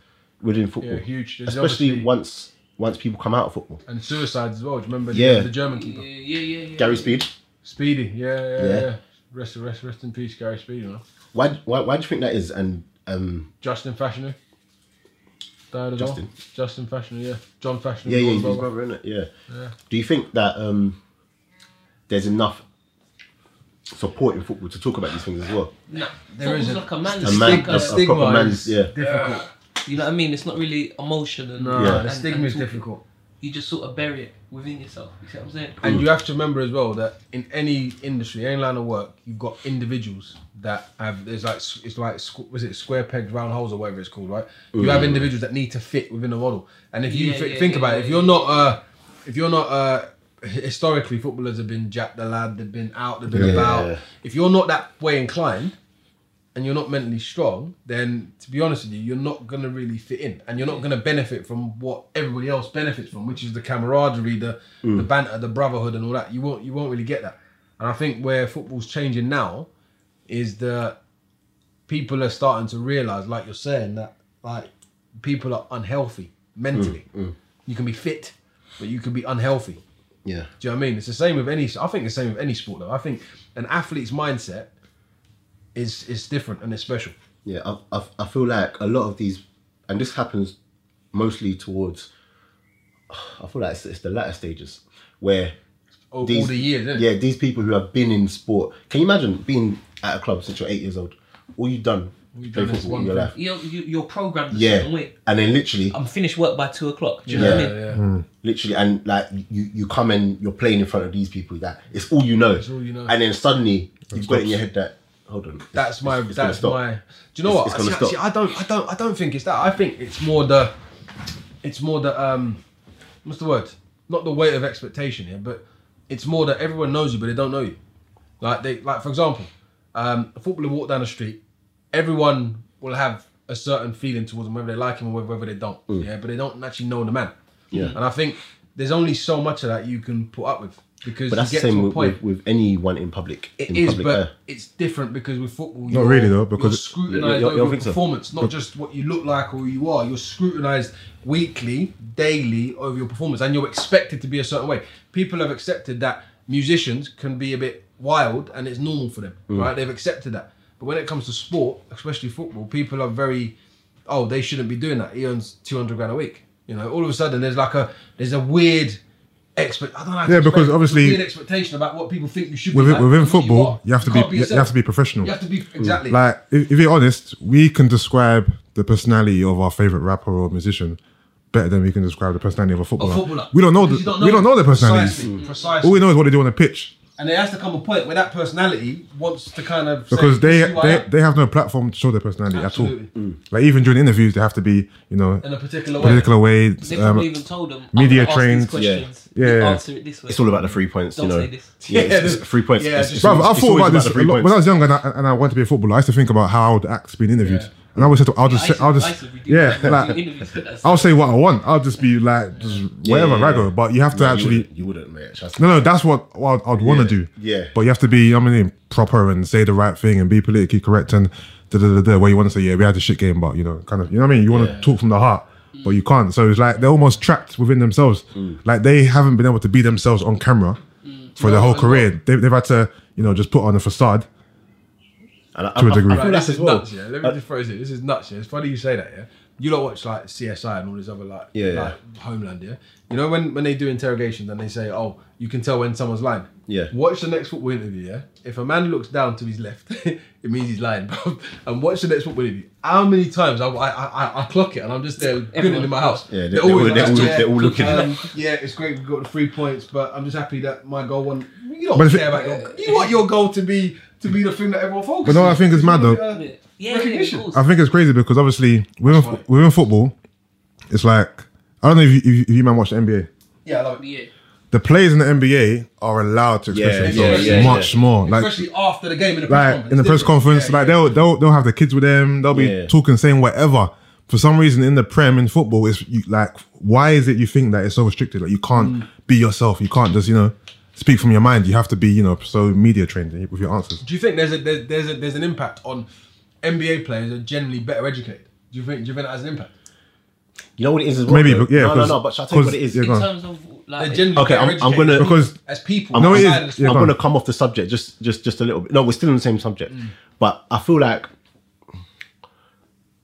Speaker 3: within football,
Speaker 1: Yeah, huge. There's
Speaker 3: especially
Speaker 1: obviously-
Speaker 3: once once people come out of football.
Speaker 1: and suicides as well. Do you remember? the-
Speaker 3: Yeah.
Speaker 1: The German
Speaker 2: Yeah,
Speaker 1: keeper.
Speaker 2: yeah, yeah. yeah.
Speaker 3: Gary Speed,
Speaker 1: Speedy, yeah, yeah,
Speaker 3: Yeah.
Speaker 1: yeah. Rest, rest, rest in peace, Gary Speedy. You know,
Speaker 3: why why, why do you think that is? And um,
Speaker 1: Justin Fashioner. Died as
Speaker 3: Justin.
Speaker 1: well. Justin Fashioner, yeah. John Fashioner.
Speaker 3: yeah, yeah,
Speaker 1: as
Speaker 3: he's his
Speaker 1: well.
Speaker 3: brother, innit? Yeah. Do you think that um, there's enough support in football to talk about these things as well?
Speaker 2: Nah,
Speaker 1: There
Speaker 2: football's
Speaker 1: isn't.
Speaker 2: like a man's
Speaker 3: A man,
Speaker 2: like
Speaker 3: a,
Speaker 2: a,
Speaker 3: a proper man's, yeah.
Speaker 1: difficult.
Speaker 2: You know what I mean? It's not really emotion and
Speaker 1: No,
Speaker 3: Yeah.
Speaker 1: the
Speaker 2: and-
Speaker 1: stigma
Speaker 2: and
Speaker 1: is
Speaker 2: talk-
Speaker 1: difficult.
Speaker 2: You just sort of bury it within yourself. You see what I'm saying?
Speaker 1: And you have to remember as well that in any industry, any line of work, you've got individuals that have there's like s- it's like squ- was it square pegs, round holes, or whatever it's called, right? You
Speaker 3: Mm.
Speaker 1: have individuals that need to fit within a model, and if you
Speaker 2: Yeah,
Speaker 1: thi-
Speaker 2: yeah,
Speaker 1: think
Speaker 2: yeah,
Speaker 1: about
Speaker 2: yeah,
Speaker 1: it, if you're not uh, if you're not uh, hi- historically footballers have been jack the lad, they've been out, they've been
Speaker 3: Yeah.
Speaker 1: about. If you're not that way inclined. And you're not mentally strong, then to be honest with you, you're not gonna really fit in, and you're not gonna benefit from what everybody else benefits from, which is the camaraderie, the the banter, the brotherhood, and all that. You won't you won't really get that. And I think where football's changing now is that people are starting to realize, like you're saying, that like people are unhealthy mentally. You can be fit, but you can be unhealthy.
Speaker 3: Yeah.
Speaker 1: Do you know what I mean? It's the same with any. I think the same with any sport though. I think an athlete's mindset is is different and it's special.
Speaker 3: Yeah, I, I, I feel like a lot of these, and this happens mostly towards, I feel like it's, it's the latter stages where
Speaker 1: All,
Speaker 3: these,
Speaker 1: all the years, innit?
Speaker 3: yeah, these people who have been in sport. Can you imagine being at a club since you're eight years old? All you've done,
Speaker 1: you've
Speaker 3: play
Speaker 1: done is
Speaker 3: football
Speaker 1: one
Speaker 3: in your
Speaker 1: thing.
Speaker 3: life.
Speaker 2: You're, you- you're programmed a
Speaker 3: Yeah,
Speaker 2: certain way.
Speaker 3: and then literally,
Speaker 2: I'm finished work by two o'clock. Do you know
Speaker 1: yeah,
Speaker 2: what I
Speaker 1: yeah.
Speaker 2: mean?
Speaker 3: literally, and like you, you come and you're playing in front of these people. That it's all you know. It's
Speaker 1: all you know.
Speaker 3: And then suddenly you've got it in your head that hold on. it's-
Speaker 1: That's my.
Speaker 3: it's- it's gonna
Speaker 1: that's
Speaker 3: stop.
Speaker 1: my. Do you know
Speaker 3: It's-
Speaker 1: what?
Speaker 3: it's gonna
Speaker 1: See,
Speaker 3: stop.
Speaker 1: see, I don't. I don't. I don't think it's that. I think it's more the. It's more the um, what's the word? Not the weight of expectation here, but it's more that everyone knows you, but they don't know you. Like they like for example, um, a footballer walk down the street, everyone will have a certain feeling towards him, whether they like him or whether they don't. Yeah, but they don't actually know the man.
Speaker 3: Mm. Yeah.
Speaker 1: And I think there's only so much of that you can put up with because
Speaker 3: But that's
Speaker 1: you get
Speaker 3: the
Speaker 1: to
Speaker 3: same
Speaker 1: a
Speaker 3: with,
Speaker 1: point.
Speaker 3: with, with anyone in public.
Speaker 1: It
Speaker 3: in
Speaker 1: is,
Speaker 3: public
Speaker 1: but
Speaker 3: eye.
Speaker 1: it's different because with football,
Speaker 4: Not
Speaker 1: you're-
Speaker 4: really, though,
Speaker 1: you're
Speaker 4: because-
Speaker 3: Yeah,
Speaker 1: scrutinised
Speaker 3: yeah, yeah, I
Speaker 1: over
Speaker 3: think so.
Speaker 1: performance, not just what you look like or who you are. You're scrutinised weekly, daily over your performance, and you're expected to be a certain way. People have accepted that musicians can be a bit wild, and it's normal for them,
Speaker 4: Mm.
Speaker 1: right? They've accepted that. But when it comes to sport, especially football, people are very, oh, they shouldn't be doing that. He earns two hundred grand a week. You know, all of a sudden there's like a there's a weird expert. I don't know. how to
Speaker 4: Yeah, because
Speaker 1: explain it.
Speaker 4: obviously-
Speaker 1: There's a weird expectation about what people think you should be.
Speaker 4: within,
Speaker 1: like,
Speaker 4: within
Speaker 1: and what
Speaker 4: football,
Speaker 1: are.
Speaker 4: you have to
Speaker 1: can't
Speaker 4: be you have
Speaker 1: yourself.
Speaker 4: to be professional. Mm.
Speaker 1: You have to be exactly.
Speaker 4: Like, if, if you're honest, we can describe the personality of our favorite rapper or musician better than we can describe the personality of a footballer.
Speaker 1: a footballer.
Speaker 4: We don't know.
Speaker 1: Because
Speaker 4: The,
Speaker 1: you
Speaker 4: we don't know their personalities.
Speaker 1: Precisely. Mm. precisely.
Speaker 4: All we know is what they do on the pitch
Speaker 1: And there has to come a point where that personality wants to kind of say,
Speaker 4: because they
Speaker 1: "This is who I
Speaker 4: they,
Speaker 1: am,"
Speaker 4: they have no platform to show their personality
Speaker 1: Absolutely.
Speaker 4: at all.
Speaker 3: Mm.
Speaker 4: Like even during interviews, they have to be you know
Speaker 1: in a particular way.
Speaker 4: political way.
Speaker 5: They
Speaker 4: um,
Speaker 5: probably even told them.
Speaker 4: media
Speaker 5: I'm gonna ask these
Speaker 4: trained.
Speaker 5: questions.
Speaker 4: Yeah.
Speaker 5: You
Speaker 4: Yeah.
Speaker 5: Answer it this way.
Speaker 3: It's all about the three points,
Speaker 5: Don't
Speaker 3: you know.
Speaker 5: say this.
Speaker 3: Yeah, it's,
Speaker 1: Yeah,
Speaker 3: it's three points.
Speaker 1: yeah,
Speaker 3: it's,
Speaker 1: just-
Speaker 3: it's
Speaker 4: Brother,
Speaker 3: always-
Speaker 4: I
Speaker 3: it's
Speaker 4: thought
Speaker 3: always
Speaker 4: about this
Speaker 3: the
Speaker 4: a
Speaker 3: three
Speaker 4: lot-
Speaker 3: points.
Speaker 4: when I was younger and I, and I wanted to be a footballer. I used to think about how the act's been interviewed, and I always said, to- "I'll just, say, I'll just, yeah, like, I'll say what I want. I'll just be like, just whatever,
Speaker 3: yeah, yeah.
Speaker 4: raggo." But you have to
Speaker 3: No, you
Speaker 4: actually,
Speaker 3: wouldn't- you wouldn't, mate. Trust me.
Speaker 4: No, no, that's what, what I'd, I'd want to do.
Speaker 3: yeah.
Speaker 4: But you have to be, I mean, proper and say the right thing and be politically correct and da da da da. Where you want to say, yeah, we had a shit game, but you know, kind of, you know what I mean? You want to talk from the heart, but you can't. So it's like they're almost trapped within themselves. Like they haven't been able to be themselves on camera for their whole career. They, they've had to, you know, just put on a facade.
Speaker 3: And I-
Speaker 4: To a
Speaker 3: I-
Speaker 4: degree.
Speaker 3: I feel
Speaker 1: This
Speaker 3: that
Speaker 1: is
Speaker 3: as well. Uh,
Speaker 1: nuts, yeah. Let me just phrase it. This is nuts, yeah. It's funny you say that, yeah. You don't watch like CSI and all these other like,
Speaker 3: Yeah, yeah.
Speaker 1: like Homeland, yeah. You know when, when they do interrogations and they say, "Oh, you can tell when someone's lying."
Speaker 3: Yeah.
Speaker 1: Watch the next football interview, yeah. If a man looks down to his left, it means he's lying. bruv. and watch the next football interview. How many times I I, I, I clock it and I'm just there grinning in my house.
Speaker 3: Yeah, they-
Speaker 1: They're
Speaker 3: they
Speaker 1: always
Speaker 3: all- they're
Speaker 1: like,
Speaker 3: all-
Speaker 1: "Yeah,
Speaker 3: they're all looking."
Speaker 1: Um, yeah, it's great. We got the three points, but I'm just happy that my goal won. You don't
Speaker 4: But if it-
Speaker 1: care about your. You want your goal to be to be the thing that everyone focuses.
Speaker 4: But no, I
Speaker 1: on.
Speaker 4: think it's mad, though.
Speaker 1: Yeah.
Speaker 5: Yeah,
Speaker 1: Recognition.
Speaker 5: of course.
Speaker 4: I think it's crazy because obviously within, within football, it's like, I don't know if you, if you, if you man watch the NBA.
Speaker 1: Yeah, I love it.
Speaker 5: Yeah.
Speaker 4: The players in the NBA are allowed to express
Speaker 3: Yeah,
Speaker 4: themselves
Speaker 1: yeah, yeah,
Speaker 4: much more. Like,
Speaker 1: Especially after the game in the press
Speaker 4: like
Speaker 1: conference.
Speaker 4: in the press
Speaker 1: different.
Speaker 4: conference,
Speaker 1: Yeah,
Speaker 4: like
Speaker 1: yeah.
Speaker 4: they'll they'll they'll have the kids with them. They'll be
Speaker 3: Yeah.
Speaker 4: talking, saying whatever. For some reason, in the prem in football, it's you, like why is it you think that it's so restricted? Like you can't be yourself. You can't just you know speak from your mind. You have to be you know so media trained with your answers.
Speaker 1: Do you think there's a there's there's, a, there's an impact on NBA players are generally better educated? Do you think do you think that has an impact?
Speaker 3: You know what it is? As well,
Speaker 4: Maybe,
Speaker 3: though?
Speaker 4: but yeah,
Speaker 3: No, no,
Speaker 4: 'cause-
Speaker 3: no. But shall I tell you what
Speaker 4: 'cause-
Speaker 3: it is?
Speaker 4: yeah, go
Speaker 5: In
Speaker 4: on.
Speaker 5: terms of
Speaker 1: They're
Speaker 5: like,
Speaker 1: generally
Speaker 3: Okay,
Speaker 1: better
Speaker 3: I'm- I'm
Speaker 1: educated
Speaker 3: gonna-
Speaker 4: Because-
Speaker 1: as people.
Speaker 4: No, it
Speaker 1: outside
Speaker 4: is.
Speaker 1: of the
Speaker 4: Yeah,
Speaker 3: I'm
Speaker 4: go on. Mm.
Speaker 3: gonna come off the subject just just just a little bit. No, we're still on the same subject, but I feel like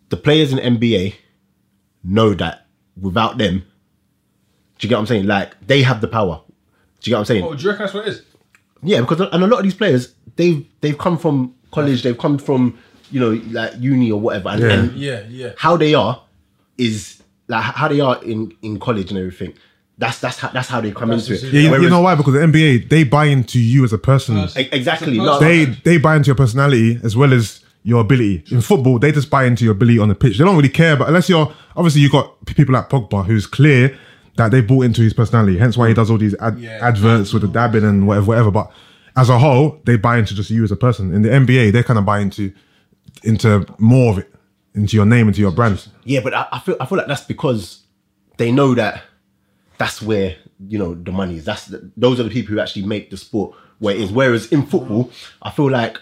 Speaker 3: the players in NBA know that without them, do you get what I'm saying? Like they have the power. Do you get what I'm saying?
Speaker 4: Oh.
Speaker 1: sport. Do you reckon that's what it is?
Speaker 3: Yeah, because and a lot of these players, they've they've come from college, they've come from you know like uni or whatever, and,
Speaker 4: Yeah.
Speaker 3: and
Speaker 1: Yeah, yeah.
Speaker 3: how they are is like how they are in in college and everything. That's that's how that's how they come
Speaker 1: That's
Speaker 3: into it.
Speaker 1: what
Speaker 4: Yeah, you, you
Speaker 3: Whereas-
Speaker 4: know why? Because the NBA they buy into you as a person.
Speaker 1: Person.
Speaker 3: E- exactly.
Speaker 1: It's a
Speaker 3: No,
Speaker 4: They they buy into your personality as well as your ability. In football, they just buy into your ability on the pitch. They don't really care, but unless you're obviously you got p- people like Pogba, who's clear that they bought into his personality. Hence why he does all these ad-
Speaker 1: Yeah.
Speaker 4: adverts with the dabbing and whatever, whatever. But as a whole, they buy into just you as a person. In the NBA, they kind of buy into into more of it, into your name, into your brand.
Speaker 3: Yeah, but I, I feel I feel like that's because they know that that's where you know the money is. That's the, those are the people who actually make the sport where it is. Whereas in football, I feel like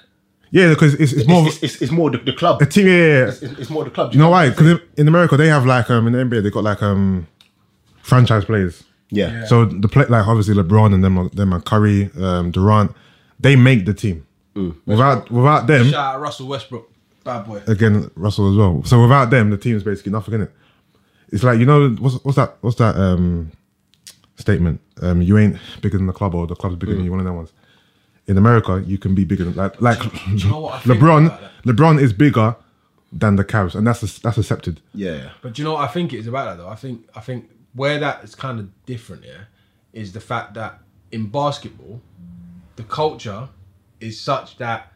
Speaker 4: Yeah, because it's, it's more
Speaker 3: it's
Speaker 4: of
Speaker 3: it's, it's, it's more the, the club.
Speaker 4: a team. Yeah, yeah, yeah.
Speaker 3: It's, it's more the club.
Speaker 4: You know why? Because in America, they have like um in the NBA, they got like um franchise players.
Speaker 3: Yeah.
Speaker 1: Yeah.
Speaker 4: So the play, like obviously LeBron and them, are- them are Curry, um, Durant, they make the team. Without without them,
Speaker 1: Shout out Russell Westbrook, bad boy.
Speaker 4: again Russell as well. So without them, the team's basically nothing in it. It's like you know what's what's that what's that um statement? Um, you ain't bigger than the club, or the club's bigger than you. One of them ones. In America, you can be bigger than like like
Speaker 1: you know what I think
Speaker 4: LeBron.
Speaker 1: about
Speaker 4: LeBron is bigger than the Cavs, and that's that's accepted.
Speaker 3: Yeah.
Speaker 1: But do you know what I think it is about that though? I think I think where that is kind of different, yeah, is the fact that in basketball, the culture is such that,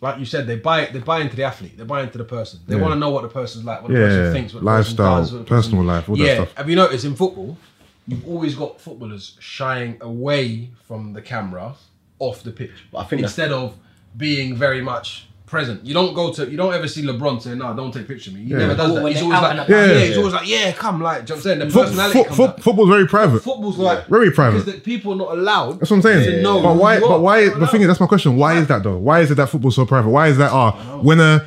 Speaker 1: like you said, they buy they buy into the athlete, they buy into the person. They
Speaker 4: Yeah.
Speaker 1: want to know what the person's like, what the
Speaker 4: Yeah,
Speaker 1: person
Speaker 4: yeah,
Speaker 1: thinks, what the
Speaker 4: lifestyle,
Speaker 1: person does, what the person-
Speaker 4: personal life, all that
Speaker 1: yeah.
Speaker 4: stuff.
Speaker 1: Have you noticed in football, you've always got footballers shying away from the camera off the pitch
Speaker 3: But I think that's-
Speaker 1: instead of being very much present. You don't go to you don't ever see LeBron saying, No, don't take pictures of me. He never
Speaker 2: Oh,
Speaker 1: does
Speaker 5: Or
Speaker 1: that.
Speaker 5: when
Speaker 1: He's
Speaker 5: they're
Speaker 1: always
Speaker 5: out
Speaker 1: like,
Speaker 5: and about.
Speaker 1: yeah,
Speaker 4: Yeah.
Speaker 1: he's always like, yeah, come, like, do you know what I'm saying? The
Speaker 4: Fo-
Speaker 1: personality
Speaker 4: fo-
Speaker 1: comes
Speaker 4: fo-
Speaker 1: out.
Speaker 4: football's very private.
Speaker 1: Football's like
Speaker 4: Very private.
Speaker 1: Because the people are not allowed.
Speaker 4: That's what I'm saying.
Speaker 1: to know
Speaker 4: But
Speaker 1: who
Speaker 4: why?
Speaker 1: you are.
Speaker 4: But why?
Speaker 1: They're not
Speaker 4: The thing is,
Speaker 1: allowed.
Speaker 4: that's my question. Why is that though? Why is it that football's so private? Why is that? Ah, when a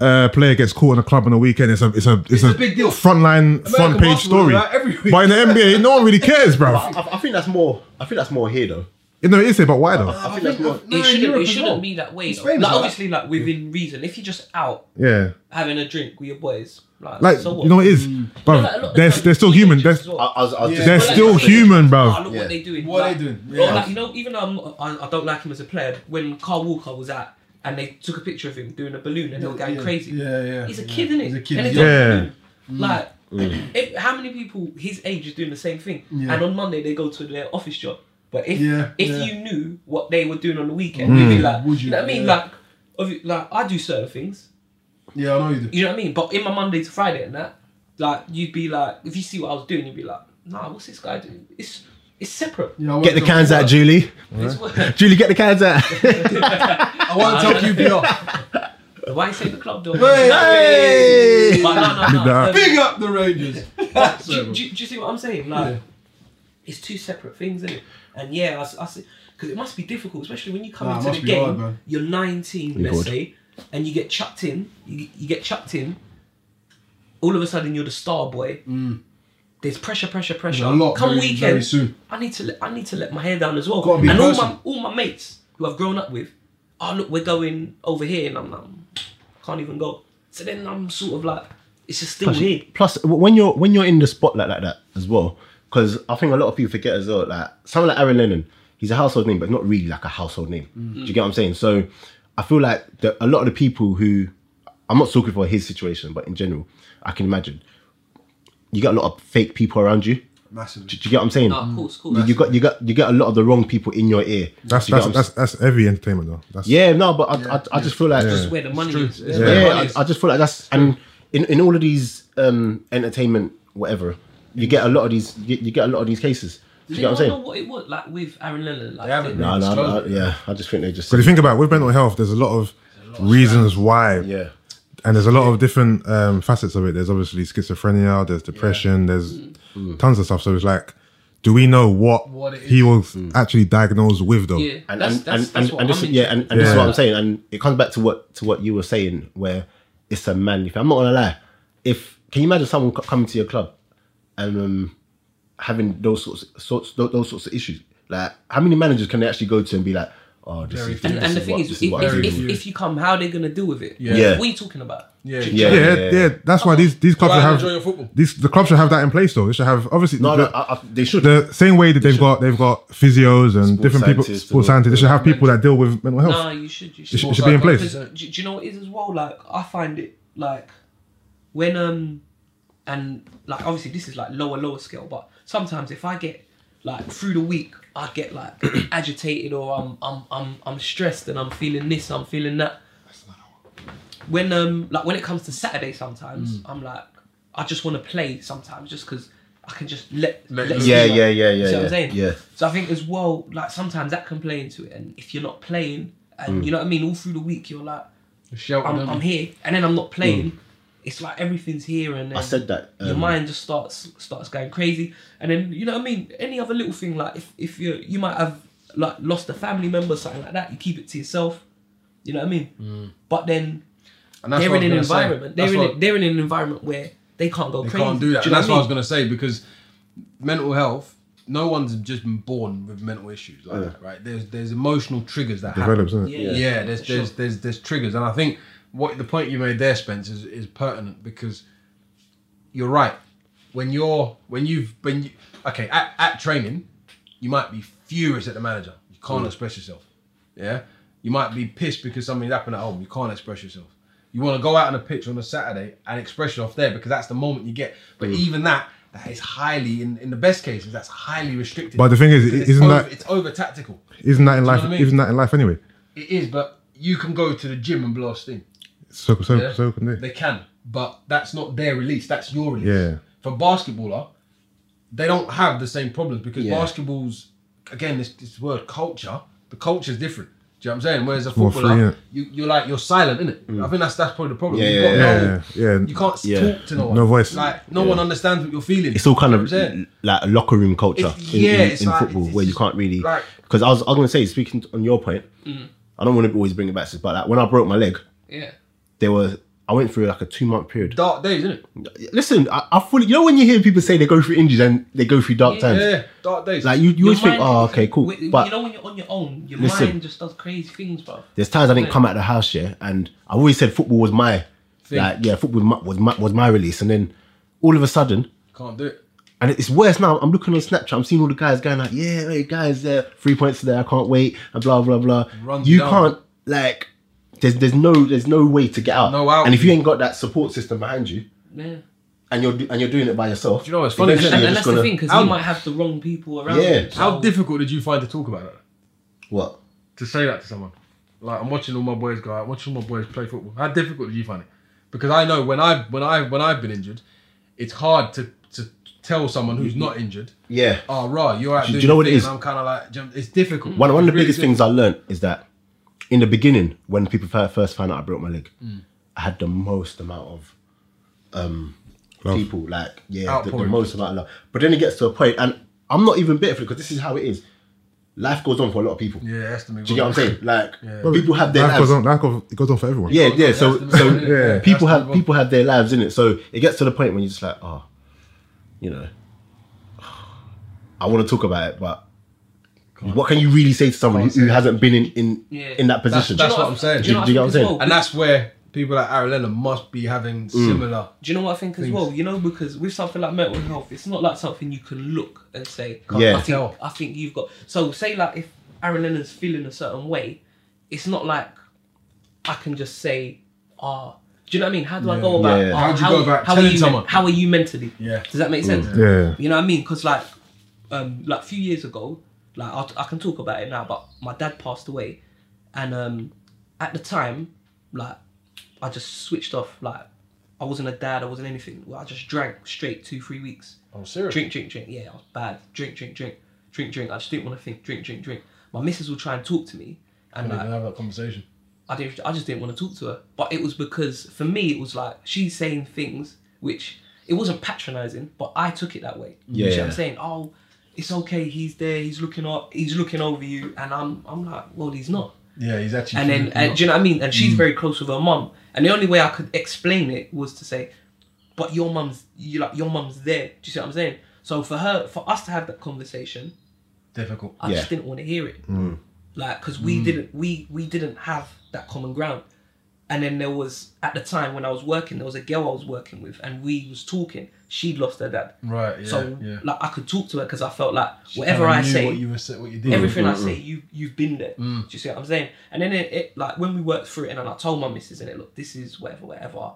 Speaker 4: uh, player gets caught in a club on a weekend, it's a it's a it's,
Speaker 1: a big deal.
Speaker 4: Frontline front page
Speaker 1: basketball
Speaker 4: story.
Speaker 1: is out every week.
Speaker 4: But in the NBA, no one really cares, bro.
Speaker 3: I, I think that's more. I think that's more here though.
Speaker 4: No, it is here, but why though?
Speaker 1: I,
Speaker 6: think that's more-
Speaker 1: no,
Speaker 2: it shouldn't,
Speaker 1: Europe
Speaker 2: it
Speaker 1: as
Speaker 2: shouldn't
Speaker 1: well.
Speaker 2: be that way. though.
Speaker 6: famous
Speaker 2: Like,
Speaker 6: for that.
Speaker 2: obviously, like within reason. If you're just out
Speaker 4: yeah,
Speaker 2: having a drink with your boys, like,
Speaker 4: like
Speaker 2: so what?
Speaker 4: you know what it is,
Speaker 1: Mm.
Speaker 2: No,
Speaker 4: bro.
Speaker 2: like, a lot of
Speaker 4: they're,
Speaker 2: times
Speaker 4: they're still human. They're,
Speaker 2: teenagers as well.
Speaker 3: I, I was, I was
Speaker 4: they're
Speaker 2: Well, like,
Speaker 4: still
Speaker 2: like,
Speaker 4: human,
Speaker 2: I
Speaker 4: bro.
Speaker 2: look
Speaker 3: Yeah.
Speaker 2: what they doing.
Speaker 6: What are
Speaker 2: like,
Speaker 6: they doing?
Speaker 2: Well,
Speaker 6: Yeah.
Speaker 2: like, you know, even though I'm not, I, I don't like him as a player, when Carl Walker was out and they took a picture of him doing a balloon and they were going
Speaker 6: yeah,
Speaker 2: crazy.
Speaker 6: Yeah, yeah.
Speaker 2: He's a
Speaker 6: yeah.
Speaker 2: kid, isn't
Speaker 6: He's a
Speaker 2: And
Speaker 6: kid.
Speaker 2: it's
Speaker 6: Yeah. Mm.
Speaker 4: Yeah. Mm.
Speaker 2: Like, if, how many people his age is doing the same thing?
Speaker 6: Yeah.
Speaker 2: And on Monday they go to their office job. But if
Speaker 6: Yeah,
Speaker 2: if
Speaker 6: yeah.
Speaker 2: you knew what they were doing on the
Speaker 4: Mm.
Speaker 2: weekend, you'd be like,
Speaker 6: Would
Speaker 2: you?
Speaker 6: you?
Speaker 2: know what I mean?
Speaker 6: Yeah.
Speaker 2: Like, obvi- like I do certain things.
Speaker 6: Yeah, I know you do.
Speaker 2: You know what I mean? But in my Monday to Friday and that, like you'd be like, if you see what I was doing, you'd be like, Nah, what's this guy doing? It's it's separate.
Speaker 6: Yeah, I
Speaker 3: Get
Speaker 6: worked
Speaker 3: the
Speaker 6: on-
Speaker 3: cans out, Julie.
Speaker 2: It's work.
Speaker 3: Julie, get the cans out.
Speaker 1: I won't tell QPR.
Speaker 2: Why you say the club door?
Speaker 3: hey!
Speaker 2: But no, no, no.
Speaker 4: Nah.
Speaker 6: Big up the Rangers.
Speaker 2: do, you- do, you- do you see what I'm saying? Like, it's two separate things, isn't it? And yeah, I, s- I see because it must be difficult, especially when you come
Speaker 6: Nah, it
Speaker 2: into
Speaker 6: must
Speaker 2: the
Speaker 6: be hard,
Speaker 2: game.
Speaker 6: man.
Speaker 2: you're 19,
Speaker 3: You're
Speaker 2: let's
Speaker 3: good.
Speaker 2: say, and you get chucked in. You, you get chucked in. All of a sudden, you're the star boy. There's pressure, pressure, pressure.
Speaker 6: Mm. a lot
Speaker 2: Come
Speaker 6: very-
Speaker 2: weekend,
Speaker 6: very soon.
Speaker 2: I need to let, I need to let my hair down as well.
Speaker 6: Gotta be
Speaker 2: and all my
Speaker 6: personal.
Speaker 2: all my mates who I've grown up with, oh look, we're going over here, and I'm like, "Mm, can't even go. So then I'm sort of like, it's just still weird.
Speaker 3: Plus, w- when you're when you're in the spotlight like that as well, because I think a lot of people forget as well. Like someone like Aaron Lennon, he's a household name, but not really like a household name.
Speaker 2: Mm.
Speaker 3: Do you get what I'm saying? So I feel like the, a lot of the people who I'm not talking for his situation, but in general, I can imagine you get a lot of fake people around you.
Speaker 6: Massive.
Speaker 3: Do you get what I'm saying?
Speaker 2: No, Ah, of course, of course.
Speaker 3: You, you got you got you get a lot of the wrong people in your ear.
Speaker 4: That's
Speaker 3: Do you get what
Speaker 4: that's,
Speaker 3: I'm
Speaker 4: that's that's every entertainment though. That's,
Speaker 3: yeah, no, but I, I, I just feel like
Speaker 2: That's where the money is.
Speaker 3: yeah,
Speaker 1: Yeah.
Speaker 3: I, I just feel like that's and in, in all of these um entertainment whatever you get a lot of these you, you get a lot of these cases do you
Speaker 2: Did
Speaker 3: get what i'm
Speaker 2: anyone know
Speaker 3: saying
Speaker 2: what it was like with Aaron Lennon? Like,
Speaker 1: They haven't.
Speaker 2: did-
Speaker 3: no, no, no,
Speaker 1: Disclosure.
Speaker 3: yeah i just think they just
Speaker 4: But if you think about it, with mental health, there's a lot of reasons why.
Speaker 3: yeah
Speaker 4: and there's a lot of different um, facets of it. There's obviously schizophrenia, there's depression, there's
Speaker 1: Mm.
Speaker 3: Mm.
Speaker 4: tons of stuff. So it's like, do we know what,
Speaker 1: What it
Speaker 4: he was
Speaker 3: Mm.
Speaker 4: actually diagnosed with though?
Speaker 2: Yeah,
Speaker 3: and
Speaker 2: that's,
Speaker 3: and,
Speaker 2: that's,
Speaker 3: and,
Speaker 2: that's
Speaker 3: and,
Speaker 2: what
Speaker 3: and this
Speaker 2: I'm
Speaker 3: yeah and, and this is
Speaker 4: Yeah.
Speaker 3: what i'm saying and it comes back to what to what you were saying where it's a manly thing i'm not gonna lie if can you imagine someone co- coming to your club and um having those sorts sorts tho- those sorts of issues like how many managers can they actually go to and be like oh this
Speaker 1: Very
Speaker 3: is
Speaker 1: few.
Speaker 2: And,
Speaker 3: this
Speaker 2: and the
Speaker 3: is
Speaker 2: thing
Speaker 3: what-
Speaker 2: is,
Speaker 3: this
Speaker 2: if,
Speaker 3: what I
Speaker 2: if,
Speaker 3: do.
Speaker 2: if, if you come, how are they going to deal with it?
Speaker 1: Yeah.
Speaker 3: Yeah.
Speaker 2: What are you talking about?
Speaker 1: Yeah.
Speaker 3: yeah
Speaker 4: Yeah, yeah, That's why these these clubs
Speaker 1: Try
Speaker 4: should
Speaker 1: and
Speaker 4: have
Speaker 1: enjoy your football.
Speaker 4: these the clubs should have that in place though. They should have obviously
Speaker 3: No,
Speaker 4: the,
Speaker 3: no, I, I, they should.
Speaker 4: the same way that they've got they've got physios and different people,
Speaker 3: scientists and
Speaker 4: sports
Speaker 3: all-
Speaker 4: scientists. They should have people that deal with mental health.
Speaker 2: No, you should. You
Speaker 4: it should,
Speaker 2: should.
Speaker 4: it should be in place.
Speaker 2: Because do, do you know what it is as well? Like, I find it like when um and like obviously this is like lower lower scale, but sometimes if I get like through the week, I get like agitated or I'm I'm I'm I'm stressed and I'm feeling this, I'm feeling that. When um like when it comes to Saturday, sometimes
Speaker 3: Mm.
Speaker 2: I'm like I just want to play sometimes just because I can just let
Speaker 1: Let
Speaker 2: let
Speaker 1: loose.
Speaker 3: Yeah,
Speaker 2: it be,
Speaker 3: yeah,
Speaker 2: like-
Speaker 3: yeah,
Speaker 2: you
Speaker 3: yeah,
Speaker 2: see what
Speaker 3: yeah,
Speaker 2: I'm saying?
Speaker 3: yeah.
Speaker 2: So I think as well, like sometimes that can play into it, and if you're not playing,
Speaker 3: Mm.
Speaker 2: and you know what I mean, all through the week you're like,
Speaker 1: Shelter
Speaker 2: I'm,
Speaker 1: them.
Speaker 2: I'm here, and then I'm not playing. It's like everything's here, and then
Speaker 3: Mm. I said that.
Speaker 2: your
Speaker 3: um,
Speaker 2: mind just starts starts going crazy, and then you know what I mean. Any other little thing like if if you you might have like lost a family member, something like that, you keep it to yourself. You know what I mean?
Speaker 3: Mm.
Speaker 2: But then
Speaker 1: And that's
Speaker 2: they're
Speaker 1: what
Speaker 2: in an
Speaker 1: I was gonna say.
Speaker 2: environment. They're
Speaker 1: That's
Speaker 2: in
Speaker 1: what-
Speaker 2: a, they're in an environment where they can't go
Speaker 1: They
Speaker 2: crazy.
Speaker 1: can't do that.
Speaker 2: you
Speaker 1: and
Speaker 2: know
Speaker 1: that's what I
Speaker 2: what
Speaker 1: was gonna say because mental health. No one's just been born with mental issues like that, right? There's there's emotional triggers that happen.
Speaker 4: Develops, isn't it?
Speaker 2: I
Speaker 1: Yeah,
Speaker 2: mean?
Speaker 1: there's,
Speaker 2: Sure.
Speaker 1: there's there's there's triggers, and I think what the point you made there, Spence, is, is pertinent because you're right. When you're when you've when you okay at, at training, you might be furious at the manager. You
Speaker 4: Mm.
Speaker 1: can't express yourself. Yeah, you might be pissed because something's happened at home. You can't express yourself. You want to go out on a pitch on a Saturday and express yourself there because that's the moment you get. But
Speaker 4: Mm.
Speaker 1: even that. That is highly, in, in the best cases, that's highly restricted.
Speaker 4: But the thing is,
Speaker 1: Because it's
Speaker 4: isn't
Speaker 1: over,
Speaker 4: that-
Speaker 1: it's over tactical?
Speaker 4: Isn't that in life?
Speaker 1: what I mean?
Speaker 4: Isn't that in life anyway?
Speaker 1: It is, but you can go to the gym and blow a steam.
Speaker 4: So so
Speaker 1: Yeah.
Speaker 4: so can they.
Speaker 1: They can, but that's not their release. That's your release.
Speaker 4: Yeah.
Speaker 1: For basketballer, they don't have the same problems because basketball's again this this word culture. The culture's different. Do you know what I'm saying? Whereas a
Speaker 4: more
Speaker 1: footballer,
Speaker 4: free, innit?
Speaker 1: you, you're like you're silent, isn't it? I think that's that's probably the problem.
Speaker 3: Mm. Yeah,
Speaker 1: You've
Speaker 3: yeah,
Speaker 1: got
Speaker 4: yeah,
Speaker 1: no-
Speaker 4: yeah, yeah.
Speaker 1: You can't
Speaker 3: Yeah.
Speaker 1: talk to no one.
Speaker 4: No voice.
Speaker 1: Like no one understands what you're feeling.
Speaker 3: it's all kind
Speaker 1: You
Speaker 3: of
Speaker 1: know what I'm saying?
Speaker 3: like a locker room culture
Speaker 1: It's-
Speaker 3: in,
Speaker 1: yeah,
Speaker 3: in-
Speaker 1: it's
Speaker 3: in
Speaker 1: like-
Speaker 3: football
Speaker 1: it's-
Speaker 3: where you
Speaker 1: it's
Speaker 3: can't really
Speaker 1: like- Mm.
Speaker 3: because I was I was gonna say speaking on your point, I don't want to always bring it back to this, but like when I broke my leg,
Speaker 2: Yeah.
Speaker 3: there were I went through like a two month period.
Speaker 1: Dark days, isn't it?
Speaker 3: Listen, I, I fully. You know when you hear people say they go through injuries and they go through dark times.
Speaker 1: Yeah, dark days.
Speaker 3: Like you, you always think,
Speaker 1: "Ah,
Speaker 3: oh, okay, cool.
Speaker 2: Wait,
Speaker 3: but
Speaker 2: you know when you're on your own, your
Speaker 3: Listen.
Speaker 2: mind just does crazy things, bro.
Speaker 3: there's times I didn't come out of the house, yeah, and I always said football was my,
Speaker 1: Thing.
Speaker 3: like, yeah, football was my, was my was my release, and then all of a sudden,
Speaker 1: Can't do it.
Speaker 3: and it's worse now. I'm looking on Snapchat, I'm seeing all the guys going like, yeah, hey guys, there, three points today, I can't wait, and blah blah blah.
Speaker 1: Runs
Speaker 3: you
Speaker 1: down.
Speaker 3: can't like, there's there's no there's no way to get out.
Speaker 1: No out.
Speaker 3: And if you ain't got that support system behind you,
Speaker 2: Yeah.
Speaker 3: and you're do- and you're doing it by yourself,
Speaker 1: Do you know what's funny?
Speaker 3: eventually
Speaker 2: And,
Speaker 3: you're
Speaker 2: and
Speaker 3: just
Speaker 2: that's the
Speaker 3: gonna-
Speaker 2: thing, because
Speaker 1: How-
Speaker 2: he might have the wrong people around
Speaker 3: Yeah.
Speaker 2: him. so-
Speaker 1: How difficult did you find to talk about that?
Speaker 3: What?
Speaker 1: To say that to someone? Like I'm watching all my boys go out, watching all my boys play football. How difficult did you find it? Because I know when I when I when I've been injured, it's hard to to tell someone who's not injured.
Speaker 3: Yeah.
Speaker 1: Oh, right, you're out.
Speaker 3: Do you
Speaker 1: doing
Speaker 3: know
Speaker 1: your
Speaker 3: what it
Speaker 1: thing,"
Speaker 3: is?
Speaker 1: and I'm kind of like, jump- it's difficult.
Speaker 3: Mm. One, one of the
Speaker 1: It's really
Speaker 3: biggest things I learned is that in the beginning, when people fir- first found out I broke my leg,
Speaker 1: Mm.
Speaker 3: I had the most amount of um,
Speaker 4: Love.
Speaker 3: people, like, yeah, the, the
Speaker 1: Outpouring.
Speaker 3: most amount of love. But then it gets to a point, and I'm not even bitter because this is how it is. Life goes on for a lot of people.
Speaker 1: difficult. Yeah, that's the.
Speaker 3: Do you get what I'm saying? Like,
Speaker 4: Well,
Speaker 3: people have their
Speaker 4: Life
Speaker 3: lives.
Speaker 4: goes on, life goes, it goes on for everyone.
Speaker 3: Yeah, yeah. So,
Speaker 1: That's the
Speaker 3: so
Speaker 1: move, yeah.
Speaker 3: people
Speaker 1: That's the
Speaker 3: have
Speaker 1: move.
Speaker 3: people have their lives in it. So it gets to the point when you're just like, oh, you know, I want to talk about it, but what can you really say to someone
Speaker 1: Can't
Speaker 3: who, who
Speaker 1: say.
Speaker 3: hasn't been in in,
Speaker 2: Yeah.
Speaker 3: in that position?
Speaker 1: That's
Speaker 2: Do you
Speaker 1: what
Speaker 2: know
Speaker 1: I'm saying.
Speaker 2: Do you know
Speaker 3: Do you
Speaker 2: what I
Speaker 3: get
Speaker 2: think
Speaker 3: what I'm
Speaker 2: as well?
Speaker 1: And that's where people like Aaron Lennon must be
Speaker 3: Mm.
Speaker 1: having similar.
Speaker 2: Do you know what I think as
Speaker 1: Things.
Speaker 2: well? You know, because with something like mental health, it's not like something you can look and say,
Speaker 3: Yeah.
Speaker 2: I think,
Speaker 1: Tell.
Speaker 2: I think you've got. So, say, like, if Aaron Lennon's feeling a certain way, it's not like I can just say, ah, do you know what I mean? How do I go about
Speaker 3: Yeah.
Speaker 2: ah,
Speaker 1: How do you go about
Speaker 2: how
Speaker 1: telling
Speaker 2: are you,
Speaker 1: someone?
Speaker 2: How are you mentally?
Speaker 1: Yeah. Mm.
Speaker 2: Does that make sense?
Speaker 4: Yeah.
Speaker 2: You know what I mean? Because, like, um, like a few years ago, like, I'll, I can talk about it now, but my dad passed away. And um, at the time, like, I just switched off. Like, I wasn't a dad, I wasn't anything. Well, I just drank straight two, three weeks.
Speaker 1: I'm Oh, serious.
Speaker 2: Drink, drink, drink. Yeah, I was bad. Drink, drink, drink. Drink, drink. I just didn't want to think. Drink, drink, drink. My missus will try and talk to me. And
Speaker 1: Like,
Speaker 2: like,
Speaker 1: have that conversation.
Speaker 2: I didn't. I just didn't want to talk to her. But it was because for me, it was like she's saying things which it wasn't patronising, but I took it that way. You see what
Speaker 3: Yeah.
Speaker 2: I'm saying? Oh, it's okay. He's there. He's looking up. He's looking over you, and I'm. I'm like, well, he's not.
Speaker 1: Yeah, he's actually.
Speaker 2: And then,
Speaker 1: feeling
Speaker 2: and,
Speaker 1: up.
Speaker 2: do you know what I mean? And she's very close with her mum. And the only way I could explain it was to say, "But your mum's, you like your mum's there." Do you see what I'm saying? So for her, for us to have that conversation,
Speaker 1: difficult.
Speaker 2: I just
Speaker 3: Yeah.
Speaker 2: didn't want to hear it.
Speaker 1: Mm.
Speaker 2: Like, because we didn't, we we didn't have that common ground. And then there was at the time when I was working, there was a girl I was working with, and we was talking. She lost her dad,
Speaker 1: Right. Yeah.
Speaker 2: so
Speaker 1: yeah.
Speaker 2: like I could talk to her because I felt like whatever
Speaker 1: Kinda
Speaker 2: I
Speaker 1: knew
Speaker 2: say,
Speaker 1: what you were sa- what you did. Mm.
Speaker 2: everything I say, you you've been there. Do you see what I'm saying? And then it, it like when we worked through it, and I told my missus, and it look, this is whatever, whatever.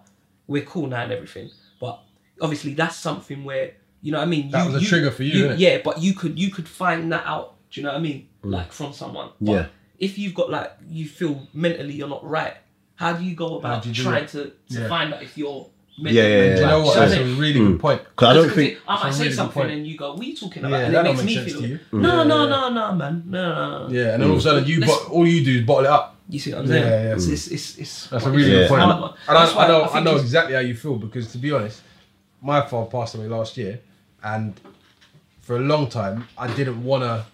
Speaker 2: We're cool now and everything, but obviously that's something where you know what I mean.
Speaker 1: That
Speaker 2: you,
Speaker 1: was a trigger for you, innit? Mm.
Speaker 2: yeah. But you could you could find that out. Do you know what I mean? Like from someone. But
Speaker 3: Yeah.
Speaker 2: If you've got like you feel mentally you're not right, how do you go about
Speaker 1: do you do
Speaker 2: trying
Speaker 1: it?
Speaker 2: to, to
Speaker 1: Yeah.
Speaker 2: find out if you're
Speaker 3: Yeah, yeah, yeah.
Speaker 1: Do you know
Speaker 2: right? Do you know
Speaker 1: what? That's
Speaker 2: what I
Speaker 1: a
Speaker 2: mean?
Speaker 1: really
Speaker 3: Mm.
Speaker 1: good point.
Speaker 3: Because I don't
Speaker 2: 'Cause
Speaker 3: think
Speaker 2: it- I might
Speaker 1: That's a
Speaker 2: say
Speaker 1: really good
Speaker 2: something
Speaker 1: point.
Speaker 2: and you go, "What are you talking
Speaker 1: Yeah,
Speaker 2: about?" and
Speaker 1: that
Speaker 2: it
Speaker 1: don't
Speaker 2: makes
Speaker 1: make
Speaker 2: me
Speaker 1: sense
Speaker 2: feel.
Speaker 1: to you.
Speaker 2: No, no, no, no, man, no, no. no.
Speaker 1: Yeah, and then all of a sudden you
Speaker 2: Let's-
Speaker 1: bot- all you do is bottle it up.
Speaker 2: You see what I'm
Speaker 1: Yeah,
Speaker 2: saying?
Speaker 1: yeah.
Speaker 2: It's, it's, it's,
Speaker 3: Mm.
Speaker 2: it's,
Speaker 1: That's a really
Speaker 3: Yeah.
Speaker 1: good point.
Speaker 2: And
Speaker 1: And,
Speaker 2: I-
Speaker 1: I,
Speaker 2: that's why
Speaker 1: I know,
Speaker 2: I
Speaker 1: I,
Speaker 2: think
Speaker 1: know
Speaker 2: it's-
Speaker 1: exactly how you feel because to be honest, my father passed away last year, and for a long time I didn't wanna,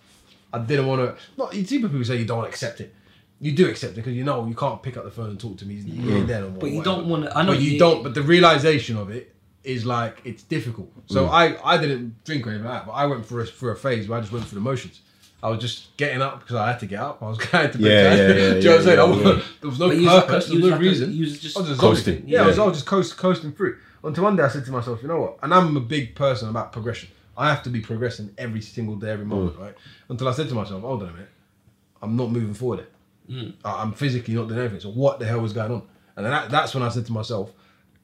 Speaker 1: I didn't wanna. Not you see people say you don't accept it. You do accept it because you know you can't pick up the phone and talk to me. You ain't there no more,
Speaker 2: Mm. But you
Speaker 1: whatever.
Speaker 2: don't want to. I know
Speaker 1: but you don't. But the realization of it is like it's difficult. So
Speaker 3: Mm.
Speaker 1: I I didn't drink or anything like that, but I went for a, for a phase where I just went through the motions. I was just getting up because I had to get up. I was going to bed.
Speaker 3: Yeah, yeah, yeah,
Speaker 1: Do you know what I'm
Speaker 3: yeah,
Speaker 1: saying? I
Speaker 3: yeah,
Speaker 1: wasn't-
Speaker 3: yeah.
Speaker 1: There was no
Speaker 2: But you was like a-
Speaker 1: purpose.
Speaker 2: you
Speaker 1: There
Speaker 2: was
Speaker 1: was no
Speaker 2: like a-
Speaker 1: Oh, reason.
Speaker 2: you was just
Speaker 1: I was just
Speaker 3: Coasting,
Speaker 1: Yeah, I, was,
Speaker 3: yeah.
Speaker 1: I was just coast, coasting through. Until one day I said to myself, you know what? And I'm a big person about progression. I have to be progressing every single day, every moment,
Speaker 2: Mm.
Speaker 1: right? Until I said to myself, hold on a minute, I'm not moving forward. here.
Speaker 2: Mm.
Speaker 1: I- I'm physically not doing anything. So what the hell was going on? And then that, that's when I said to myself,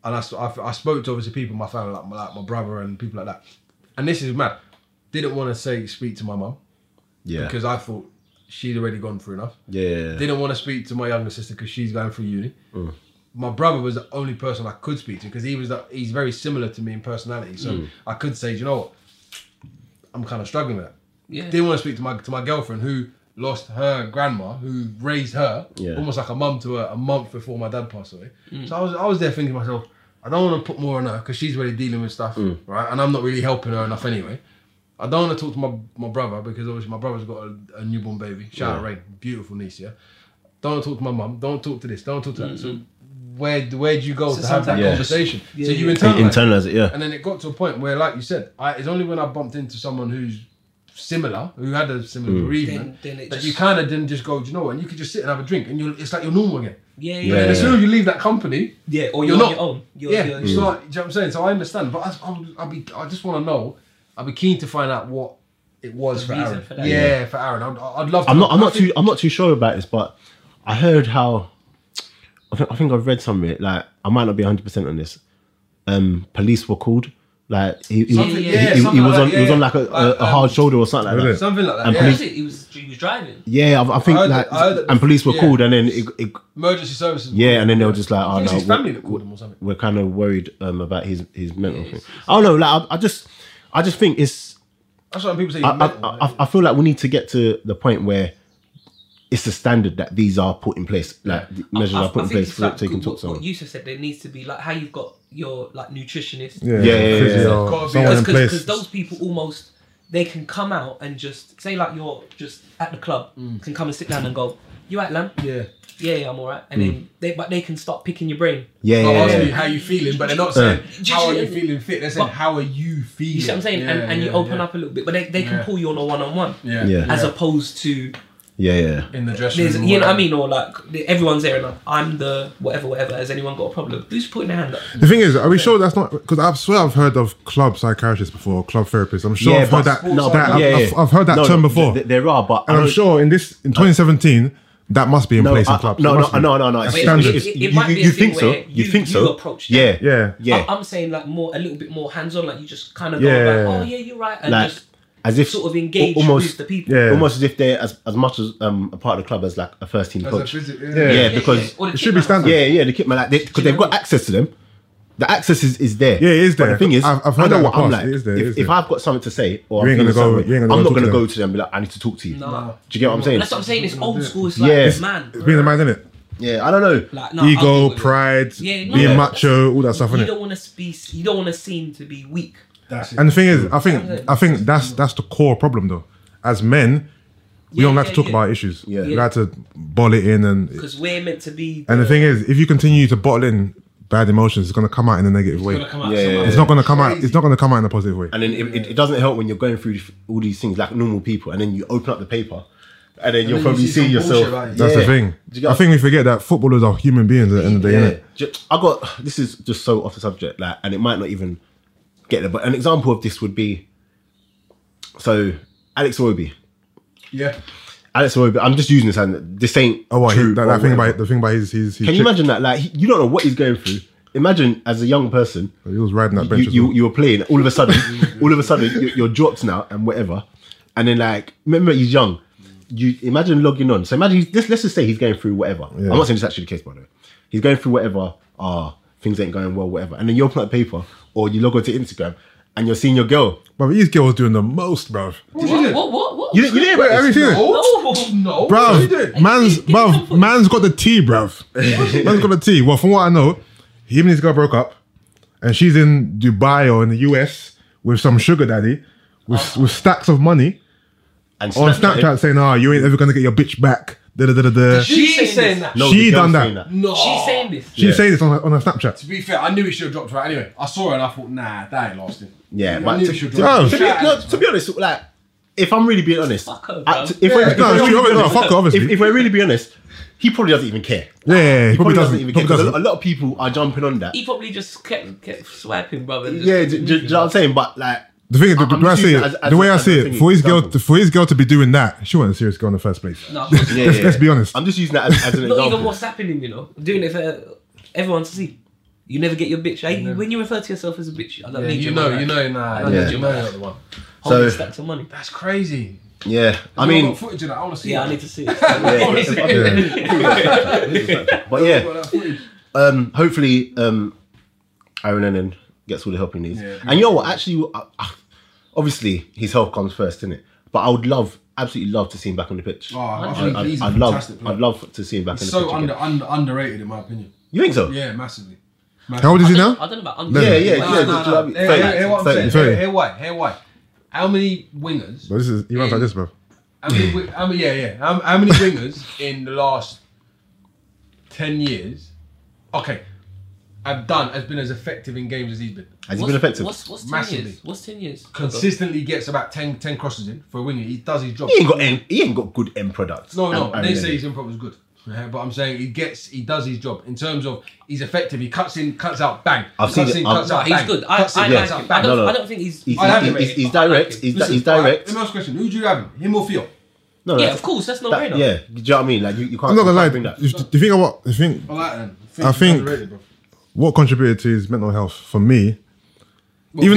Speaker 1: and I, s- I f- I spoke to obviously people in my family, like my, like my brother and people like that. And this is mad. Didn't want to say speak to my mum
Speaker 3: yeah,
Speaker 1: because I thought she'd already gone through enough.
Speaker 3: yeah,
Speaker 1: Didn't want to speak to my younger sister because she's going through uni. My brother was the only person I could speak to because he was the, he's very similar to me in personality. So I could say, "Do you know what, I'm kind of struggling with that.
Speaker 2: Yeah.
Speaker 1: Didn't want to speak to my to my girlfriend who lost her grandma, who raised her
Speaker 3: Yeah.
Speaker 1: almost like a mum to her a month before my dad passed away.
Speaker 2: Mm.
Speaker 1: So I was I was there thinking to myself, I don't want to put more on her because she's really dealing with stuff,
Speaker 3: Mm.
Speaker 1: right? And I'm not really helping her enough anyway. I don't want to talk to my, my brother because obviously my brother's got a, a newborn baby. Shout out Rain, beautiful niece, yeah. Don't want to talk to my mum. Don't talk to this. Don't talk to that. So where where do you go
Speaker 2: So
Speaker 1: to have that
Speaker 2: sometimes-
Speaker 1: conversation?
Speaker 2: Yeah,
Speaker 1: so you
Speaker 2: yeah.
Speaker 1: internalize,
Speaker 3: internalize it. Yeah.
Speaker 1: and then it got to a point where, like you said, I, it's only when I bumped into someone who's similar, who had a similar
Speaker 3: Hmm.
Speaker 1: bereavement,
Speaker 2: Then- then it
Speaker 1: that
Speaker 2: just-
Speaker 1: you kind of didn't just go, do you know what? And you could just sit and have a drink, and you it's like you're normal again.
Speaker 2: Yeah,
Speaker 3: Yeah. Hmm.
Speaker 2: yeah,
Speaker 1: And as soon as you leave that company,
Speaker 2: yeah. Or
Speaker 1: You're
Speaker 2: you're,
Speaker 1: not-
Speaker 2: on your own. You're,
Speaker 1: yeah,
Speaker 2: You're,
Speaker 1: it's like, do you know what I'm saying? So I understand, but I, I'll, I'll be, I just want to know. I'll be keen to find out what it was for
Speaker 2: reason
Speaker 1: Aaron.
Speaker 2: for that.
Speaker 1: yeah, for Aaron. I'd, I'd love. To
Speaker 3: I'm not. I'm
Speaker 1: I
Speaker 3: not
Speaker 1: think-
Speaker 3: too. I'm not too sure about this, but I heard how. I think, I think I've read somewhere. Like I might not be 100 percent on this. Um, police were called. Like he, he,
Speaker 1: Something- yeah,
Speaker 3: he, he- he
Speaker 1: something
Speaker 3: was
Speaker 1: like
Speaker 3: on.
Speaker 1: that,
Speaker 3: he was
Speaker 1: yeah,
Speaker 3: on like a, a,
Speaker 1: yeah.
Speaker 3: a hard shoulder or something like
Speaker 4: Really?
Speaker 3: that.
Speaker 1: Something like that.
Speaker 3: And
Speaker 1: yeah.
Speaker 3: police-
Speaker 5: That's it. He was he was driving.
Speaker 3: Yeah, I, I think
Speaker 1: I heard
Speaker 3: like
Speaker 1: that- I heard that-
Speaker 3: and police were
Speaker 1: yeah.
Speaker 3: called, and then it, it
Speaker 1: Emergency services.
Speaker 3: yeah, and then they were just like, oh
Speaker 1: I think
Speaker 3: no,
Speaker 1: it's his family
Speaker 3: we're-
Speaker 1: that called him or something.
Speaker 3: we're kind of worried um, about his his mental thing. I don't know. Like I, I just, I just think it's
Speaker 1: That's what people say.
Speaker 3: I,
Speaker 1: he's mental,
Speaker 3: I, I, I feel like we need to get to the point where it's the standard that these are put in place, like the measures
Speaker 2: I,
Speaker 3: are put
Speaker 2: I
Speaker 3: in
Speaker 2: think
Speaker 3: place
Speaker 2: it's
Speaker 3: for
Speaker 2: like
Speaker 3: so you can
Speaker 2: what,
Speaker 3: talk to
Speaker 2: what
Speaker 3: someone.
Speaker 2: Yusuf said. There needs to be like how you've got your like nutritionist.
Speaker 3: Yeah,
Speaker 4: Yeah,
Speaker 3: yeah, yeah,
Speaker 4: physio,
Speaker 1: yeah. Gotta be-
Speaker 4: someone in place.
Speaker 2: because those people almost they can come out and just say like you're just at the club
Speaker 1: Mm.
Speaker 2: can come and sit down and go you right lamb
Speaker 1: Yeah.
Speaker 2: yeah yeah I'm alright and
Speaker 4: Mm.
Speaker 2: then they but they can start picking your brain
Speaker 3: Yeah,
Speaker 1: They'll
Speaker 3: yeah,
Speaker 1: ask
Speaker 3: yeah.
Speaker 1: you how you feeling, but they're not saying
Speaker 2: Yeah.
Speaker 1: how are you feeling fit. They're saying
Speaker 2: But-
Speaker 1: how are you feeling.
Speaker 2: you see what I'm saying and, and you open up a little bit but they, they can
Speaker 1: Yeah.
Speaker 2: pull you on a one on one
Speaker 1: Yeah.
Speaker 3: Yeah.
Speaker 2: as opposed to
Speaker 3: yeah, yeah.
Speaker 1: in the dressing
Speaker 2: there's
Speaker 1: room.
Speaker 2: you know what I
Speaker 1: whatever.
Speaker 2: mean or like the- everyone's there and like, I'm the whatever whatever has anyone got a problem who's putting their hand up
Speaker 4: The thing is, are we sure that's not because I swear I've heard of club psychiatrists before, club therapists. I'm sure
Speaker 3: Yeah,
Speaker 4: I've heard
Speaker 3: but-
Speaker 4: that.
Speaker 3: no,
Speaker 4: that-
Speaker 3: but-
Speaker 4: I've,
Speaker 3: yeah,
Speaker 4: I've-
Speaker 3: yeah.
Speaker 4: I've heard that
Speaker 3: No, no,
Speaker 4: term before,
Speaker 3: th- there are, but I
Speaker 4: and I'm
Speaker 3: don't-
Speaker 4: sure in this in 2017 that must be in
Speaker 3: No,
Speaker 4: place
Speaker 3: I-
Speaker 4: in clubs.
Speaker 3: no,
Speaker 4: It
Speaker 3: no,
Speaker 4: must be.
Speaker 3: no, no, no.
Speaker 4: That's
Speaker 2: But it-
Speaker 4: standard.
Speaker 2: it-
Speaker 3: You-
Speaker 2: might
Speaker 3: you-
Speaker 2: be a
Speaker 3: you
Speaker 2: thing
Speaker 3: think so?
Speaker 2: where
Speaker 3: You
Speaker 2: you-
Speaker 3: think
Speaker 2: you
Speaker 3: so?
Speaker 2: approach
Speaker 3: Yeah,
Speaker 2: that.
Speaker 4: yeah,
Speaker 3: yeah.
Speaker 2: I, am saying like more a little bit more hands on like you just kind of
Speaker 4: Yeah.
Speaker 2: go like oh yeah you're right and
Speaker 3: Like
Speaker 2: just
Speaker 3: as if
Speaker 2: sort of engage
Speaker 3: al- almost
Speaker 2: with the people
Speaker 4: yeah.
Speaker 3: almost as if they're as, as much as um, a part of the club as like a first team
Speaker 1: As a
Speaker 3: coach.
Speaker 1: visit,
Speaker 4: Yeah.
Speaker 3: Yeah,
Speaker 4: Yeah,
Speaker 3: because
Speaker 2: Or the
Speaker 4: It should be
Speaker 2: kidnappers.
Speaker 4: standard.
Speaker 3: Yeah, yeah, the kit man, like because they, have got access to them. The access is, is there.
Speaker 4: Yeah, it is
Speaker 3: But
Speaker 4: there.
Speaker 3: the thing is,
Speaker 4: I've- I've heard
Speaker 3: I
Speaker 4: that
Speaker 3: know
Speaker 4: in
Speaker 3: what
Speaker 4: the
Speaker 3: I'm
Speaker 4: past.
Speaker 3: like.
Speaker 4: It is there, it
Speaker 3: if,
Speaker 4: is
Speaker 3: if
Speaker 4: there.
Speaker 3: I've got something to say, or
Speaker 4: You
Speaker 3: I'm,
Speaker 4: ain't gonna
Speaker 3: feeling some
Speaker 4: go-
Speaker 3: way,
Speaker 4: you ain't gonna
Speaker 3: I'm
Speaker 4: go
Speaker 3: not
Speaker 4: talk
Speaker 3: going
Speaker 4: to
Speaker 3: to go
Speaker 4: them.
Speaker 3: to them. and be like, I need to talk to you.
Speaker 2: Nah.
Speaker 3: Do you get what I'm saying?
Speaker 2: That's what I'm saying. It's old school. It's like,
Speaker 3: Yeah.
Speaker 2: it's man.
Speaker 4: It's being a man, isn't it?
Speaker 3: Yeah, I don't know.
Speaker 2: Like, nah, I'll deal
Speaker 4: Ego,
Speaker 2: with it.
Speaker 4: pride,
Speaker 2: Yeah, no,
Speaker 4: being
Speaker 2: yeah.
Speaker 4: macho, all that stuff,
Speaker 2: You
Speaker 4: innit?
Speaker 2: don't want to be. You don't want to seem to be weak.
Speaker 6: That's it.
Speaker 4: And the thing is, I think I think that's that's the core problem though. As men, we
Speaker 2: Yeah,
Speaker 4: don't like to
Speaker 2: yeah,
Speaker 4: talk
Speaker 2: yeah.
Speaker 4: about issues.
Speaker 3: Yeah.
Speaker 4: We like to bottle it in and
Speaker 2: Because we're meant to be.
Speaker 4: and the thing is, if you continue to bottle in bad emotions, it's gonna come out in a negative way.
Speaker 5: Gonna come out
Speaker 3: Yeah,
Speaker 5: somewhere.
Speaker 3: yeah,
Speaker 4: It's
Speaker 3: yeah.
Speaker 4: not gonna come out. It's not gonna come out in a positive way.
Speaker 3: And then it, it, it doesn't help when you're going through all these things like normal people, and then you open up the paper, and then you'll
Speaker 1: then
Speaker 3: probably
Speaker 1: you see
Speaker 3: see,
Speaker 1: some
Speaker 3: yourself.
Speaker 1: bullshit, right?
Speaker 4: That's
Speaker 3: Yeah.
Speaker 4: the thing.
Speaker 3: Do you get
Speaker 4: I
Speaker 3: what-
Speaker 4: think we forget that footballers are human beings at the end of the day,
Speaker 3: Yeah.
Speaker 4: innit?
Speaker 3: Ju- I got this is just so off the subject, like, and it might not even get there. But an example of this would be, so Alex Iwobi.
Speaker 1: Yeah.
Speaker 3: Alex Iwobi. I'm just using this, and this ain't.
Speaker 4: Oh, what?
Speaker 3: true,
Speaker 4: that,
Speaker 3: or
Speaker 4: that thing
Speaker 3: whatever.
Speaker 4: about the thing about his his.
Speaker 3: Can
Speaker 4: his
Speaker 3: you
Speaker 4: chick-
Speaker 3: imagine that? Like, he- you don't know what he's going through. Imagine as a young person,
Speaker 4: He was riding that
Speaker 3: you,
Speaker 4: bench. as
Speaker 3: you,
Speaker 4: well.
Speaker 3: you were playing. All of a sudden, all of a sudden, you're, you're dropped now and whatever. And then, like, remember he's young. You imagine logging on. So imagine he's, let's, let's just say he's going through whatever.
Speaker 4: Yeah.
Speaker 3: I'm not saying it's actually the case, by the way. He's going through whatever. Ah, things ain't going well, whatever. And then you open up the paper or you log on to Instagram and you're seeing your girl.
Speaker 4: But these girls doing the most, bruv.
Speaker 1: What
Speaker 2: What? What? What? what?
Speaker 3: You didn't, you didn't. about this?
Speaker 4: Everything,
Speaker 1: No. No. What are you doing?
Speaker 4: bruv. Man's
Speaker 2: Give me some
Speaker 4: bruv.
Speaker 2: food.
Speaker 4: Man's got the tea, bruv. man's got the tea. Well, from what I know, him and his girl broke up, and she's in Dubai or in the US with some sugar daddy, with with stacks of money
Speaker 3: And
Speaker 4: on Snapchat saying, "Ah, you ain't ever gonna get your bitch back." Da da da da. da. She's
Speaker 1: She's
Speaker 2: saying
Speaker 1: saying
Speaker 2: this.
Speaker 1: that.
Speaker 3: No, the
Speaker 4: She
Speaker 3: girl's
Speaker 4: done that.
Speaker 3: saying
Speaker 1: No.
Speaker 2: She's saying this.
Speaker 3: Yeah.
Speaker 4: saying this on her, on her Snapchat.
Speaker 1: To be fair, I knew he should have dropped her out anyway. I saw her and I thought, nah, that ain't lasting.
Speaker 3: Yeah,
Speaker 1: I
Speaker 3: but
Speaker 1: knew
Speaker 3: to,
Speaker 1: he
Speaker 3: to,
Speaker 1: should
Speaker 3: to,
Speaker 1: drop
Speaker 4: Oh.
Speaker 1: it.
Speaker 3: be, no, to be honest, like if I'm really being honest,
Speaker 2: Fuck her,
Speaker 3: I-
Speaker 2: bruv.
Speaker 3: if, we're, if,
Speaker 4: No,
Speaker 3: we're
Speaker 4: she-
Speaker 3: really being
Speaker 4: no, fuck
Speaker 3: honest- if,
Speaker 4: her, obviously.
Speaker 3: if we're really being honest, he probably doesn't even care.
Speaker 4: Yeah, yeah, yeah, he probably, doesn't.
Speaker 3: even care.
Speaker 4: probably
Speaker 3: 'cause
Speaker 4: doesn't.
Speaker 3: A lot of people are jumping on that.
Speaker 2: He probably just kept kept swiping, brother. and just-
Speaker 3: Yeah, do, do- do you know what I'm saying? But like,
Speaker 4: The thing, is, the,
Speaker 3: I'm
Speaker 4: the way I
Speaker 3: just
Speaker 4: see
Speaker 3: using it
Speaker 4: it,
Speaker 3: as- as
Speaker 4: the
Speaker 3: a-
Speaker 4: way I
Speaker 3: as a
Speaker 4: see it,
Speaker 3: thing
Speaker 4: for his girl,
Speaker 3: example.
Speaker 4: to, for his girl to be doing that, she wasn't a serious girl in the first place.
Speaker 2: No, of course
Speaker 3: yeah,
Speaker 2: not.
Speaker 3: yeah,
Speaker 4: Let's- let's
Speaker 3: yeah.
Speaker 4: be honest.
Speaker 3: I'm just using that as, as an
Speaker 2: not
Speaker 3: example.
Speaker 2: even what's happening. You know, doing it for everyone to see. You never get your bitch. Hey, when you refer to yourself as a bitch, I don't
Speaker 1: Yeah,
Speaker 2: need
Speaker 1: you
Speaker 2: your
Speaker 1: know,
Speaker 2: man.
Speaker 1: you know, nah,
Speaker 2: don't
Speaker 1: yeah,
Speaker 2: need
Speaker 1: you
Speaker 2: your
Speaker 1: know,
Speaker 2: man.
Speaker 1: you're not the one.
Speaker 2: Holding
Speaker 3: So-
Speaker 2: stacks of money.
Speaker 1: That's crazy.
Speaker 3: yeah, I
Speaker 1: I've
Speaker 3: mean,
Speaker 1: got footage of that. I want to see.
Speaker 2: Yeah, I
Speaker 1: that.
Speaker 2: need to see it.
Speaker 3: but
Speaker 1: I've
Speaker 3: yeah,
Speaker 1: got that footage.
Speaker 3: um, hopefully, um, Aaron Lennon gets all the help he needs.
Speaker 1: Yeah.
Speaker 3: and you know what? Actually, I, I, obviously, his health comes first, isn't it? But I would love, absolutely love to see him back on the pitch.
Speaker 1: Oh, I
Speaker 3: I,
Speaker 1: think
Speaker 3: I,
Speaker 1: he's a
Speaker 3: I'd love,
Speaker 1: fantastic player.
Speaker 3: I'd love to see him back
Speaker 1: He's
Speaker 3: on
Speaker 1: so
Speaker 3: the pitch
Speaker 1: under,
Speaker 3: again.
Speaker 1: under underrated in my opinion.
Speaker 3: You think so?
Speaker 1: Yeah, massively.
Speaker 4: How old is he now?
Speaker 2: I don't know about
Speaker 3: yeah,
Speaker 2: under.
Speaker 3: yeah.
Speaker 1: No,
Speaker 3: yeah,
Speaker 1: no, no,
Speaker 3: do
Speaker 1: no.
Speaker 3: you know what I
Speaker 1: Hear-
Speaker 3: mean? Thirty,
Speaker 1: hear- hear what I'm
Speaker 3: thirty.
Speaker 1: saying.
Speaker 4: Thirty.
Speaker 1: Hear- hear why? Hear why? How many wingers?
Speaker 4: But this is he runs like this, bro.
Speaker 1: How many, wi- how many, yeah, yeah. How, how many wingers in the last ten years? Okay, have done has been as effective in games as he's been.
Speaker 3: Has he
Speaker 2: What's-
Speaker 3: been effective?
Speaker 2: What's, what's 10
Speaker 1: Massively.
Speaker 2: years? What's 10 years?
Speaker 1: Consistently gets about 10, 10 crosses in for a winger. He does his job.
Speaker 3: He ain't got end, he ain't got good end products.
Speaker 1: No, no,
Speaker 3: I- I
Speaker 1: they
Speaker 3: really
Speaker 1: say
Speaker 3: don't.
Speaker 1: his input was good, yeah, but I'm saying he gets, he does his job in terms of he's effective. He cuts in, cuts out, bang.
Speaker 3: I've
Speaker 1: He
Speaker 3: seen
Speaker 1: cuts
Speaker 3: it.
Speaker 1: in,
Speaker 3: I've-
Speaker 1: cuts
Speaker 2: No,
Speaker 1: out,
Speaker 2: he's
Speaker 1: bang.
Speaker 2: good. I,
Speaker 1: Cuts
Speaker 2: I
Speaker 1: in, cuts
Speaker 2: like
Speaker 1: out,
Speaker 2: him. I
Speaker 1: bang.
Speaker 2: don't,
Speaker 3: No, no.
Speaker 2: I don't think he's.
Speaker 3: He's,
Speaker 1: I like
Speaker 3: he's,
Speaker 1: him,
Speaker 3: he's,
Speaker 1: mate.
Speaker 3: he's
Speaker 1: I
Speaker 3: direct. he's, di-
Speaker 1: Listen,
Speaker 3: he's
Speaker 1: all right,
Speaker 3: direct.
Speaker 1: Let me ask a question. Who do you have? Him or Theo?
Speaker 3: no,
Speaker 2: yeah,
Speaker 3: no, that's-
Speaker 2: of course, that's no
Speaker 3: that-
Speaker 2: brainer.
Speaker 3: yeah, do you know what I mean? Like you, you can't.
Speaker 4: I'm not gonna
Speaker 3: you
Speaker 4: lie.
Speaker 3: can't bring that.
Speaker 4: If, if you think about, if you think
Speaker 1: I like him.
Speaker 4: I
Speaker 1: he's
Speaker 4: think-
Speaker 1: underrated, bro.
Speaker 4: what contributed to his mental health for me, even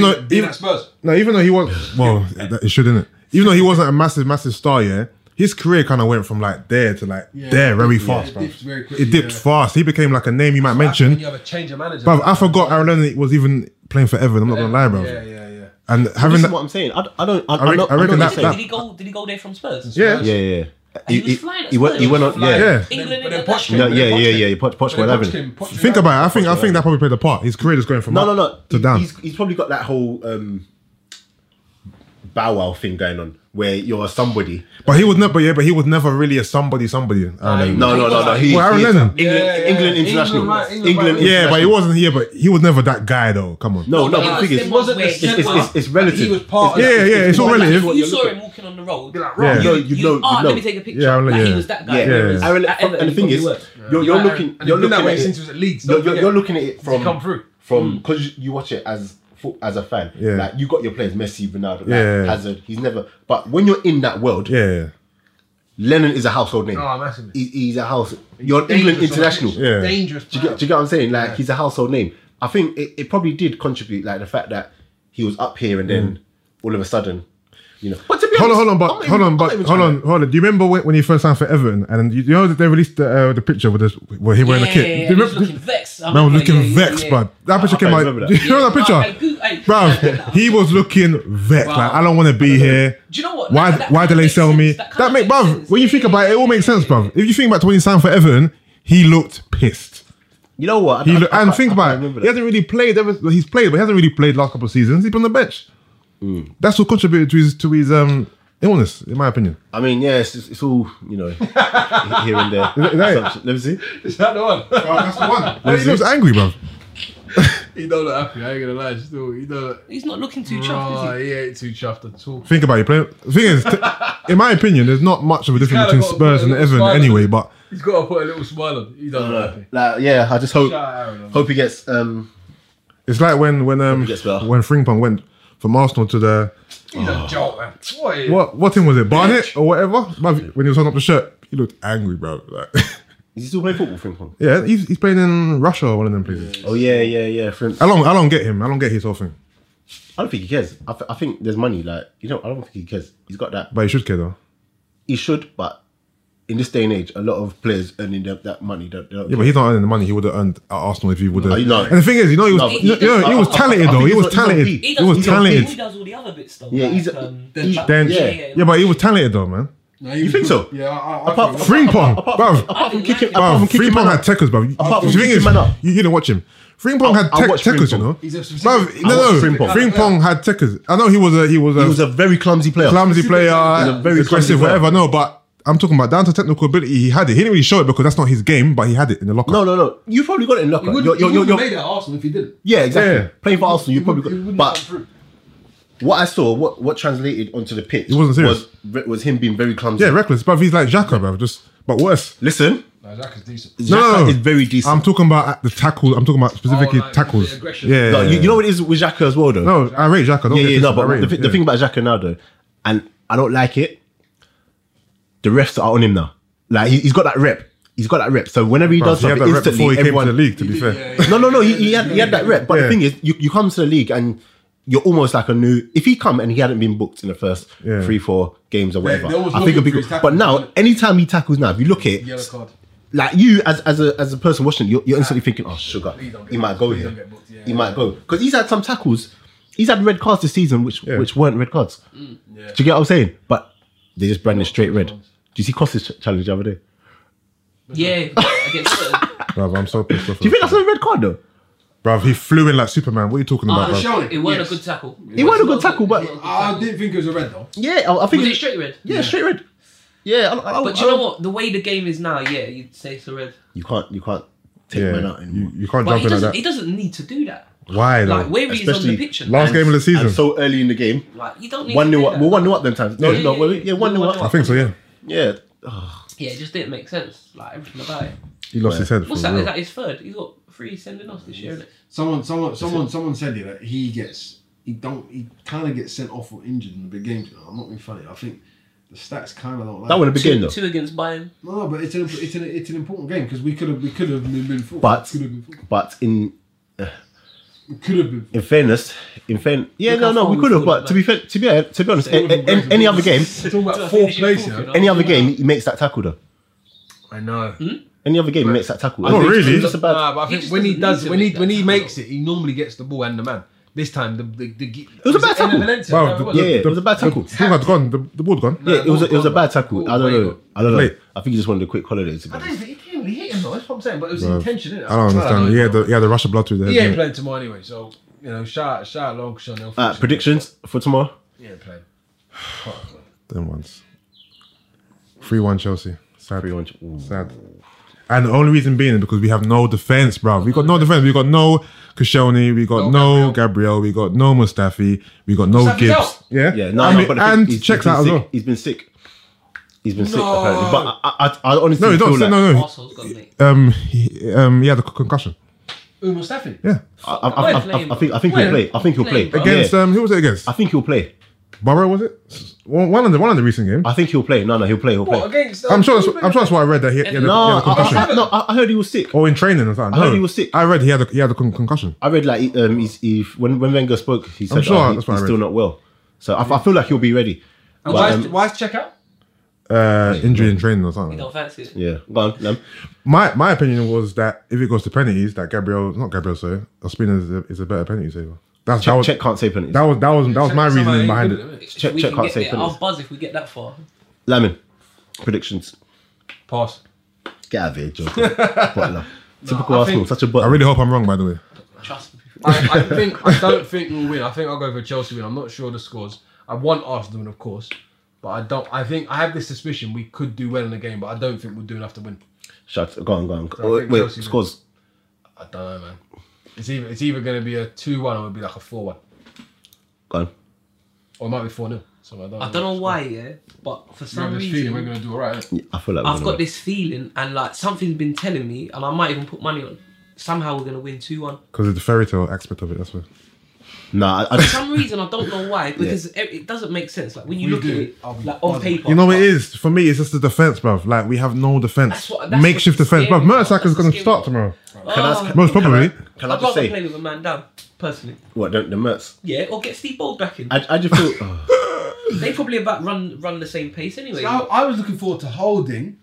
Speaker 1: being-
Speaker 4: though
Speaker 1: being
Speaker 4: even,
Speaker 1: at Spurs,
Speaker 4: no, even though he was well, that- it shouldn't. Even though he wasn't a massive, massive star, yeah, his career kind of went from like there to like there very fast,
Speaker 1: it
Speaker 4: bruv.
Speaker 1: dipped very quickly,
Speaker 4: It dipped
Speaker 1: yeah.
Speaker 4: fast. He became like a name you might
Speaker 1: when
Speaker 4: mention,
Speaker 1: you have a change of manager.
Speaker 4: bruv. I forgot Aaron Lennon was even playing for Everton. I'm not gonna lie, bruv.
Speaker 1: Yeah, yeah, yeah.
Speaker 4: And
Speaker 3: This
Speaker 4: having
Speaker 3: is
Speaker 4: that,
Speaker 3: what I'm saying. I, I don't. I,
Speaker 4: I
Speaker 3: I,
Speaker 4: reckon-
Speaker 3: not,
Speaker 4: I reckon
Speaker 3: I'm not
Speaker 4: that-
Speaker 3: saying-
Speaker 4: that-
Speaker 5: did he go? Did he go there from Spurs?
Speaker 4: yeah,
Speaker 3: Yeah, yeah.
Speaker 2: He was flying at
Speaker 3: he went. He
Speaker 2: Spurs.
Speaker 3: went on. Yeah,
Speaker 4: yeah.
Speaker 2: England
Speaker 1: But
Speaker 2: in
Speaker 1: then
Speaker 2: that
Speaker 1: Poch
Speaker 2: shit.
Speaker 1: came,
Speaker 3: yeah,
Speaker 1: but then
Speaker 3: yeah,
Speaker 1: Poch
Speaker 3: yeah,
Speaker 1: came.
Speaker 3: yeah. You Poch, Poch,
Speaker 1: But then
Speaker 3: whatever.
Speaker 1: Poch came, Poch
Speaker 4: Think
Speaker 1: came.
Speaker 4: about it. I think I think that probably played a part. His career is going from
Speaker 3: No,
Speaker 4: up
Speaker 3: no, no.
Speaker 4: to
Speaker 3: He-
Speaker 4: down.
Speaker 3: He's, he's probably got that whole um, bow wow thing going on where you're somebody.
Speaker 4: But he would never. Yeah, but he was never really a somebody. Somebody. Um, I don't know.
Speaker 3: No, no, no, no. He,
Speaker 4: Well, Aaron
Speaker 3: he is England,
Speaker 4: Lennon.
Speaker 1: Yeah, yeah,
Speaker 3: England
Speaker 1: yeah.
Speaker 3: international.
Speaker 1: England, right,
Speaker 3: England,
Speaker 1: England, right.
Speaker 4: Yeah, but he
Speaker 3: international.
Speaker 4: wasn't here. But he was never that guy though. Come on.
Speaker 3: No, no.
Speaker 2: but
Speaker 3: But the
Speaker 2: he
Speaker 3: thing
Speaker 2: was
Speaker 1: It wasn't
Speaker 3: is,
Speaker 2: Where
Speaker 1: the
Speaker 2: he
Speaker 1: step
Speaker 3: it's,
Speaker 1: up.
Speaker 3: it's, it's relative.
Speaker 1: He was part
Speaker 4: Yeah,
Speaker 1: of
Speaker 4: yeah, it's all
Speaker 3: what-
Speaker 4: relative.
Speaker 3: it's what
Speaker 2: If you
Speaker 3: you're
Speaker 2: saw
Speaker 3: looking
Speaker 2: him walking on the road,
Speaker 1: Be like,
Speaker 4: Yeah.
Speaker 1: right.
Speaker 3: No, you know,
Speaker 2: ah,
Speaker 3: you
Speaker 2: let
Speaker 3: know.
Speaker 2: me take a picture.
Speaker 4: Yeah, I'm like,
Speaker 2: like,
Speaker 4: yeah.
Speaker 2: He was that guy.
Speaker 3: Yeah,
Speaker 4: Yeah.
Speaker 2: whereas
Speaker 3: Aaron-
Speaker 2: at
Speaker 3: and the
Speaker 2: Everton,
Speaker 3: thing
Speaker 2: he
Speaker 3: is,
Speaker 2: worked.
Speaker 3: you're, you're
Speaker 1: Like,
Speaker 3: looking,
Speaker 1: and he's
Speaker 3: you're
Speaker 1: been
Speaker 3: looking
Speaker 1: that
Speaker 3: at
Speaker 1: way
Speaker 3: it,
Speaker 1: since he was at Leeds.
Speaker 3: you're,
Speaker 1: Don't
Speaker 3: you're,
Speaker 1: forget.
Speaker 3: you're looking at it from
Speaker 1: come through.
Speaker 3: from because you watch it as fo- as a fan.
Speaker 4: Yeah.
Speaker 3: like you got your players Messi, Ronaldo, like,
Speaker 4: Yeah.
Speaker 3: Hazard. He's never, but when you're in that world,
Speaker 4: Yeah.
Speaker 3: Lennon is a household name.
Speaker 1: Oh, massively.
Speaker 3: He- he's a house. You're an England
Speaker 1: Dangerous,
Speaker 3: international.
Speaker 1: right?
Speaker 3: Do
Speaker 4: Yeah.
Speaker 1: Dangerous.
Speaker 3: you, get, do you get what I'm saying? Like he's a household name. I think it, it probably did contribute, like the fact that he was up here and then all of a sudden, you know. But to be
Speaker 4: Mm. Hold
Speaker 3: honest,
Speaker 4: on,
Speaker 3: I'm
Speaker 4: hold on, but
Speaker 3: not
Speaker 4: hold
Speaker 3: even-
Speaker 4: on,
Speaker 3: I'm
Speaker 4: but
Speaker 3: not even
Speaker 4: hold
Speaker 3: trying
Speaker 4: on, hold on. Do you remember when, when he first signed for Everton and you know that they released the, uh, the picture with this, where he
Speaker 2: Yeah,
Speaker 4: wearing
Speaker 2: yeah,
Speaker 4: the kit?
Speaker 2: yeah,
Speaker 4: Do
Speaker 2: he
Speaker 4: you
Speaker 2: was
Speaker 4: remember?
Speaker 2: looking vexed. I
Speaker 4: Man was
Speaker 2: remember,
Speaker 4: looking
Speaker 2: yeah, yeah,
Speaker 4: vexed,
Speaker 2: yeah.
Speaker 4: bruv. That picture came
Speaker 3: can't
Speaker 4: out.
Speaker 3: remember
Speaker 4: Do you know that
Speaker 2: Yeah,
Speaker 4: picture,
Speaker 2: like, who- hey,
Speaker 4: bruv? He was looking vexed.
Speaker 2: Bruv.
Speaker 4: Like I don't want to be here.
Speaker 2: Do you know what?
Speaker 4: Why?
Speaker 2: That- that
Speaker 4: why do
Speaker 2: kinda
Speaker 4: they
Speaker 2: makes
Speaker 4: sell
Speaker 2: sense.
Speaker 4: me?
Speaker 2: That kinda
Speaker 4: That, make,
Speaker 2: makes
Speaker 4: bruv.
Speaker 2: sense.
Speaker 4: When you think
Speaker 2: Yeah,
Speaker 4: about it, it all
Speaker 2: yeah,
Speaker 4: makes
Speaker 2: yeah,
Speaker 4: sense,
Speaker 2: yeah,
Speaker 4: bruv. If you think about when he signed for Everton, he looked pissed.
Speaker 3: You know what? I-
Speaker 4: He
Speaker 3: I-
Speaker 4: lo-
Speaker 3: I-
Speaker 4: and
Speaker 3: I-
Speaker 4: think
Speaker 3: I
Speaker 4: about
Speaker 3: remember
Speaker 4: it.
Speaker 3: that.
Speaker 4: He hasn't really played. Ever, well, he's played, but he hasn't really played last couple of seasons. He's been on the bench.
Speaker 3: Mm.
Speaker 4: That's what contributed to his to his um illness, in my opinion.
Speaker 3: I mean, yeah, it's, it's, it's all you know here and there.
Speaker 4: that- is that it?
Speaker 3: Assumption. Let me see.
Speaker 1: Is that the one?
Speaker 4: that's the one. he looks angry, bruv.
Speaker 1: He don't look happy. I ain't gonna lie. Still, he don't. Look...
Speaker 2: He's not looking too
Speaker 1: Right,
Speaker 2: chuffed,
Speaker 1: he ain't too chuffed at all.
Speaker 4: Think about it. Play. The thing is, t- in my opinion, there's not much of a difference
Speaker 1: kinda
Speaker 4: between
Speaker 1: got a bit
Speaker 4: Spurs
Speaker 1: of
Speaker 4: and
Speaker 1: a
Speaker 4: Everton
Speaker 1: smile on
Speaker 4: anyway.
Speaker 1: him.
Speaker 4: But
Speaker 1: He's got to put a little smile on. He don't look happy.
Speaker 3: Like, yeah, I just hope
Speaker 1: Shout out Aaron.
Speaker 3: hope he gets um
Speaker 4: it's like when when um
Speaker 3: gets better.
Speaker 4: when Fringpong went from Arsenal to the
Speaker 1: He's
Speaker 6: Oh.
Speaker 1: a jolt, man. What? is-
Speaker 4: what what team was it Barnet or whatever. Bruv, when he was holding up the shirt, he looked angry, bro. Like,
Speaker 3: Is he still playing football, Frimpong?
Speaker 4: yeah, he's, he's playing in Russia or one of them places.
Speaker 3: Oh yeah, yeah, yeah. Frim-
Speaker 4: I don't I don't get him. I don't get his whole thing.
Speaker 3: I don't think he cares. I, th- I think there's money. Like you know, I don't think he cares. He's got that.
Speaker 4: But he should care though.
Speaker 3: He should, but in this day and age, a lot of players earning that, that money don't. They don't
Speaker 4: Yeah, but he's not earning the money he would have earned at Arsenal if he would have.
Speaker 3: No, you know-
Speaker 4: and the thing is, you know, he was,
Speaker 3: No,
Speaker 4: you know, he was
Speaker 3: I- I-
Speaker 4: talented
Speaker 3: I
Speaker 4: though.
Speaker 3: think
Speaker 4: He
Speaker 3: he's
Speaker 4: was
Speaker 3: not- he's not
Speaker 4: talented.
Speaker 3: deep.
Speaker 4: He was
Speaker 3: He's not
Speaker 2: He
Speaker 4: talented.
Speaker 2: does all the other bits though.
Speaker 3: Yeah,
Speaker 2: like,
Speaker 3: he's a-
Speaker 2: um,
Speaker 1: he-
Speaker 2: like-
Speaker 4: Then,
Speaker 3: Yeah.
Speaker 4: yeah, but he was talented though, man.
Speaker 1: No, he
Speaker 3: You think
Speaker 1: was-
Speaker 3: so?
Speaker 1: Yeah, I, I,
Speaker 3: Apart
Speaker 1: I
Speaker 3: from-
Speaker 4: Frimpong, bruv.
Speaker 3: apart from
Speaker 2: I didn't
Speaker 3: kicking,
Speaker 2: like
Speaker 3: apart
Speaker 4: Bruv,
Speaker 3: from kicking
Speaker 4: Frimpong
Speaker 3: man
Speaker 4: had
Speaker 3: up.
Speaker 4: techers, bruv.
Speaker 3: Apart
Speaker 4: The
Speaker 3: from
Speaker 4: thing is,
Speaker 3: kicking man up.
Speaker 4: you, you didn't watch him. Frimpong had
Speaker 3: I
Speaker 4: tech,
Speaker 3: watched
Speaker 4: techers, you
Speaker 3: Frimpong.
Speaker 4: know.
Speaker 1: He's a specific-
Speaker 4: Bruv,
Speaker 1: I
Speaker 4: no, no,
Speaker 1: watched Frimpong.
Speaker 4: Frimpong had techers. I know he was a he was a,
Speaker 3: He was a very clumsy player.
Speaker 4: clumsy player,
Speaker 1: He's a
Speaker 3: very clumsy
Speaker 4: aggressive,
Speaker 3: player.
Speaker 4: whatever. No, but I'm talking about down to technical ability. He had it. He didn't really show it because that's not his game, but he had it in the locker.
Speaker 3: No, no, no. You probably got it in locker.
Speaker 1: He wouldn't,
Speaker 3: You're-
Speaker 1: he
Speaker 3: you're-
Speaker 1: wouldn't
Speaker 3: you're-
Speaker 1: have made it at Arsenal if he didn't.
Speaker 3: yeah, exactly.
Speaker 4: Yeah.
Speaker 3: Playing for Arsenal, you
Speaker 1: He
Speaker 3: probably got.
Speaker 1: wouldn't have
Speaker 3: But
Speaker 1: come through.
Speaker 3: what I saw, what what translated onto the pitch,
Speaker 4: He wasn't serious.
Speaker 3: Was, was him being very clumsy.
Speaker 4: Yeah, reckless, bruv. He's like Xhaka, bruv. Just but worse.
Speaker 3: Listen,
Speaker 1: No, Zach is decent.
Speaker 3: Xhaka
Speaker 4: No, no, no.
Speaker 3: is very decent.
Speaker 4: I'm talking about at the tackle. I'm talking about specifically
Speaker 1: Oh, like
Speaker 4: tackles.
Speaker 1: the
Speaker 4: Yeah,
Speaker 1: aggression.
Speaker 3: No, you, you know what it is with Xhaka as well, though.
Speaker 4: No, I rate Xhaka. Don't
Speaker 3: yeah,
Speaker 4: get
Speaker 3: yeah,
Speaker 4: this,
Speaker 3: no.
Speaker 4: I
Speaker 3: But
Speaker 4: rate
Speaker 3: the,
Speaker 4: him,
Speaker 3: thi- the
Speaker 4: yeah.
Speaker 3: thing about Xhaka now, though, and I don't like it. The refs are on him now. Like he, he's got that rep. He's got that rep. So whenever he
Speaker 4: Bruv,
Speaker 3: does
Speaker 4: he had
Speaker 3: something
Speaker 4: that rep
Speaker 3: instantly,
Speaker 4: before he came to
Speaker 3: everyone.
Speaker 4: the league. To be fair,
Speaker 3: No, no, no. He, he had he had that rep. But
Speaker 4: Yeah.
Speaker 3: the thing is, you, you come to the league and you're almost like a new. If he come and he hadn't been booked in the first
Speaker 4: Yeah.
Speaker 3: three, four games or whatever,
Speaker 1: they always
Speaker 3: I think it'd
Speaker 1: looking
Speaker 3: be
Speaker 1: for his
Speaker 3: good.
Speaker 1: tackles,
Speaker 3: But now,
Speaker 1: isn't
Speaker 3: anytime he tackles now, if you look at
Speaker 1: Yellow
Speaker 3: it,
Speaker 1: card.
Speaker 3: like you as as a as a person watching, you're, you're instantly thinking, "Oh, sugar,
Speaker 1: don't get
Speaker 3: he might
Speaker 1: booked.
Speaker 3: go
Speaker 1: Please
Speaker 3: here.
Speaker 1: don't get booked." Yeah,
Speaker 3: he
Speaker 1: yeah.
Speaker 3: might go because he's had some tackles. He's had red cards this season, which
Speaker 4: Yeah.
Speaker 3: which weren't red cards.
Speaker 1: Yeah.
Speaker 3: Do you get what I'm saying? But they just branded straight red. Do you see Costa's ch- challenge the other day?
Speaker 2: Yeah, against Everton.
Speaker 4: bruv, I'm so pissed off.
Speaker 3: Do you think that's not a red card though?
Speaker 4: bruv? He flew in like Superman. What are you talking about,
Speaker 2: Ah,
Speaker 4: bruv?
Speaker 1: Showing
Speaker 2: It weren't
Speaker 1: yes.
Speaker 2: a good tackle.
Speaker 3: He wasn't a good tackle, but
Speaker 1: I didn't think it was a red though.
Speaker 3: yeah, I, I
Speaker 2: Was
Speaker 3: think
Speaker 2: it
Speaker 3: it's-
Speaker 2: straight red?
Speaker 3: Yeah, Oh, straight red. Yeah, I, I, I,
Speaker 2: But
Speaker 3: I,
Speaker 2: do you know what? The way the game is now, yeah, you'd say it's a red.
Speaker 3: You can't you can't take
Speaker 4: Yeah.
Speaker 3: man out
Speaker 4: You,
Speaker 3: anymore.
Speaker 4: you can't
Speaker 2: But
Speaker 4: jump
Speaker 2: he
Speaker 4: in like
Speaker 2: doesn't,
Speaker 4: that.
Speaker 2: he doesn't need to do that.
Speaker 4: Why? though?
Speaker 2: Like Waverly is on
Speaker 3: especially
Speaker 2: the picture.
Speaker 4: Last game of the season.
Speaker 3: And so early in the game,
Speaker 2: Like you don't need
Speaker 3: one
Speaker 2: to
Speaker 3: nil
Speaker 2: do
Speaker 3: up.
Speaker 2: that.
Speaker 3: Well, one nil up them times. No,
Speaker 2: Yeah,
Speaker 3: no,
Speaker 2: yeah,
Speaker 3: well,
Speaker 2: yeah.
Speaker 3: yeah, one nil
Speaker 2: One
Speaker 4: I
Speaker 3: up.
Speaker 2: nil up.
Speaker 4: think so. Yeah,
Speaker 3: Yeah,
Speaker 2: Yeah, it just didn't make sense. Like everything about it.
Speaker 4: he lost his head. For
Speaker 2: What's that? Is
Speaker 4: real.
Speaker 2: that his third? He's got three sending offs this year, isn't it?
Speaker 6: Someone, someone, someone, someone said here that he gets, he don't, he kind of gets sent off or injured in the big games. You know, I'm not being funny. I think the stats kind of don't like
Speaker 3: that would have
Speaker 2: Two,
Speaker 3: been though.
Speaker 2: two against Bayern.
Speaker 6: No, no, but it's an it's an it's an important game because we could have we could have been been four.
Speaker 3: But-
Speaker 6: could have been four.
Speaker 3: But in
Speaker 6: We could have been.
Speaker 3: in fairness, in fair, yeah,
Speaker 2: Look
Speaker 3: no,
Speaker 2: how
Speaker 3: no,
Speaker 2: far
Speaker 3: we
Speaker 2: we
Speaker 3: could have.
Speaker 2: could
Speaker 3: But
Speaker 2: have
Speaker 3: to be fair, to be to be honest,
Speaker 6: They
Speaker 3: a-
Speaker 6: would've
Speaker 3: a- any,
Speaker 6: been
Speaker 3: any other game,
Speaker 6: great.
Speaker 1: We're talking
Speaker 2: I
Speaker 1: about
Speaker 2: think
Speaker 1: four
Speaker 2: they should
Speaker 1: plays,
Speaker 2: forfeit,
Speaker 1: you know.
Speaker 2: though.
Speaker 3: any other game, he makes that tackle though.
Speaker 1: I know.
Speaker 3: Any other game, he makes that tackle. I
Speaker 4: Not
Speaker 3: think
Speaker 4: Oh, really.
Speaker 3: That's about.
Speaker 1: Nah, but I
Speaker 2: He
Speaker 1: think
Speaker 2: just
Speaker 1: when he
Speaker 2: doesn't
Speaker 1: does,
Speaker 2: need to
Speaker 1: when he
Speaker 2: make
Speaker 1: when
Speaker 2: that tackle.
Speaker 1: he makes it, he normally gets the ball and the man. This time, the the, the, the
Speaker 3: was a bad tackle.
Speaker 4: Wow,
Speaker 1: Wow,
Speaker 4: the-
Speaker 3: yeah, yeah, it was a bad tackle.
Speaker 4: The ball had gone. The, the ball had gone.
Speaker 3: Yeah, it was a, it was a bad tackle. I don't know. I don't know.
Speaker 4: Wait.
Speaker 3: I think he just wanted a quick holiday. To be
Speaker 1: I
Speaker 3: honest.
Speaker 1: don't think he didn't really hit him though. That's what I'm saying. But it was
Speaker 4: Bruv,
Speaker 1: intention, innit?
Speaker 4: I don't understand. He had the, he had the rush of blood through the head.
Speaker 1: He ain't
Speaker 4: didn't
Speaker 1: playing tomorrow anyway, so you know, shout shout out long Sean. Hill.
Speaker 3: Uh, predictions for tomorrow.
Speaker 1: He ain't playing.
Speaker 4: he? Them ones. Three one Chelsea. Sad.
Speaker 3: Three one. Ooh.
Speaker 4: Sad. And the only reason being is because we have no defense, bro. We got no defense. We got no Kashoni. We got no,
Speaker 1: No
Speaker 4: Gabriel. We got no Mustafi. We got no
Speaker 1: Mustafi's
Speaker 4: Gibbs.
Speaker 1: out.
Speaker 4: Yeah.
Speaker 3: Yeah, no,
Speaker 4: I
Speaker 3: no,
Speaker 4: mean,
Speaker 3: but I think
Speaker 4: and
Speaker 3: he's- he's
Speaker 4: checks
Speaker 3: been
Speaker 4: out as
Speaker 3: sick.
Speaker 4: well.
Speaker 3: He's been sick. He's been sick apparently. But I, I, I, I honestly
Speaker 4: No, he's
Speaker 3: feel
Speaker 4: not.
Speaker 3: like
Speaker 4: no, no.
Speaker 2: Arsenal's got me.
Speaker 4: Um, he, um, he had a con- concussion.
Speaker 1: Ooh, Mustafi.
Speaker 4: Yeah.
Speaker 3: I, I, I, I, I, I think I think he'll play. I think he'll play
Speaker 4: Against
Speaker 3: Yeah.
Speaker 4: um, who was it against?
Speaker 3: I think he'll play.
Speaker 4: Borough was it? S- One one of the one of the recent games.
Speaker 3: I think he'll play. No, no, he'll play. He'll play.
Speaker 1: What against?
Speaker 4: I'm sure. That's, I'm sure that's what I read. That he had, he had, a,
Speaker 3: No,
Speaker 4: he had
Speaker 3: I,
Speaker 4: a concussion.
Speaker 3: I, I, no, I I heard he was sick.
Speaker 4: or in training or something.
Speaker 3: I heard
Speaker 4: No.
Speaker 3: he was sick.
Speaker 4: I read he had a, he had a con- concussion.
Speaker 3: I read like um, he's, he, when when Wenger spoke, he said
Speaker 4: sure
Speaker 3: oh, he-
Speaker 4: that's
Speaker 3: he's
Speaker 4: what I read.
Speaker 3: still not well. So I, I feel like he'll be ready. But,
Speaker 1: Why is,
Speaker 3: um,
Speaker 1: why is check out?
Speaker 4: Uh, injury in training or
Speaker 2: You
Speaker 4: something.
Speaker 2: don't fancy it.
Speaker 3: yeah, go on. Lam.
Speaker 4: My my opinion was that if it goes to penalties, that Gabriel, not Gabriel, sorry, Ospina is a, is a better penalty saver. That's that
Speaker 3: Check,
Speaker 4: was,
Speaker 3: check can't say penalties.
Speaker 4: that was that was that was my
Speaker 1: Check out,
Speaker 4: reasoning
Speaker 1: ain't
Speaker 4: behind
Speaker 1: good
Speaker 4: it.
Speaker 1: at it.
Speaker 3: Check-
Speaker 2: we
Speaker 3: check
Speaker 2: can
Speaker 3: can't
Speaker 2: get
Speaker 3: say
Speaker 2: there.
Speaker 3: penalties.
Speaker 2: I'll buzz if we get that far.
Speaker 3: Lamin, predictions.
Speaker 1: Pass.
Speaker 3: Get out of here, Joe. Butler. Typical Arsenal,
Speaker 1: think-
Speaker 3: such a
Speaker 4: I
Speaker 3: butler.
Speaker 4: really hope I'm wrong, by the way.
Speaker 2: Trust me.
Speaker 1: I, I think I don't think we'll win. I think I'll go for Chelsea win. I'm not sure the scores. I want Arsenal to win, of course, but I don't. I think I have this suspicion we could do well in the game, but I don't think we'll do enough to win.
Speaker 3: Shut. Go on, go on.
Speaker 1: I
Speaker 3: Wait,
Speaker 1: think
Speaker 3: wait,
Speaker 1: Chelsea
Speaker 3: scores.
Speaker 1: I don't know, man. It's either it's either going to be a two-one or it'll be like a four-one,
Speaker 3: Go on.
Speaker 1: or it might be four-nil. So I don't.
Speaker 2: I don't know why, yeah, but for
Speaker 1: I have
Speaker 2: some
Speaker 1: this
Speaker 2: reason,
Speaker 1: feeling we're going to do all right. innit?
Speaker 3: I feel like we're
Speaker 2: I've
Speaker 3: gonna
Speaker 2: got
Speaker 3: win.
Speaker 2: this feeling, and like something's been telling me, and I might even put money on. Somehow we're gonna win two one.
Speaker 4: Because of the fairy tale aspect of it, that's why.
Speaker 3: Nah, I, I
Speaker 2: For
Speaker 3: just,
Speaker 2: some reason, I don't know why, because it, it doesn't make sense. Like when you
Speaker 1: We
Speaker 2: look
Speaker 1: do.
Speaker 2: at it,
Speaker 1: I'll be
Speaker 2: like on
Speaker 1: buzzing.
Speaker 2: paper,
Speaker 4: You know what it is? For me, it's just the defense, bruv. Like we have no defense.
Speaker 2: That's what- that's
Speaker 4: Makeshift
Speaker 2: what's
Speaker 4: defense, bruv.
Speaker 2: scary, bruv.
Speaker 4: Mertesacker's
Speaker 2: That's
Speaker 4: gonna
Speaker 2: scary.
Speaker 4: start tomorrow.
Speaker 3: can I, can,
Speaker 4: Most probably.
Speaker 3: can I
Speaker 2: Oh, I'd
Speaker 3: just
Speaker 2: rather
Speaker 3: say
Speaker 2: play with a man down, personally.
Speaker 3: what? The, the Mertz.
Speaker 2: Yeah, or get Steve Bold back in.
Speaker 3: I, I just feel. oh,
Speaker 2: they probably about run run the same pace anyway.
Speaker 6: I, I was looking forward to holding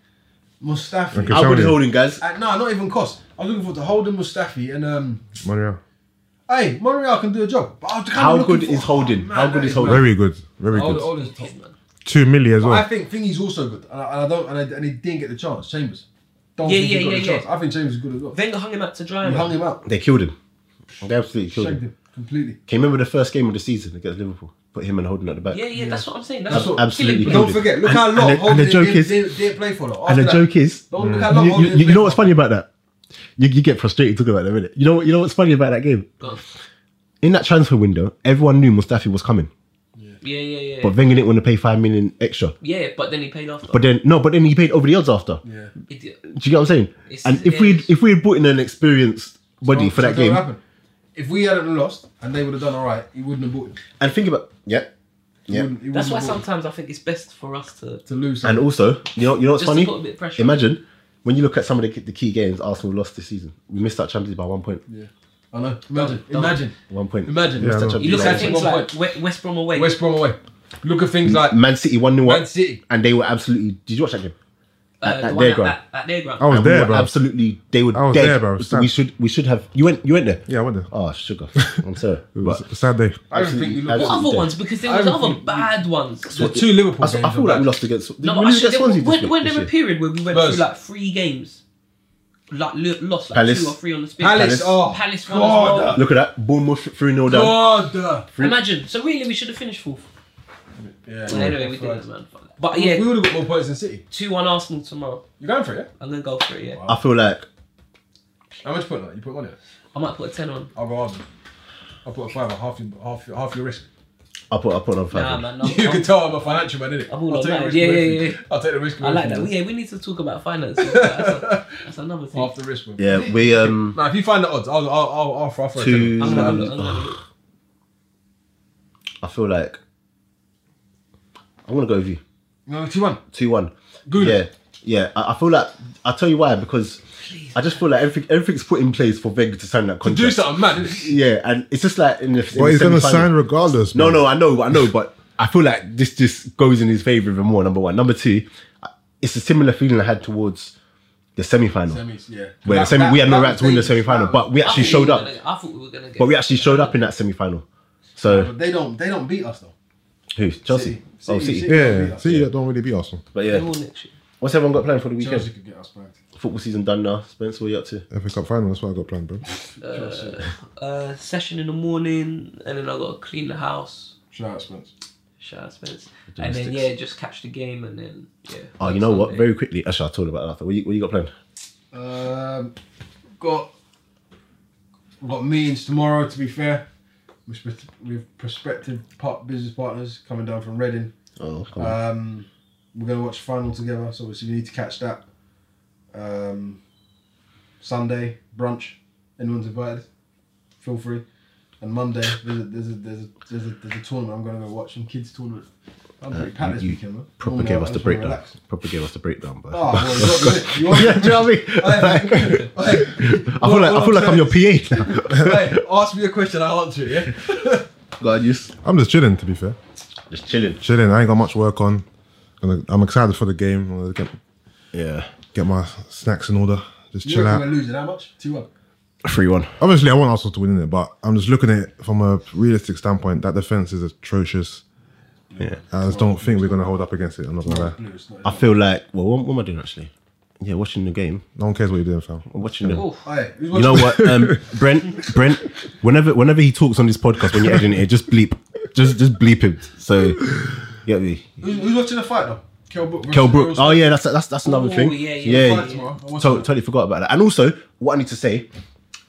Speaker 6: Mustafi.
Speaker 4: Okay.
Speaker 3: I would
Speaker 4: Shoulders.
Speaker 3: holding guys.
Speaker 6: Uh, no, not even cost. I was looking forward to holding Mustafi and um.
Speaker 4: Monreal.
Speaker 6: Hey, Monreal can do a job. But I was kinda
Speaker 3: How
Speaker 6: looking
Speaker 3: good
Speaker 6: for-
Speaker 3: is Holding?
Speaker 1: Oh,
Speaker 3: How
Speaker 1: man,
Speaker 3: good
Speaker 1: that
Speaker 3: is
Speaker 1: is
Speaker 3: Holding?
Speaker 4: Very good. Very
Speaker 2: Oh,
Speaker 1: Hold-
Speaker 4: good.
Speaker 1: hold is top.
Speaker 4: Two milli as
Speaker 6: But I
Speaker 4: well.
Speaker 6: think Thingy's also good, and I, and I don't, and, I, and he didn't get the chance. Chambers, don't
Speaker 2: Yeah,
Speaker 6: think
Speaker 2: yeah,
Speaker 6: he got
Speaker 2: yeah,
Speaker 6: the
Speaker 2: yeah.
Speaker 6: chance. I think Chambers is good as well.
Speaker 2: Wenger hung him out to dry.
Speaker 6: He
Speaker 2: man.
Speaker 6: hung him out,
Speaker 3: They killed him. They absolutely killed
Speaker 6: shagged
Speaker 3: him.
Speaker 6: him completely.
Speaker 3: Can you remember the first game of the season against Liverpool? Put him and Holding at the back.
Speaker 2: Yeah, yeah, that's what I'm saying. That's,
Speaker 6: That's
Speaker 2: what
Speaker 6: what-
Speaker 3: Absolutely.
Speaker 6: But
Speaker 2: killing
Speaker 6: don't
Speaker 3: Holding.
Speaker 6: forget, look
Speaker 3: And-
Speaker 6: how
Speaker 3: and
Speaker 6: long
Speaker 3: the- and the
Speaker 6: Holding
Speaker 3: joke
Speaker 6: didn't,
Speaker 3: is-
Speaker 6: didn't, didn't play for. Though.
Speaker 3: And
Speaker 6: After
Speaker 3: the
Speaker 6: that,
Speaker 3: joke is,
Speaker 6: don't look how long
Speaker 3: you, you,
Speaker 6: Holding
Speaker 3: you
Speaker 6: didn't
Speaker 3: know
Speaker 6: play
Speaker 3: what's
Speaker 6: for.
Speaker 3: funny about that? You, you get frustrated talking about that, innit? You know what? You know what's funny about that game?
Speaker 2: Go on.
Speaker 3: In that transfer window, everyone knew Mustafi was coming,
Speaker 2: Yeah, yeah, yeah.
Speaker 3: but Wenger didn't want to pay five million extra.
Speaker 2: yeah, but then he paid after.
Speaker 3: But then no, but then he paid over the odds after.
Speaker 6: Yeah.
Speaker 2: He did-
Speaker 3: Do you get what I'm saying?
Speaker 2: It's-
Speaker 3: and if we if we had brought in an experienced body
Speaker 6: So-
Speaker 3: for
Speaker 6: so
Speaker 3: that
Speaker 6: tell you
Speaker 3: game,
Speaker 6: what happened. If we hadn't lost and they would have done all right, he wouldn't have bought him.
Speaker 3: and think about yeah,
Speaker 6: He
Speaker 3: Yeah.
Speaker 6: wouldn't- he
Speaker 2: That's why
Speaker 6: wouldn't have bought him
Speaker 2: sometimes I think it's best for us to.
Speaker 6: to lose.
Speaker 3: and also you know you know what's
Speaker 2: Just
Speaker 3: funny?
Speaker 2: to put a bit of pressure on.
Speaker 3: Imagine when you look at some of the, key- the key games Arsenal lost this season. We missed out Champions League by one point.
Speaker 6: I know. Imagine,
Speaker 2: Don't-
Speaker 6: imagine,
Speaker 3: One point.
Speaker 1: Imagine.
Speaker 3: Missed
Speaker 4: Yeah, I
Speaker 3: out
Speaker 4: know.
Speaker 2: You
Speaker 3: Champions
Speaker 2: look
Speaker 3: League by
Speaker 2: at
Speaker 3: one point.
Speaker 2: things
Speaker 1: One
Speaker 2: like we- West Brom away.
Speaker 1: West Brom away. Look at things like
Speaker 3: Man City one 0
Speaker 1: Man City.
Speaker 3: and they were absolutely. Did you watch that game?
Speaker 2: uh,
Speaker 3: at-
Speaker 2: the
Speaker 3: at
Speaker 2: one
Speaker 3: their
Speaker 2: at-
Speaker 3: ground.
Speaker 2: at- at their ground.
Speaker 4: I was
Speaker 3: And we
Speaker 4: there,
Speaker 3: were
Speaker 4: bro.
Speaker 3: Absolutely, they were
Speaker 4: I was
Speaker 3: dead.
Speaker 4: there, bro.
Speaker 3: So we
Speaker 4: Sad.
Speaker 3: should we should have. You went you went there.
Speaker 4: Yeah, I went there.
Speaker 3: Oh sugar. I'm sorry.
Speaker 4: It
Speaker 3: But
Speaker 4: was a sad day.
Speaker 1: I don't think you look.
Speaker 2: What
Speaker 3: Absolutely.
Speaker 2: other ones? Because there was
Speaker 1: I don't
Speaker 2: other
Speaker 1: think-
Speaker 2: bad ones.
Speaker 1: The two Liverpool
Speaker 3: I, s- I
Speaker 1: games.
Speaker 3: feel
Speaker 1: are
Speaker 3: like
Speaker 1: bad.
Speaker 3: we lost
Speaker 2: No,
Speaker 3: against. we
Speaker 2: but
Speaker 3: lose
Speaker 2: actually,
Speaker 3: against
Speaker 2: there,
Speaker 3: Swansea
Speaker 2: when,
Speaker 3: this week-
Speaker 2: when there was
Speaker 3: this
Speaker 2: a
Speaker 3: year.
Speaker 2: period where we went
Speaker 1: Spurs.
Speaker 2: through like three games, like lo- lost like
Speaker 3: Palace.
Speaker 2: two or three on the spin.
Speaker 1: Palace.
Speaker 3: Palace.
Speaker 1: Oh,
Speaker 2: Palace won as well.
Speaker 1: God.
Speaker 3: Look at that. Bournemouth 3 0 down.
Speaker 1: God. uh,
Speaker 2: Imagine. So really, we should have finished fourth.
Speaker 1: Yeah.
Speaker 2: Well, anyway, we didn't,
Speaker 1: Right.
Speaker 2: man. Fuck that. But
Speaker 1: We
Speaker 2: yeah,
Speaker 1: would have got more points than City.
Speaker 2: two one Arsenal tomorrow.
Speaker 1: You're going for it, yeah?
Speaker 2: I'm gonna go for it. Yeah.
Speaker 3: I feel like
Speaker 1: How much you put on that? You put one in?
Speaker 2: I might put a ten on.
Speaker 1: I'll rather. I'll put a fiver, half your, half your, half your risk.
Speaker 3: I put I put on five.
Speaker 2: Nah, man. No,
Speaker 1: You can tell I'm a financial man, innit?
Speaker 2: I'm all
Speaker 1: I'll
Speaker 2: on
Speaker 1: take the
Speaker 2: that.
Speaker 1: risk
Speaker 2: Yeah,
Speaker 1: with
Speaker 2: yeah,
Speaker 1: everything.
Speaker 2: yeah.
Speaker 1: I'll take the risk with
Speaker 2: I like that.
Speaker 1: everything.
Speaker 2: We, yeah, we need to talk about finances. That's, a, that's another thing.
Speaker 3: Oh,
Speaker 1: Half the risk with
Speaker 3: Yeah, we um
Speaker 1: Now, if you find the odds, I'll, I'll, I'll, I'll offer, offer a
Speaker 3: Two-
Speaker 1: tenner.
Speaker 2: I'm gonna look. I'm gonna look.
Speaker 3: I feel like I'm gonna go with you.
Speaker 1: No, 2 1.
Speaker 3: Two one.
Speaker 1: Good.
Speaker 3: Yeah. Yeah. I, I feel like I'll tell you why, because I just feel like everything everything's put in place for Wenger to sign that
Speaker 1: To
Speaker 3: contract.
Speaker 1: do something, man. innit?
Speaker 3: Yeah, and it's just like in the in
Speaker 4: But
Speaker 3: the
Speaker 4: he's gonna
Speaker 3: semi-final.
Speaker 4: sign regardless.
Speaker 3: No,
Speaker 4: man.
Speaker 3: no, I know, I know, but I feel like this just goes in his favour even more. Number one, number two, I- it's a similar feeling I had towards the semi-final,
Speaker 6: Semis, yeah.
Speaker 3: where the
Speaker 1: That-
Speaker 3: semi,
Speaker 1: that-
Speaker 3: we had no
Speaker 1: that
Speaker 3: right
Speaker 1: was
Speaker 3: to win the
Speaker 1: dangerous,
Speaker 3: semi-final,
Speaker 1: that
Speaker 3: but we
Speaker 2: I
Speaker 3: actually
Speaker 2: thought
Speaker 3: oh, showed
Speaker 2: we were
Speaker 3: up.
Speaker 2: gonna- I thought we were gonna get.
Speaker 3: But we actually showed up in that semi-final. So
Speaker 6: But they don't they don't beat us though.
Speaker 3: who? Chelsea.
Speaker 6: City.
Speaker 3: Oh,
Speaker 6: City,
Speaker 3: City.
Speaker 6: City.
Speaker 4: Yeah, see, you don't really be awesome.
Speaker 3: But
Speaker 2: They're
Speaker 3: yeah,
Speaker 2: all next year.
Speaker 3: what's everyone got planned for the weekend?
Speaker 6: Chelsea could get us back.
Speaker 3: Football season done now. Spence, what are you up to?
Speaker 4: FA Cup final, that's what I got planned, bro.
Speaker 2: Uh, session in the morning, and then I gotta clean the house.
Speaker 6: Shout out Spence.
Speaker 2: Shout out Spence. And then yeah, just catch the game, and then yeah.
Speaker 3: Oh, you know what?
Speaker 2: Sunday.
Speaker 3: Very quickly, actually, I'll talk about that after. What you, what you got planned?
Speaker 6: Um, got we've got meetings tomorrow. To be fair, with, pers- with prospective part, business partners coming down from Reading.
Speaker 3: Oh,
Speaker 1: Uh,
Speaker 3: come on.
Speaker 6: Um, we're gonna watch final together, so obviously we need to catch that. Um, Sunday brunch, anyone's invited, feel free. And Monday there's a there's a there's a there's a, there's a tournament I'm gonna go watch some kids tournament. I'm pretty pat this
Speaker 3: Uh, you
Speaker 6: weekend. man.
Speaker 3: proper
Speaker 6: Normally
Speaker 3: gave
Speaker 6: I-
Speaker 3: us
Speaker 6: I
Speaker 3: the
Speaker 6: just wanna
Speaker 3: breakdown.
Speaker 6: relax.
Speaker 3: Proper gave us the breakdown, bro.
Speaker 6: Oh, well, you want- you want-
Speaker 3: yeah, do you know what I mean?
Speaker 1: Hey,
Speaker 3: Like,
Speaker 1: hey,
Speaker 3: I feel like I feel like I'm your PA. now.
Speaker 1: hey, ask me a question, I'll answer it, yeah?
Speaker 3: God, you s-
Speaker 4: I'm just chilling, to be fair.
Speaker 3: just chilling.
Speaker 4: Chilling. I ain't got much work on. Gonna- I'm excited for the game. I'm gonna get,
Speaker 3: Yeah,
Speaker 4: get my snacks in order. Just
Speaker 6: You
Speaker 4: chill
Speaker 6: reckon
Speaker 4: out.
Speaker 6: We're losing how much? Two one.
Speaker 3: three one.
Speaker 4: Obviously, I want Arsenal to win it, but I'm just looking at it from a realistic standpoint. That defense is atrocious.
Speaker 3: Yeah.
Speaker 4: I just don't think we're gonna hold up against it. I'm not gonna lie.
Speaker 6: Blue, it's not.
Speaker 3: I feel like well, what, what am I doing actually? Yeah, watching the game.
Speaker 4: No one cares what you're doing, fam.
Speaker 3: I'm watching the.
Speaker 2: Oh,
Speaker 6: Hey, who's
Speaker 3: You know what, um, Brent? Brent, whenever whenever he talks on this podcast, when you're editing it, just bleep, just just bleep him. So, yeah, me.
Speaker 6: Who's, who's watching the fight though? Kel Brook. versus
Speaker 3: Kel Brook.
Speaker 6: Errol
Speaker 3: Oh yeah, that's that's that's another
Speaker 2: Oh,
Speaker 3: thing.
Speaker 2: yeah, yeah,
Speaker 6: Spence tomorrow. I
Speaker 3: To-
Speaker 6: watched it.
Speaker 3: totally forgot about that. And also, what I need to say,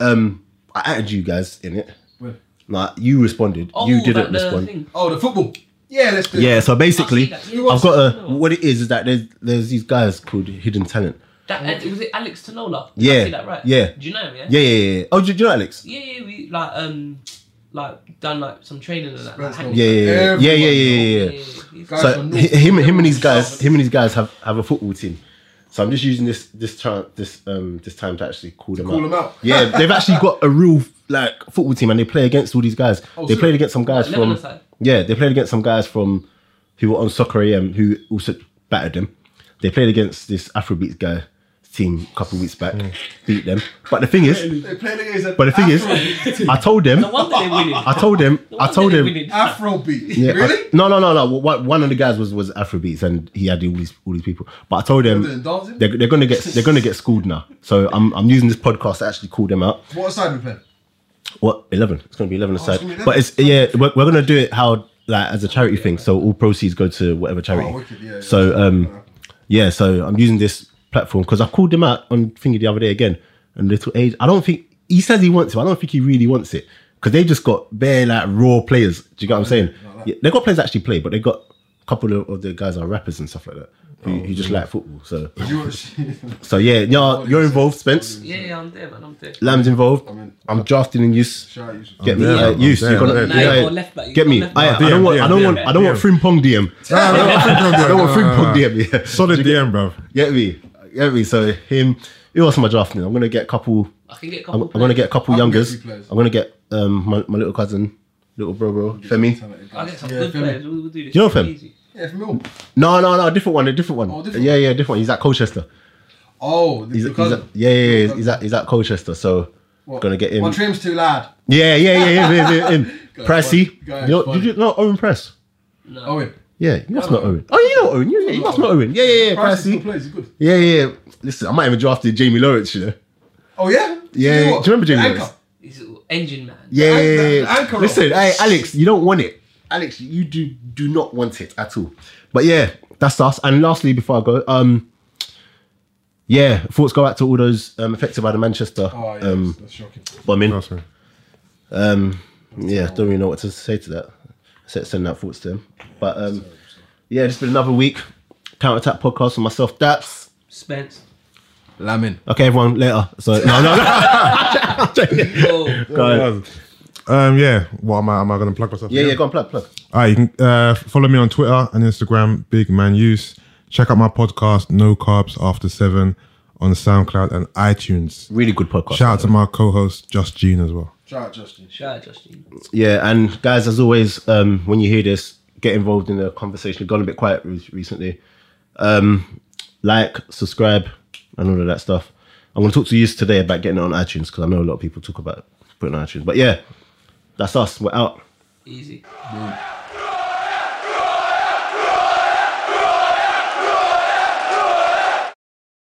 Speaker 3: um, I added you guys in it.
Speaker 6: Where?
Speaker 3: Nah, you responded.
Speaker 2: oh,
Speaker 3: you didn't
Speaker 2: about the
Speaker 3: respond.
Speaker 2: thing.
Speaker 1: Oh, the football.
Speaker 6: Yeah, let's do it.
Speaker 3: Yeah, so basically,
Speaker 2: I see that. You watched
Speaker 3: I've got
Speaker 2: it.
Speaker 3: a. What it is is that there's there's these guys called Hidden Talent.
Speaker 2: That and was it. Alex Tanola. Did I
Speaker 3: Yeah,
Speaker 2: see that right?
Speaker 3: yeah.
Speaker 2: Do you know him? Yeah.
Speaker 3: Yeah, yeah, yeah. yeah. Oh, do, do you know Alex?
Speaker 2: Yeah, yeah, we like um like done like some training and that. Like, hang-
Speaker 3: Yeah, yeah, yeah, yeah, yeah, yeah. yeah,
Speaker 2: yeah,
Speaker 3: yeah.
Speaker 2: yeah.
Speaker 6: Guys
Speaker 3: So
Speaker 6: from
Speaker 3: hi-
Speaker 6: North-
Speaker 3: him, him and these
Speaker 6: Everyone's
Speaker 3: guys,
Speaker 6: south.
Speaker 3: him and these guys have, have a football team. So I'm just using this this time this um this time to actually call them
Speaker 6: call
Speaker 3: out.
Speaker 6: them out.
Speaker 3: Yeah, they've actually got a real like football team, and they play against all these guys. they
Speaker 6: Oh, so-
Speaker 3: played against some guys
Speaker 2: Lebanon
Speaker 3: from
Speaker 2: side.
Speaker 3: yeah, they played against some guys from who were on Soccer AM who also battered them. They played against this Afrobeats guy team a couple of weeks back, beat them. But the thing is,
Speaker 6: They played against a
Speaker 3: but the thing is, I told them,
Speaker 2: No wonder they're winning.
Speaker 3: I told them,
Speaker 2: No
Speaker 3: I
Speaker 2: wonder
Speaker 3: told
Speaker 2: they're
Speaker 3: them.
Speaker 2: winning.
Speaker 6: Afrobeat.
Speaker 3: Yeah, I-
Speaker 6: really?
Speaker 3: no, no, no, no. One, one of the guys was was Afrobeats, and he had all these all these people. But I told them
Speaker 6: Doing dancing?
Speaker 3: they're, they're gonna get they're gonna get schooled now. So I'm I'm using this podcast to actually call them out.
Speaker 6: What side we playing?
Speaker 3: What eleven? It's gonna be eleven
Speaker 6: Oh,
Speaker 3: aside.
Speaker 6: gonna be 11.
Speaker 3: but it's yeah, we're, we're gonna do it how like as a charity thing. So all proceeds go to whatever charity.
Speaker 6: Oh, wicked, yeah, yeah.
Speaker 3: so um, yeah. So I'm using this platform because I called them out on thingy the other day again. And little age, I don't think he says he wants it. I don't think he really wants it because they just got bare like raw players. Do you get what I'm saying? Yeah, they got players that actually play, but they got a couple of, of the guys are rappers and stuff like that who,
Speaker 6: Oh,
Speaker 3: who just like football. So
Speaker 6: You watch-
Speaker 3: so yeah,
Speaker 6: Oh,
Speaker 3: yeah, you're involved, Spence.
Speaker 2: Yeah, yeah, I'm there, man. I'm there.
Speaker 3: Lamb's involved.
Speaker 6: in.
Speaker 3: I'm drafting in use.
Speaker 6: Shout out Yusuf.
Speaker 3: Get me uh,
Speaker 4: Yeah,
Speaker 3: yeah,
Speaker 4: I'm
Speaker 3: used.
Speaker 4: there,
Speaker 3: You're gonna,
Speaker 2: there.
Speaker 4: I'm
Speaker 2: Nah,
Speaker 3: yeah,
Speaker 2: you got left back, you
Speaker 3: get
Speaker 2: got
Speaker 3: me.
Speaker 2: left
Speaker 3: I,
Speaker 2: back.
Speaker 3: I don't
Speaker 4: DM,
Speaker 3: want. I don't
Speaker 4: DM,
Speaker 3: want. I don't want Frimpong DM. I don't want Frimpong DM. Yeah.
Speaker 4: Solid DM, bro.
Speaker 3: Get me. Get me. So him. Who else am I drafting? I'm gonna get a couple.
Speaker 2: I can get a
Speaker 3: I'm,
Speaker 2: couple.
Speaker 3: I'm gonna get a couple
Speaker 6: I can get
Speaker 3: youngers.
Speaker 6: three players.
Speaker 3: I'm gonna get um my, my little cousin, little bro, bro, Femi.
Speaker 6: Talented
Speaker 2: I
Speaker 6: guys.
Speaker 2: get some
Speaker 6: yeah,
Speaker 2: good
Speaker 6: for me.
Speaker 2: players. We'll, we'll do this.
Speaker 3: You know Femi?
Speaker 2: Easy.
Speaker 6: Yeah, for me all.
Speaker 3: No, no, no. A different one. A different one.
Speaker 6: Oh, different
Speaker 3: yeah, yeah, different. He's at Colchester.
Speaker 6: Oh, the,
Speaker 3: He's,
Speaker 6: the
Speaker 3: he's at,
Speaker 6: cousin.
Speaker 3: yeah, yeah, yeah. He's at he's at Colchester. So
Speaker 6: What?
Speaker 3: gonna get him.
Speaker 6: My trim's too loud.
Speaker 3: Yeah, yeah, yeah, yeah. yeah, yeah, him.
Speaker 6: Guy's
Speaker 3: Pricey.
Speaker 6: funny. Guy's
Speaker 3: You know, did
Speaker 6: funny.
Speaker 3: you not Owen Press?
Speaker 6: Oh, wait.
Speaker 3: Yeah, you must not Owen. Oh, you know Owen. You, you must not Owen. Yeah, yeah, yeah.
Speaker 6: Price
Speaker 3: Pricey.
Speaker 6: still plays. He's good.
Speaker 3: Yeah, yeah, yeah. Listen, I might even drafted Jamie Lawrence, you know.
Speaker 6: Oh, yeah?
Speaker 3: Yeah,
Speaker 6: You
Speaker 3: yeah.
Speaker 6: know what?
Speaker 3: Do you remember Jamie
Speaker 6: The
Speaker 3: Lawrence?
Speaker 6: anchor.
Speaker 2: He's an engine man.
Speaker 6: The
Speaker 3: Yeah, yeah,
Speaker 6: anchor-
Speaker 3: yeah,
Speaker 6: the anchor
Speaker 3: yeah.
Speaker 6: role.
Speaker 3: Listen, hey, Alex, you don't want it. Alex, you do do not want it at all. But yeah, that's us. And lastly, before I go, um, yeah, thoughts go out to all those um, affected by the Manchester
Speaker 6: Oh, yeah,
Speaker 3: um,
Speaker 6: that's shocking.
Speaker 3: bombing.
Speaker 4: Trust me.
Speaker 3: Um, yeah, don't really know what to say to that. Except send out thoughts to him. But um, yeah, it's been another week. Counter Attack podcast with myself, Daps.
Speaker 2: Spence.
Speaker 1: Lamin.
Speaker 3: Okay, everyone, later. So no, no, no.
Speaker 2: Oh,
Speaker 3: Go ahead.
Speaker 4: Um, yeah, what am I? Am I going to plug myself?
Speaker 3: Yeah,
Speaker 4: again?
Speaker 3: yeah, go on, plug, plug.
Speaker 4: All right, you can uh, follow me on Twitter and Instagram, Big Man Use. Check out my podcast, No Carbs After Seven, on SoundCloud and iTunes.
Speaker 3: Really good podcast.
Speaker 4: Shout out to my co-host, Just Gene, as well.
Speaker 6: Shout out Justin.
Speaker 2: shout out Justin.
Speaker 3: Yeah, and guys, as always, um, when you hear this, get involved in the conversation. We've gone a bit quiet re- recently. Um, like, subscribe, and all of that stuff. I'm going to talk to you today about getting it on iTunes because I know a lot of people talk about putting it on iTunes. But yeah, that's us. We're out.
Speaker 2: Easy.